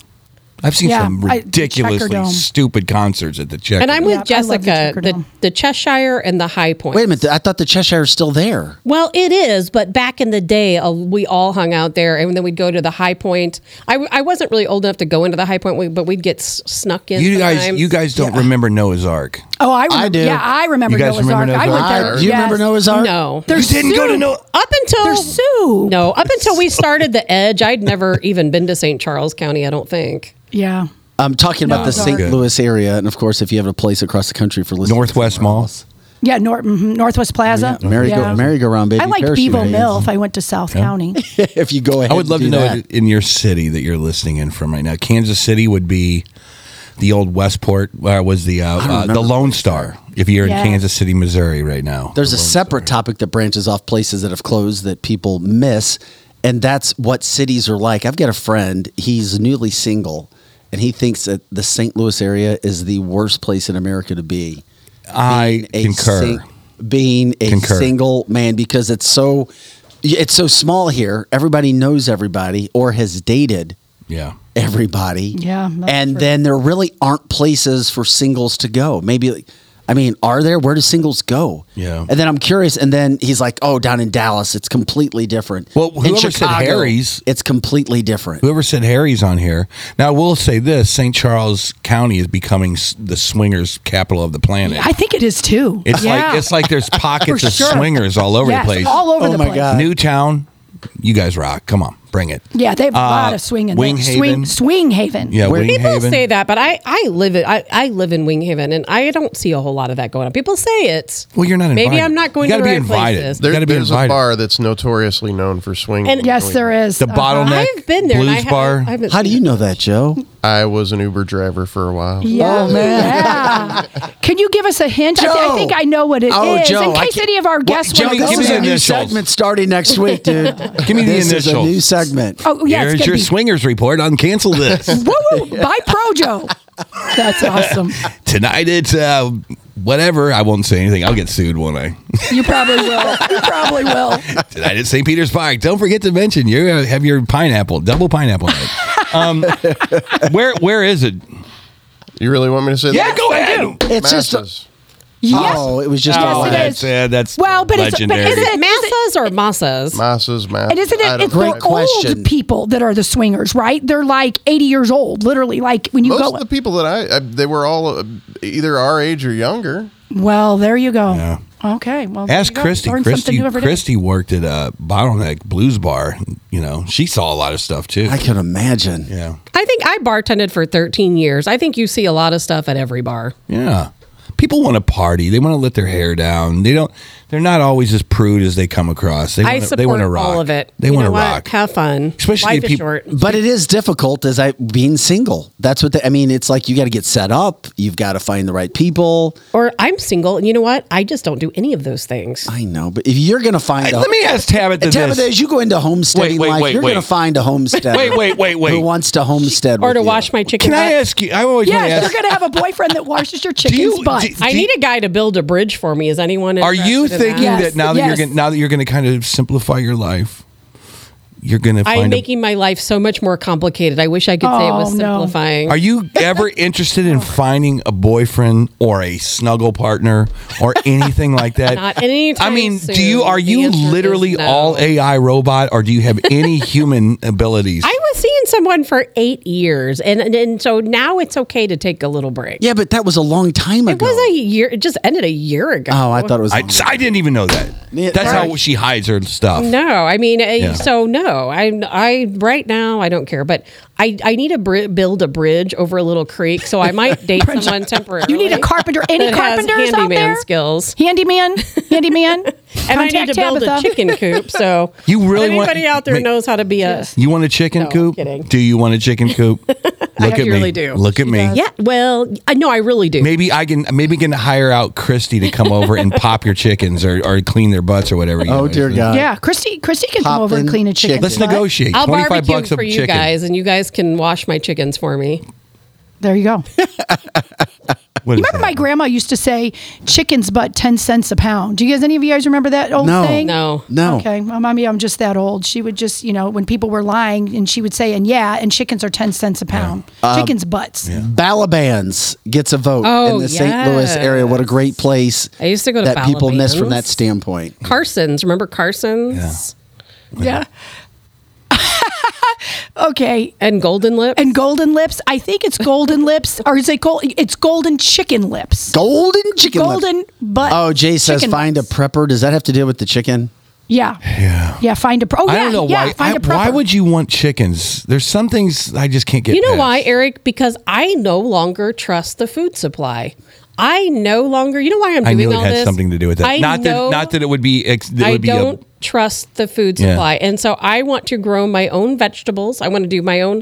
I've seen
Yeah,
some
I- the Checker
ridiculously
Dome.
stupid concerts at the Checker.
and I'm
Dome.
with
Yep, I love the
Jessica,
Checker
the, the,
Dome.
Cheshire and the High Point.
Wait a minute. I thought the Cheshire is still there.
Well, it is, but back in the day, uh, we all hung out there, and then we'd go to the High Point. I, w- I wasn't really old enough to go into the High Point, we- but we'd get s- snuck in.
you guys,
sometimes.
you guys don't remember Noah's Ark.
Oh, I remember.
do.
Yeah, I remember
You guys
Noah's
remember
Ark.
Noah's
I
Ark?
went there.
Do you remember
yes.
Noah's Ark?
No,
They're
you didn't go to
Sioux.
Noah.
up until
They're Sioux.
No, up until we started the Edge, I'd never even been to St. Charles County. I don't think.
Yeah.
I'm talking about the
Noah's Ark.
St. Louis area, and of course, if you have a place across the country for listening,
Northwest
somewhere
Mall.
else.
Yeah, Nor- mhm, Northwest Plaza.
merry
yeah.
go, merry go round, baby.
I liked
parachute
Bevo
hands.
Mill if I went to South County.
if you go ahead,
I would
and
love
do
to know
that.
in your city that you're listening in from right now. Kansas City would be the old Westport. Where was the uh, uh, the
remember.
Lone Star? If you're
Yeah.
in Kansas City, Missouri, right now,
There's a separate topic that branches off places that have closed that people miss, and that's what cities are like. I've got a friend; he's newly single, and he thinks that the St. Louis area is the worst place in America to be.
I
a
concur.
sing- being a
Concur.
single man because it's so it's so small here. Everybody knows everybody or has dated
yeah,
everybody.
Yeah, that's
And
true.
then there really aren't places for singles to go. Maybe like, I mean, are there? Where do singles go?
Yeah.
And then I'm curious. And then he's like, "Oh, down in Dallas, it's completely different."
Well,
In
whoever said Harry's-
it's completely different.
Whoever said Harry's on here? Now, I will say this: St. Charles County is becoming s- the swingers capital of the planet.
I think it is too.
it's
yeah.
like it's like there's pockets of
sure.
swingers all over
Yes,
the place.
all over
Oh
the
my
place.
God.
Newtown, you guys rock. Come on, bring it.
Yeah, they have a lot of swing in
Uh, Wing
there. Swing,
Haven.
swing Haven.
Yeah,
Where
Wing
people
Haven.
say that, but I, I live in I, I live in Wing Haven and I don't see a whole lot of that going on. People say it.
Well, you're not
Maybe
invited.
I'm not going
You
to
gotta
the right
be invited.
places.
There- gotta be
there's a
invited.
bar that's notoriously known for swinging.
And-
Yes, there is. Uh-huh.
The bottleneck
I've been there. and I
blues
haven't-
bar.
I haven't
How do you
seen it.
know that, Joe?
I was an Uber driver for a while.
Yeah. Oh, Yeah. Can you give us a hint? I, thi- I think I know what it is.
Oh, Joe,
in
I
case
can't-
any of our
What-
guests
Joe,
want to
give
go
me
This is
the
a new
initials.
segment starting next week, dude.
Give me the
this is a
initials.
new segment.
Oh, yeah,
Here's
it's
your
going to be.
swingers report on cancel this.
Woo, woo, by Projo. That's awesome.
Tonight it's uh, whatever. I won't say anything. I'll get sued, won't I?
You probably will. You probably will.
Tonight at St. Peter's Park. Don't forget to mention you have your pineapple, double pineapple night. Um, where where is it?
You really want me to say that?
go ahead.
It's just.
Masses.
Yes.
Oh, it was just.
Yes,
all
it
that.
is.
that's, uh, that's
Well, but it's- but
legendary.
is it-
Massas or massas?
Masses, masses.
And isn't
I
it?
don't
It's
know.
Great
the
question.
old people that are the swingers, right? They're like 80 years old, literally. Like when you
Most
go.
of the people that I, I they were all uh, either our age or younger.
well, there you go. Okay. Well, there
Ask
you go.
Christy.
Learn something
Christy,
new every day.
Christy worked at a bottleneck blues bar. You know, she saw a lot of stuff too.
I can imagine.
yeah,
I think I bartended for 13 years. I think you see a lot of stuff at every bar.
yeah. People want to party. They want to let their hair down. They don't. They're not always as prude as they come across. They
I
want. to
support
they want to rock.
all of it.
They
You
want to
know what?
rock.
Have fun.
Especially
Life
if
is
you-
short.
But it is difficult as I being single. That's what the, I mean. It's like you got to get set up. You've got to find the right people.
Or I'm single, and you know what? I just don't do any of those things.
I know, but if you're gonna find, a-
Let me ask Tabitha
Tabitha,
this.
as you go into homesteading
Wait, wait,
life,
wait,
you're
wait.
gonna find a homesteader.
Wait, wait, wait, wait.
Who wants to homestead?
Or
with
to
you.
wash my chicken.
Can I
butt.
ask you? I always want to
Yes,
ask.
you're going to have a boyfriend that washes your chicken's
you-
butt.
do-
I need a guy to build a bridge for me. Is anyone?
Are
interested
you
in
thinking that,
Yes,
now that you're
yes.
gonna, now that you're going to kind of simplify your life, you're going to
I am
find a-
making my life so much more complicated. I wish I could say it was
Oh, no.
simplifying.
Are you ever interested in finding a boyfriend or a snuggle partner or anything like that?
Not anytime
I mean, do
soon.
you are
The
you
answer is
literally
no.
all AI robot or do you have any human abilities?
I was seeing someone for eight years, and, and and so now it's okay to take a little break.
Yeah, but that was a long time
It
ago.
was a year. It just ended a year ago.
Uh.
Oh, I thought it was.
I, I didn't even know that.
Yeah,
That's how
right.
she hides her stuff.
No, I mean, uh
Yeah.
so no, I, I right now I don't care, but I, I need to bri- build a bridge over a little creek, so I might date someone temporarily.
You need a carpenter. Any
that has
carpenters out
handyman
there?
skills,
Handyman, handyman.
and I need to
Contact
build a
Tabitha.
chicken coop. So
You really want-
anybody out there
make-
knows how to be a
You want a chicken
No,
coop?
kidding.
Do you want a chicken coop? Look at me.
really do.
Look at me.
yeah. Well, I know I really do.
Maybe I can maybe can hire out Christy to come over and pop your chickens or, or clean their butts or whatever. You
Oh
know,
dear
so-
Uh,
God.
Yeah, Christy. Christy can come over and
Poppin'
clean a chicken.
chicken.
Let's
butt.
negotiate.
I'll
Twenty five
barbecue
bucks of
for you
chicken.
guys, and you guys can wash my chickens for me.
There you go. You
What is
remember
that?
my grandma used to say, "Chicken's butt, ten cents a pound." Do you guys, any of you guys, remember that old
No.
saying?
No.
No.
Okay, well, mommy, I'm just that old. She would just, you know, when people were lying, and she would say, "And yeah, and chickens are ten cents a pound.
Uh,
Chickens' butts."
Balaban's gets a vote
Oh,
in the St. Louis area. What a great place
I used to go to
that people miss from that
Balaban's.
standpoint.
Carson's, remember Carson's
Yeah. okay.
and Golden Lips?
And golden lips. I think it's golden lips, or is it gold? It's golden chicken lips.
Golden chicken. lips.
golden butt.
Oh, Jay says
chicken
find a
lips.
prepper. Does that have to deal with the chicken?
Yeah. Yeah. Yeah. Find a. Pro- oh,
I
yeah,
don't know
yeah,
why.
Find
I-
a proper.
why would you want chickens? There's some things I just can't get.
You know
past.
why, Eric? Because I no longer trust the food supply. I no longer. You know why I'm doing
I knew it
all
had
this?
something to do with that.
I
not
know
that. Not that it would be. Ex, that it
I
would be a-
don't trust the food
Yeah.
supply, and so I want to grow my own vegetables. I want to do my own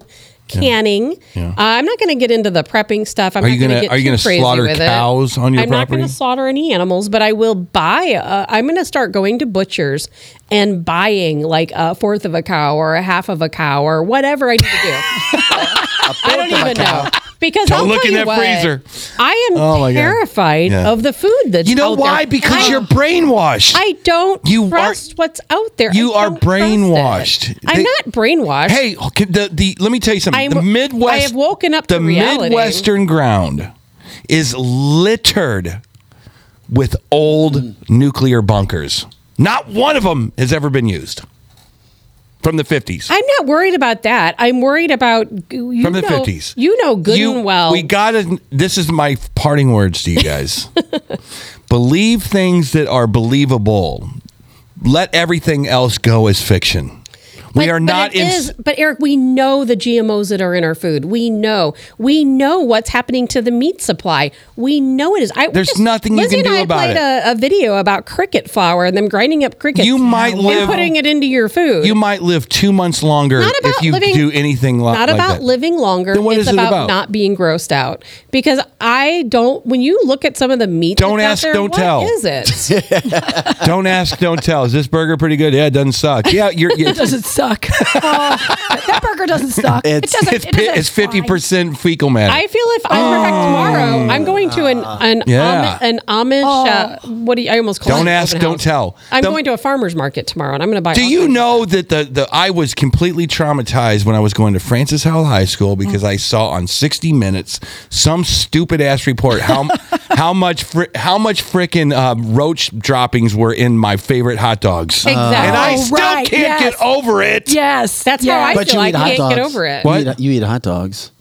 canning.
Yeah.
Uh, I'm not going to get into the prepping stuff. I'm
Are
not
you
going to
gonna-
get
are you
too
gonna
crazy
slaughter
with it.
cows on your
I'm not going
property?
to slaughter any animals, but I will buy. Uh, I'm going to start going to butchers and buying like a fourth of a cow or a half of a cow or whatever I need to do. I don't even know. Because
Don't
I'll
look
tell
in
you
that
what,
freezer.
I am
Oh, my God.
terrified
Yeah.
of the food that's
You know
out there. Oh.
why? Because
I-
you're brainwashed.
I don't
You are-
trust what's out there.
you
I
are
don't trust it.
brainwashed.
I'm
They-
not brainwashed.
Hey, okay, the the let me tell you something.
I'm-
the Midwest.
I have woken up
The
to reality.
Midwestern ground is littered with old nuclear bunkers. Not one of them has ever been used from the 50s.
I'm not worried about that. I'm worried about you
from the
know-
50s.
You know good
You-
and well.
We gotta. This is my parting words to you guys. Believe things that are believable. Let everything else go as fiction. we are not
but it
in.
is- but Eric, we know the GMOs that are in our food. We know. We know what's happening to the meat supply. We know it is. I,
There's nothing you
Lizzie
can
and
do
I
about
played
it.
A, a video about cricket flour and them grinding up crickets.
You might
and
live-
putting it into your food.
You might live two months longer
Not about
if you
living-
do anything lo-
not
like
about
that.
living longer.
Then what
it's
is it
about,
about?
not being grossed out. Because I don't. When you look at some of the meat,
Don't
that's out
ask,
there,
don't
what
tell.
Is it?
don't ask, don't tell. Is this burger pretty good? Yeah, it doesn't suck. Yeah, you're. you're
It doesn't suck. Oh, that burger doesn't suck.
It's-
it doesn't.
it's
it doesn't
it's fifty
fly.
percent fecal matter.
I feel if I'm perfect tomorrow, I'm going to an an
Yeah.
Am- an Amish. Uh, what do you, I almost call
Don't
it an
ask,
open
don't
house.
tell.
I'm
The-
going to a farmer's market tomorrow, and I'm going to buy.
Do
all
you
kinds of-
know that the, the I was completely traumatized when I was going to Francis Howell High School
Mm-hmm.
because I saw on 60 Minutes some stupid ass report how how much fri- how much frickin' uh, roach droppings were in my favorite hot dogs.
Exactly.
And I
Oh,
still
right,
can't
yes.
get over it.
Yes,
That's
yes.
how I
But
feel.
you
I
eat hot
can't
dogs.
get over it.
You eat, you eat hot dogs.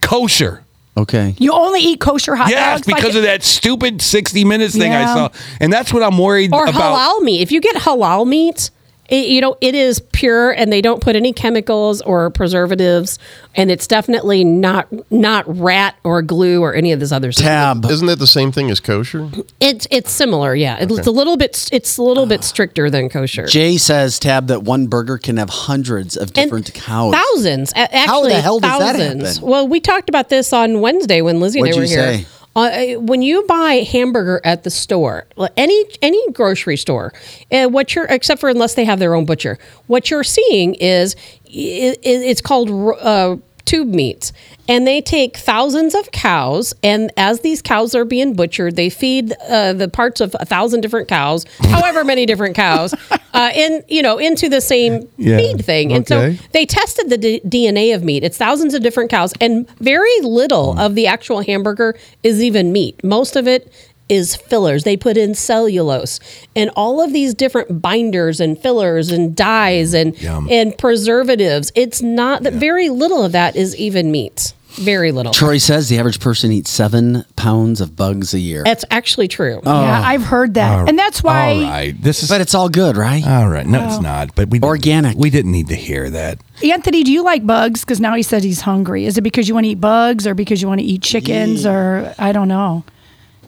Kosher.
Okay.
You only eat kosher hot
Yes,
dogs. Uh, like-
because of that stupid 60 Minutes thing I
Yeah.
saw. And that's what I'm worried
Or
about.
halal meat. If you get halal meat. It, you know, it is pure, and they don't put any chemicals or preservatives, and it's definitely not not rat or glue or any of this other stuff.
Tab.
Isn't that the same thing as kosher?
It's it's similar, yeah. It's a little bit it's a little bit stricter than kosher.
Jay says, Tab, that one burger can have hundreds of
And
different cows.
Thousands. a- Actually,
How the hell does that
thousands.
happen?
Well, we talked about this on Wednesday when Lizzie and I were
What'd you
here.
say?
Uh, when you buy hamburger at the store, like any any grocery store, uh, what you're except for unless they have their own butcher, what you're seeing is i i it's called uh, tube meats, and they take thousands of cows, and as these cows are being butchered, they feed uh, the parts of a thousand different cows, however many different cows, uh, in you know into the same
Yeah.
feed thing, and
Okay.
so they tested the d- DNA of meat. It's thousands of different cows, and very little of the actual hamburger is even meat. Most of it is fillers. They put in cellulose and all of these different binders and fillers and dyes and
Mm, Yum.
and preservatives. It's not that very little of that is even meat. Very little.
Troy says the average person eats seven pounds of bugs a year.
That's actually true.
yeah, I've heard that, and that's why.
Oh,
Oh.
All right. This is
But it's all good, right?
All right. No, it's not. But we didn't-
Organic.
We didn't need to hear that.
Anthony, do you like bugs? Because now he said he's hungry. Is it because you want to eat bugs, or because you want to eat chickens, or I don't know?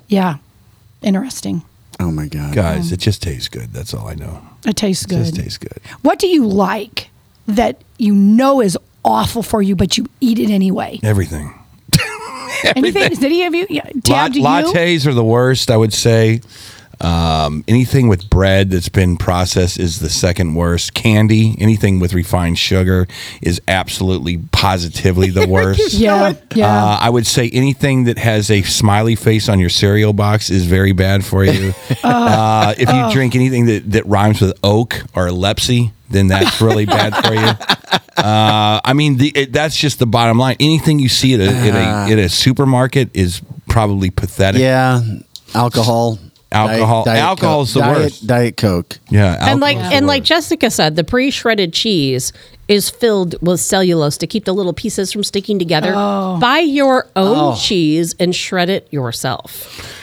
Yeah, interesting.
oh my God.
Guys, it just tastes good. That's all I know.
It tastes
It
Um, good.
just tastes good.
What do you like that you know is awful for you, but you eat it anyway?
Everything.
Anything? Did any of you? Yeah, Tab,
Lat-
do you?
lattes are the worst, I would say. Um, anything with bread that's been processed is the second worst. Candy, anything with refined sugar is absolutely positively the worst.
Yeah, yeah.
Uh, I would say anything that has a smiley face on your cereal box is very bad for you. uh, if you drink anything that, that rhymes with oak or lepsy, then that's really bad for you. Uh, I mean, the, it, that's just the bottom line. Anything you see at a, at a, at a supermarket is probably pathetic.
Yeah. Alcohol.
Alcohol. Alcohol's
Coke.
the
Diet-
worst.
Diet Coke.
Yeah,
and
alcohol.
like and like Jessica said, the pre-shredded cheese is filled with cellulose to keep the little pieces from sticking together. Buy your
Oh.
own cheese and shred it yourself.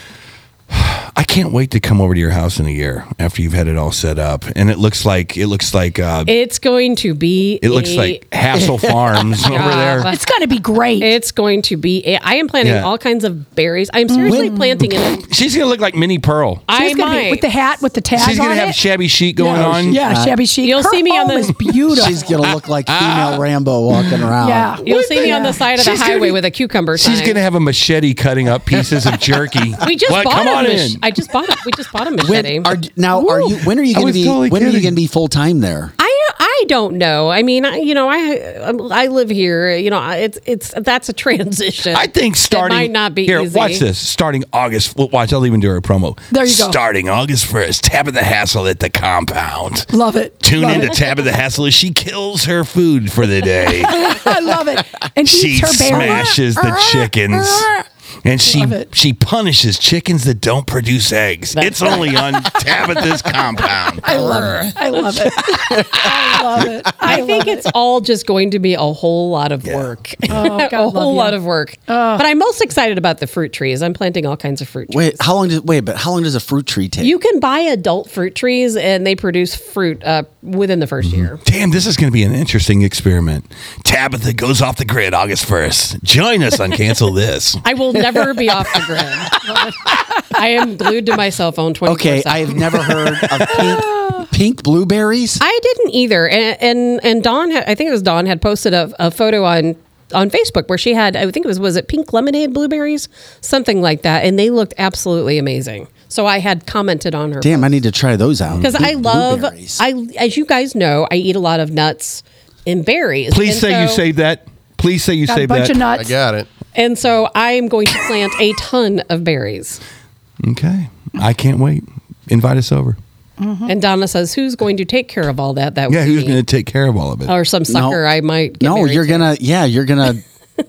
I can't wait to come over to your house in a year after you've had it all set up, and it looks like it looks like uh, it,
It's going to be.
looks
a- Ah.
like Hassel Farms over there.
It's gonna be great.
It's going to be. a- I am planting
Yeah.
all kinds of berries. I am seriously planting it.
She's gonna look like Minnie Pearl.
I
She's gonna be-
might.
with the hat with the tag
She's gonna
on
have
it.
shabby chic going
No,
on.
she-
yeah,
Uh,
shabby chic.
you'll
Her
see me on
home
the-
is beautiful.
She's going to look like female Rambo walking around.
yeah.
You'll see me on the side of the
She's gonna
highway
be-
with a cucumber.
She's
sign.
gonna have a machete cutting up pieces of jerky.
We just
What?
bought
come
a
on
mach-
in.
I just bought. A, we just bought a machete.
When are now are you when are you
I
going to
was
be
totally
when are you
kidding.
going to be full time there?
I I don't know. I mean, I, you know, I I live here. You know, I- it's it's that's a transition.
I think starting
it might not be
here.
Easy.
Watch this. Starting August. well, Watch. I'll even do her promo.
There you go.
Starting August first. Tabitha the hassle at the compound.
Love it.
Tune
Love
in to
it.
Tabitha the hassle as she kills her food for the day.
I love it. And
she
eats her berries.
smashes the chickens. and she she punishes chickens that don't produce eggs. it's only on Tabitha's compound.
I love it. I love it. I love it.
I, think
love
it's all just going to be a whole lot of work.
Oh, God
a
love
whole
you.
lot of work. But I'm most excited about the fruit trees. I'm planting all kinds of fruit trees.
Wait, how long does wait? But how long does a fruit tree take?
You can buy adult fruit trees and they produce fruit uh, within the 1st year.
Damn, this is going to be an interesting experiment. Tabitha goes off the grid August 1st. Join us on Cancel This.
I will never be off the grid. I am glued to my cell phone 24
okay, I have never heard of pink, pink blueberries.
I didn't either. And and, and Dawn, had, I think it was Dawn, had posted a, a photo on on Facebook where she had, I think it was, was it pink lemonade blueberries, something like that, and they looked absolutely amazing. So I had commented on her
Damn, I need to try those out.
because I
Pink
love,
blueberries.
I as you guys know, I eat a lot of nuts and berries.
Please
And
say you
so-
saved that. Please say you
Got a
saved
bunch
that.
of
I
nuts.
got it.
And so I am going to plant a ton of berries.
okay. I can't wait. Invite us over.
And Donna says, "Who's going to take care of all that?" That
Mm-hmm. Yeah,
would
who's
be
going to take care of all of it?
or some sucker I might. Get
no,
married
you're
to.
gonna. Yeah, you're gonna.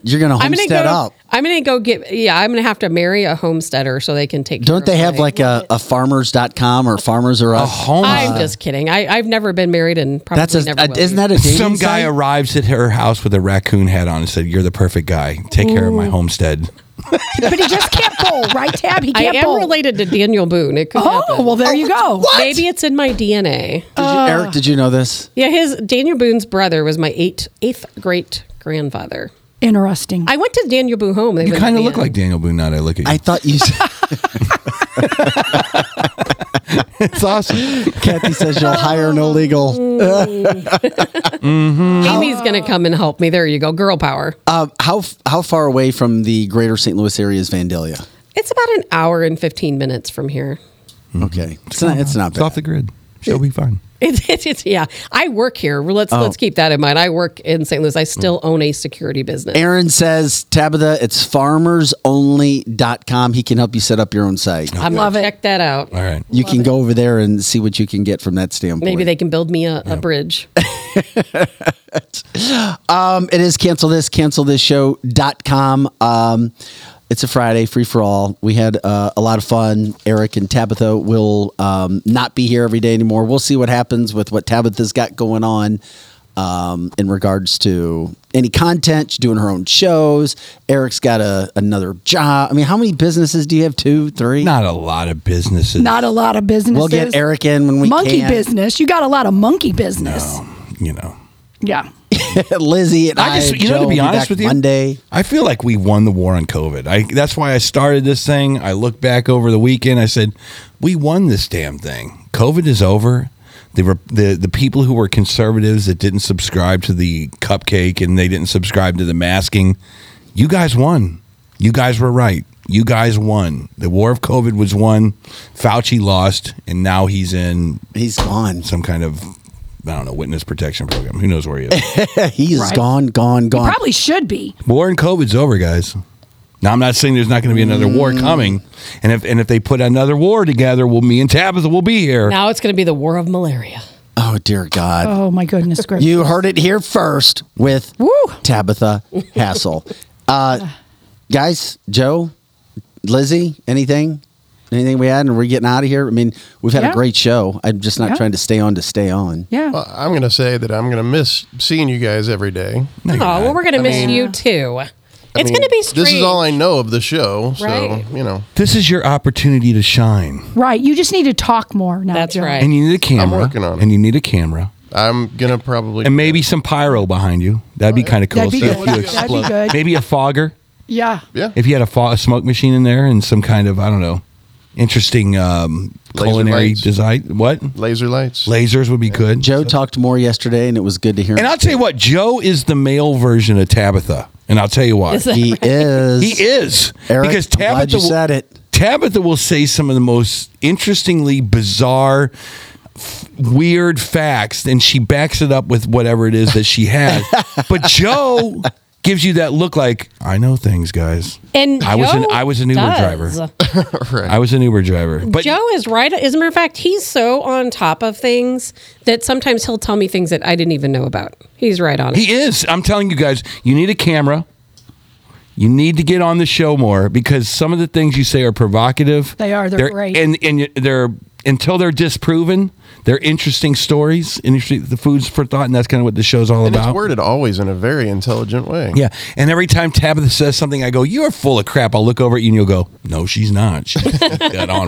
You're gonna
I'm gonna
homestead
go.
up.
I'm gonna go get. Yeah, I'm gonna have to marry a homesteader so they can take. care
Don't they
of
have
my-
like a, a farmers.com or farmers or
a
us?
home.
I'm just kidding. I, I've never been married and probably
That's a,
never. will
a- isn't
be.
that a dating
Some guy
site?
arrives at her house with a raccoon hat on and said, "You're the perfect guy. Take care of my homestead."
But he just can't bowl, right, Tab? He
I
can't
am
bowl.
related to Daniel Boone. It could
Oh,
happen.
well, there you go.
Maybe it's in my DNA.
Did you, Eric, did you know this?
Yeah, his Daniel Boone's brother was my eighth eighth great grandfather.
Interesting.
I went to Daniel Boone home. They
You
were
kind of
the
look
man.
like Daniel Boone. Now that I look at you,
I thought you. said-
it's awesome.
Kathy says you'll hire
Oh.
an illegal.
Amy's gonna come and help me. There you go, girl power.
Uh, how f- how far away from the greater St. Louis area is Vandalia?
It's about an hour and fifteen minutes from here.
Okay, it's not. It's not
Mm-hmm. It's off
bad.
the grid. She'll be fine.
It's, it's, it's yeah. I work here. Let's let's keep that in mind. I work in St. Louis. I still own a security business.
Aaron says Tabitha, it's farmersonly.com. He can help you set up your own site.
I'm
Love
gonna
it.
check that out.
All right.
you can go over there and see what you can get from that standpoint.
Maybe they can build me a, a bridge.
Um, it is cancel this, cancel this show.com. Um, it's a Friday, free for all. We had uh, a lot of fun. Eric and Tabitha will um, not be here every day anymore. We'll see what happens with what Tabitha's got going on um, in regards to any content. She's doing her own shows. Eric's got a, another job. I mean, how many businesses do you have? Two, three?
Not a lot of businesses.
Not a lot of businesses.
We'll get Eric in when we
monkey
can.
business. You got a lot of monkey business.
you know.
Yeah.
Lizzie and I,
I just, you know,
Joe
to
will
be honest
back
with you,
Monday.
I feel like we won the war on COVID. I that's why I started this thing. I looked back over the weekend. I said, we won this damn thing. COVID is over. They were the the people who were conservatives that didn't subscribe to the cupcake and they didn't subscribe to the masking. You guys won. You guys were right. You guys won. The war of COVID was won. Fauci lost, and now he's in
He's gone.
some kind of I don't know witness protection program. Who knows where he is.
He is gone, gone, gone.
Probably should be.
War and COVID's over, guys. Now I'm not saying there's not going to be another war
Mm.
coming, and if and if they put another war together, well, me and Tabitha will be here.
now it's going to be the war of malaria.
oh dear God.
Oh my goodness gracious.
You heard it here first with
Woo.
Tabitha Hassel. uh, guys, Joe, Lizzie, anything? Anything we had, and we're getting out of here. I mean, we've had
Yeah.
a great show. I'm just not
Yeah.
trying to stay on to stay on.
Yeah.
Well, I'm going to say that I'm going to miss seeing you guys every day.
No,
Oh,
you're
well,
not.
we're going to miss you too.
I
it's
mean,
going to be strange.
This is all I know of the show, so
Right.
you know
this is your opportunity to shine,
Right. You just need to talk more now.
That's
Joe.
right.
and you need a camera.
working on it.
And you need a camera,
I'm gonna probably
and maybe some pyro behind you. That'd
Uh,
be kind of cool.
That'd be
See a
good.
few
That'd be
explode.
good.
Maybe a fogger.
Yeah.
yeah.
If you had a, fog, a smoke machine in there and some kind of I don't know, interesting um,
Laser
culinary
lights.
design. What
Laser lights.
lasers would be good.
Joe talked more yesterday, and it was good to hear.
And I'll tell you what, Joe is the male version of Tabitha. And I'll tell you why.
he is.
He is
Eric,
because
I'm glad
Tabitha
you said it.
Tabitha will say some of the most interestingly bizarre, f- weird facts, and she backs it up with whatever it is that she has. but Joe gives you that look like I know things, guys.
And
I was an
Joe
I was an Uber
does.
driver. I was an Uber driver. But
Joe is right. As a matter of fact, he's so on top of things that sometimes he'll tell me things that I didn't even know about. He's right on it.
he is. I'm telling you guys, you need a camera. You need to get on the show more because some of the things you say are provocative.
They are. They're great.
And and they're until they're disproven, they're interesting stories, interesting the foods for thought, and that's kind of what the show's all
And
about.
it's worded always in a very intelligent way.
Yeah. And every time Tabitha says something, I go, You're full of crap. I'll look over at you and you'll go, No, she's not. She's dead on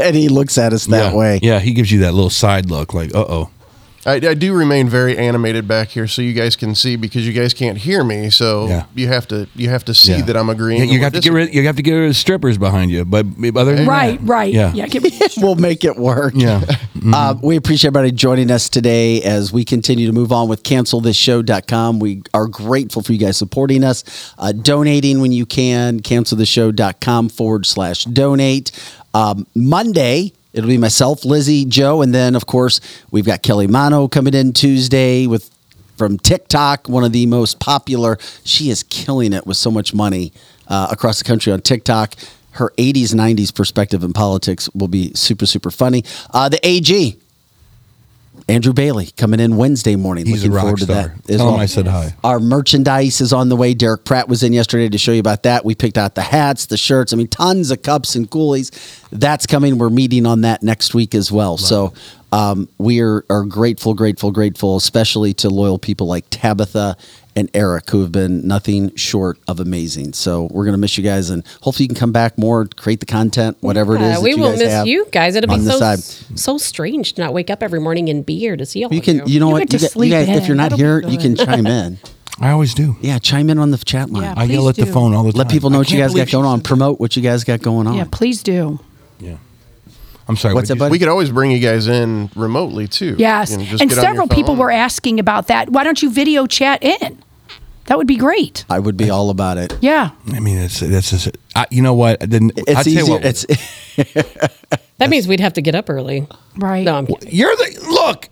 and he looks at us that
yeah.
way.
Yeah. He gives you that little side look like, Uh oh.
I, I do remain very animated back here, so you guys can see because you guys can't hear me. So
Yeah.
you have to you have to see
Yeah.
that I'm agreeing.
Yeah, you
or
have to get rid. You have to get rid of strippers behind you, but other than
Right,
that-
right.
yeah,
Yeah. give me-
we'll make it work.
yeah.
Uh, we appreciate everybody joining us today as we continue to move on with cancelthisshow.com. We are grateful for you guys supporting us, uh, donating when you can, cancelthisshow.com forward slash donate. Um, Monday, it'll be myself, Lizzie, Joe, and then, of course, we've got Kelly Mano coming in Tuesday with from TikTok, one of the most popular. She is killing it with so much money uh, across the country on TikTok. Her 80s, 90s perspective in politics will be super, super funny. Uh, the AG, Andrew Bailey, coming in Wednesday morning.
He's a
Looking
rock
forward
star.
to that. as
Tell him
well.
I said hi.
Our merchandise is on the way. Derek Pratt was in yesterday to show you about that. We picked out the hats, the shirts. I mean, tons of cups and coolies. That's coming. We're meeting on that next week as well. so um, we are, are grateful, grateful, grateful, especially to loyal people like Tabitha and Eric, who have been nothing short of amazing. So we're going to miss you guys, and hopefully you can come back more, create the content, whatever it is.
Uh,
that
we
you
will
guys
miss
have
you guys. It'll
on
be
the
so
side.
so strange to not wake up every morning and be here to see all
You
of
can, you know
You
what,
get to
you, gu- you
sleep
guys,
in.
if you're not
That'll be
here, you
good.
can chime in.
I always do.
Yeah, chime in on the chat line.
Yeah,
I
please
yell at the
do.
phone all the time.
Let people know
I
what you
can't
guys got
believe
going
she
on.
said-
Promote what you guys got going on.
yeah. Please do.
Yeah. I'm sorry.
What's
what'd
that,
you
We could always bring you guys in remotely too.
Yes.
You know, just
and
get on your
several people
phone.
were asking about that. Why don't you video chat in? That would be great.
I would be all about it.
Yeah.
say? I mean, it's that's just. I, you know what? Then I'll
It's
tell you
easier.
what.
It's
That means we'd have to get up early.
Right.
No, I'm kidding.
You're the look.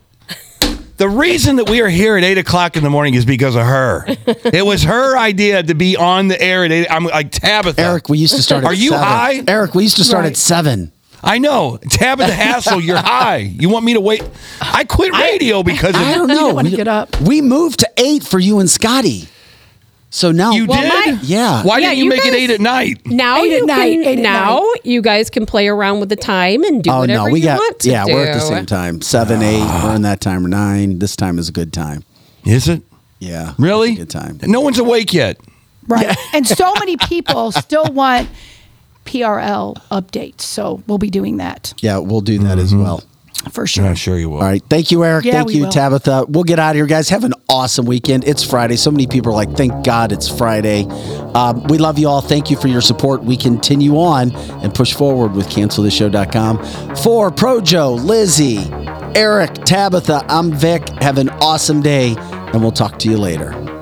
The reason that we are here at eight o'clock in the morning is because of her. it was her idea to be on the air at eight. I'm like Tabitha.
Eric. We used to start. At
Are you
seven.
high?
Eric? We used to start at
Right.
seven.
I know Tabitha Hassel. You're high. You want me to wait? I quit radio because of
I don't know.
wanna
We-
get up.
We moved to eight for you and Scotty. So now
you
Well,
did.
my-
Yeah.
Why
Yeah,
didn't you,
you
make it
guys-
eight at night?
Now
Eight at
you
night, eight
can,
at
now you guys can play around with the time and do
Oh
whatever
no, we
you
got.
want to
yeah,
do.
we're at the same time.
Ah.
Seven, eight. We're in that time. Or nine. This time is a good time.
Is it
Yeah.
really
it's a good time.
No one's awake yet.
Right. And so many people still want PRL updates. So we'll be doing that
Yeah, we'll do that
Mm-hmm.
as well.
for sure.
sure you will.
All right. Thank you, Eric.
Yeah,
Thank
we
you,
will.
Tabitha. We'll get out of here, guys. Have an awesome weekend. It's Friday. So many people are like, thank God it's Friday. Um, we love you all. Thank you for your support. We continue on and push forward with canceltheshow.com. For Projo, Lizzie, Eric, Tabitha, I'm Vic. Have an awesome day, and we'll talk to you later.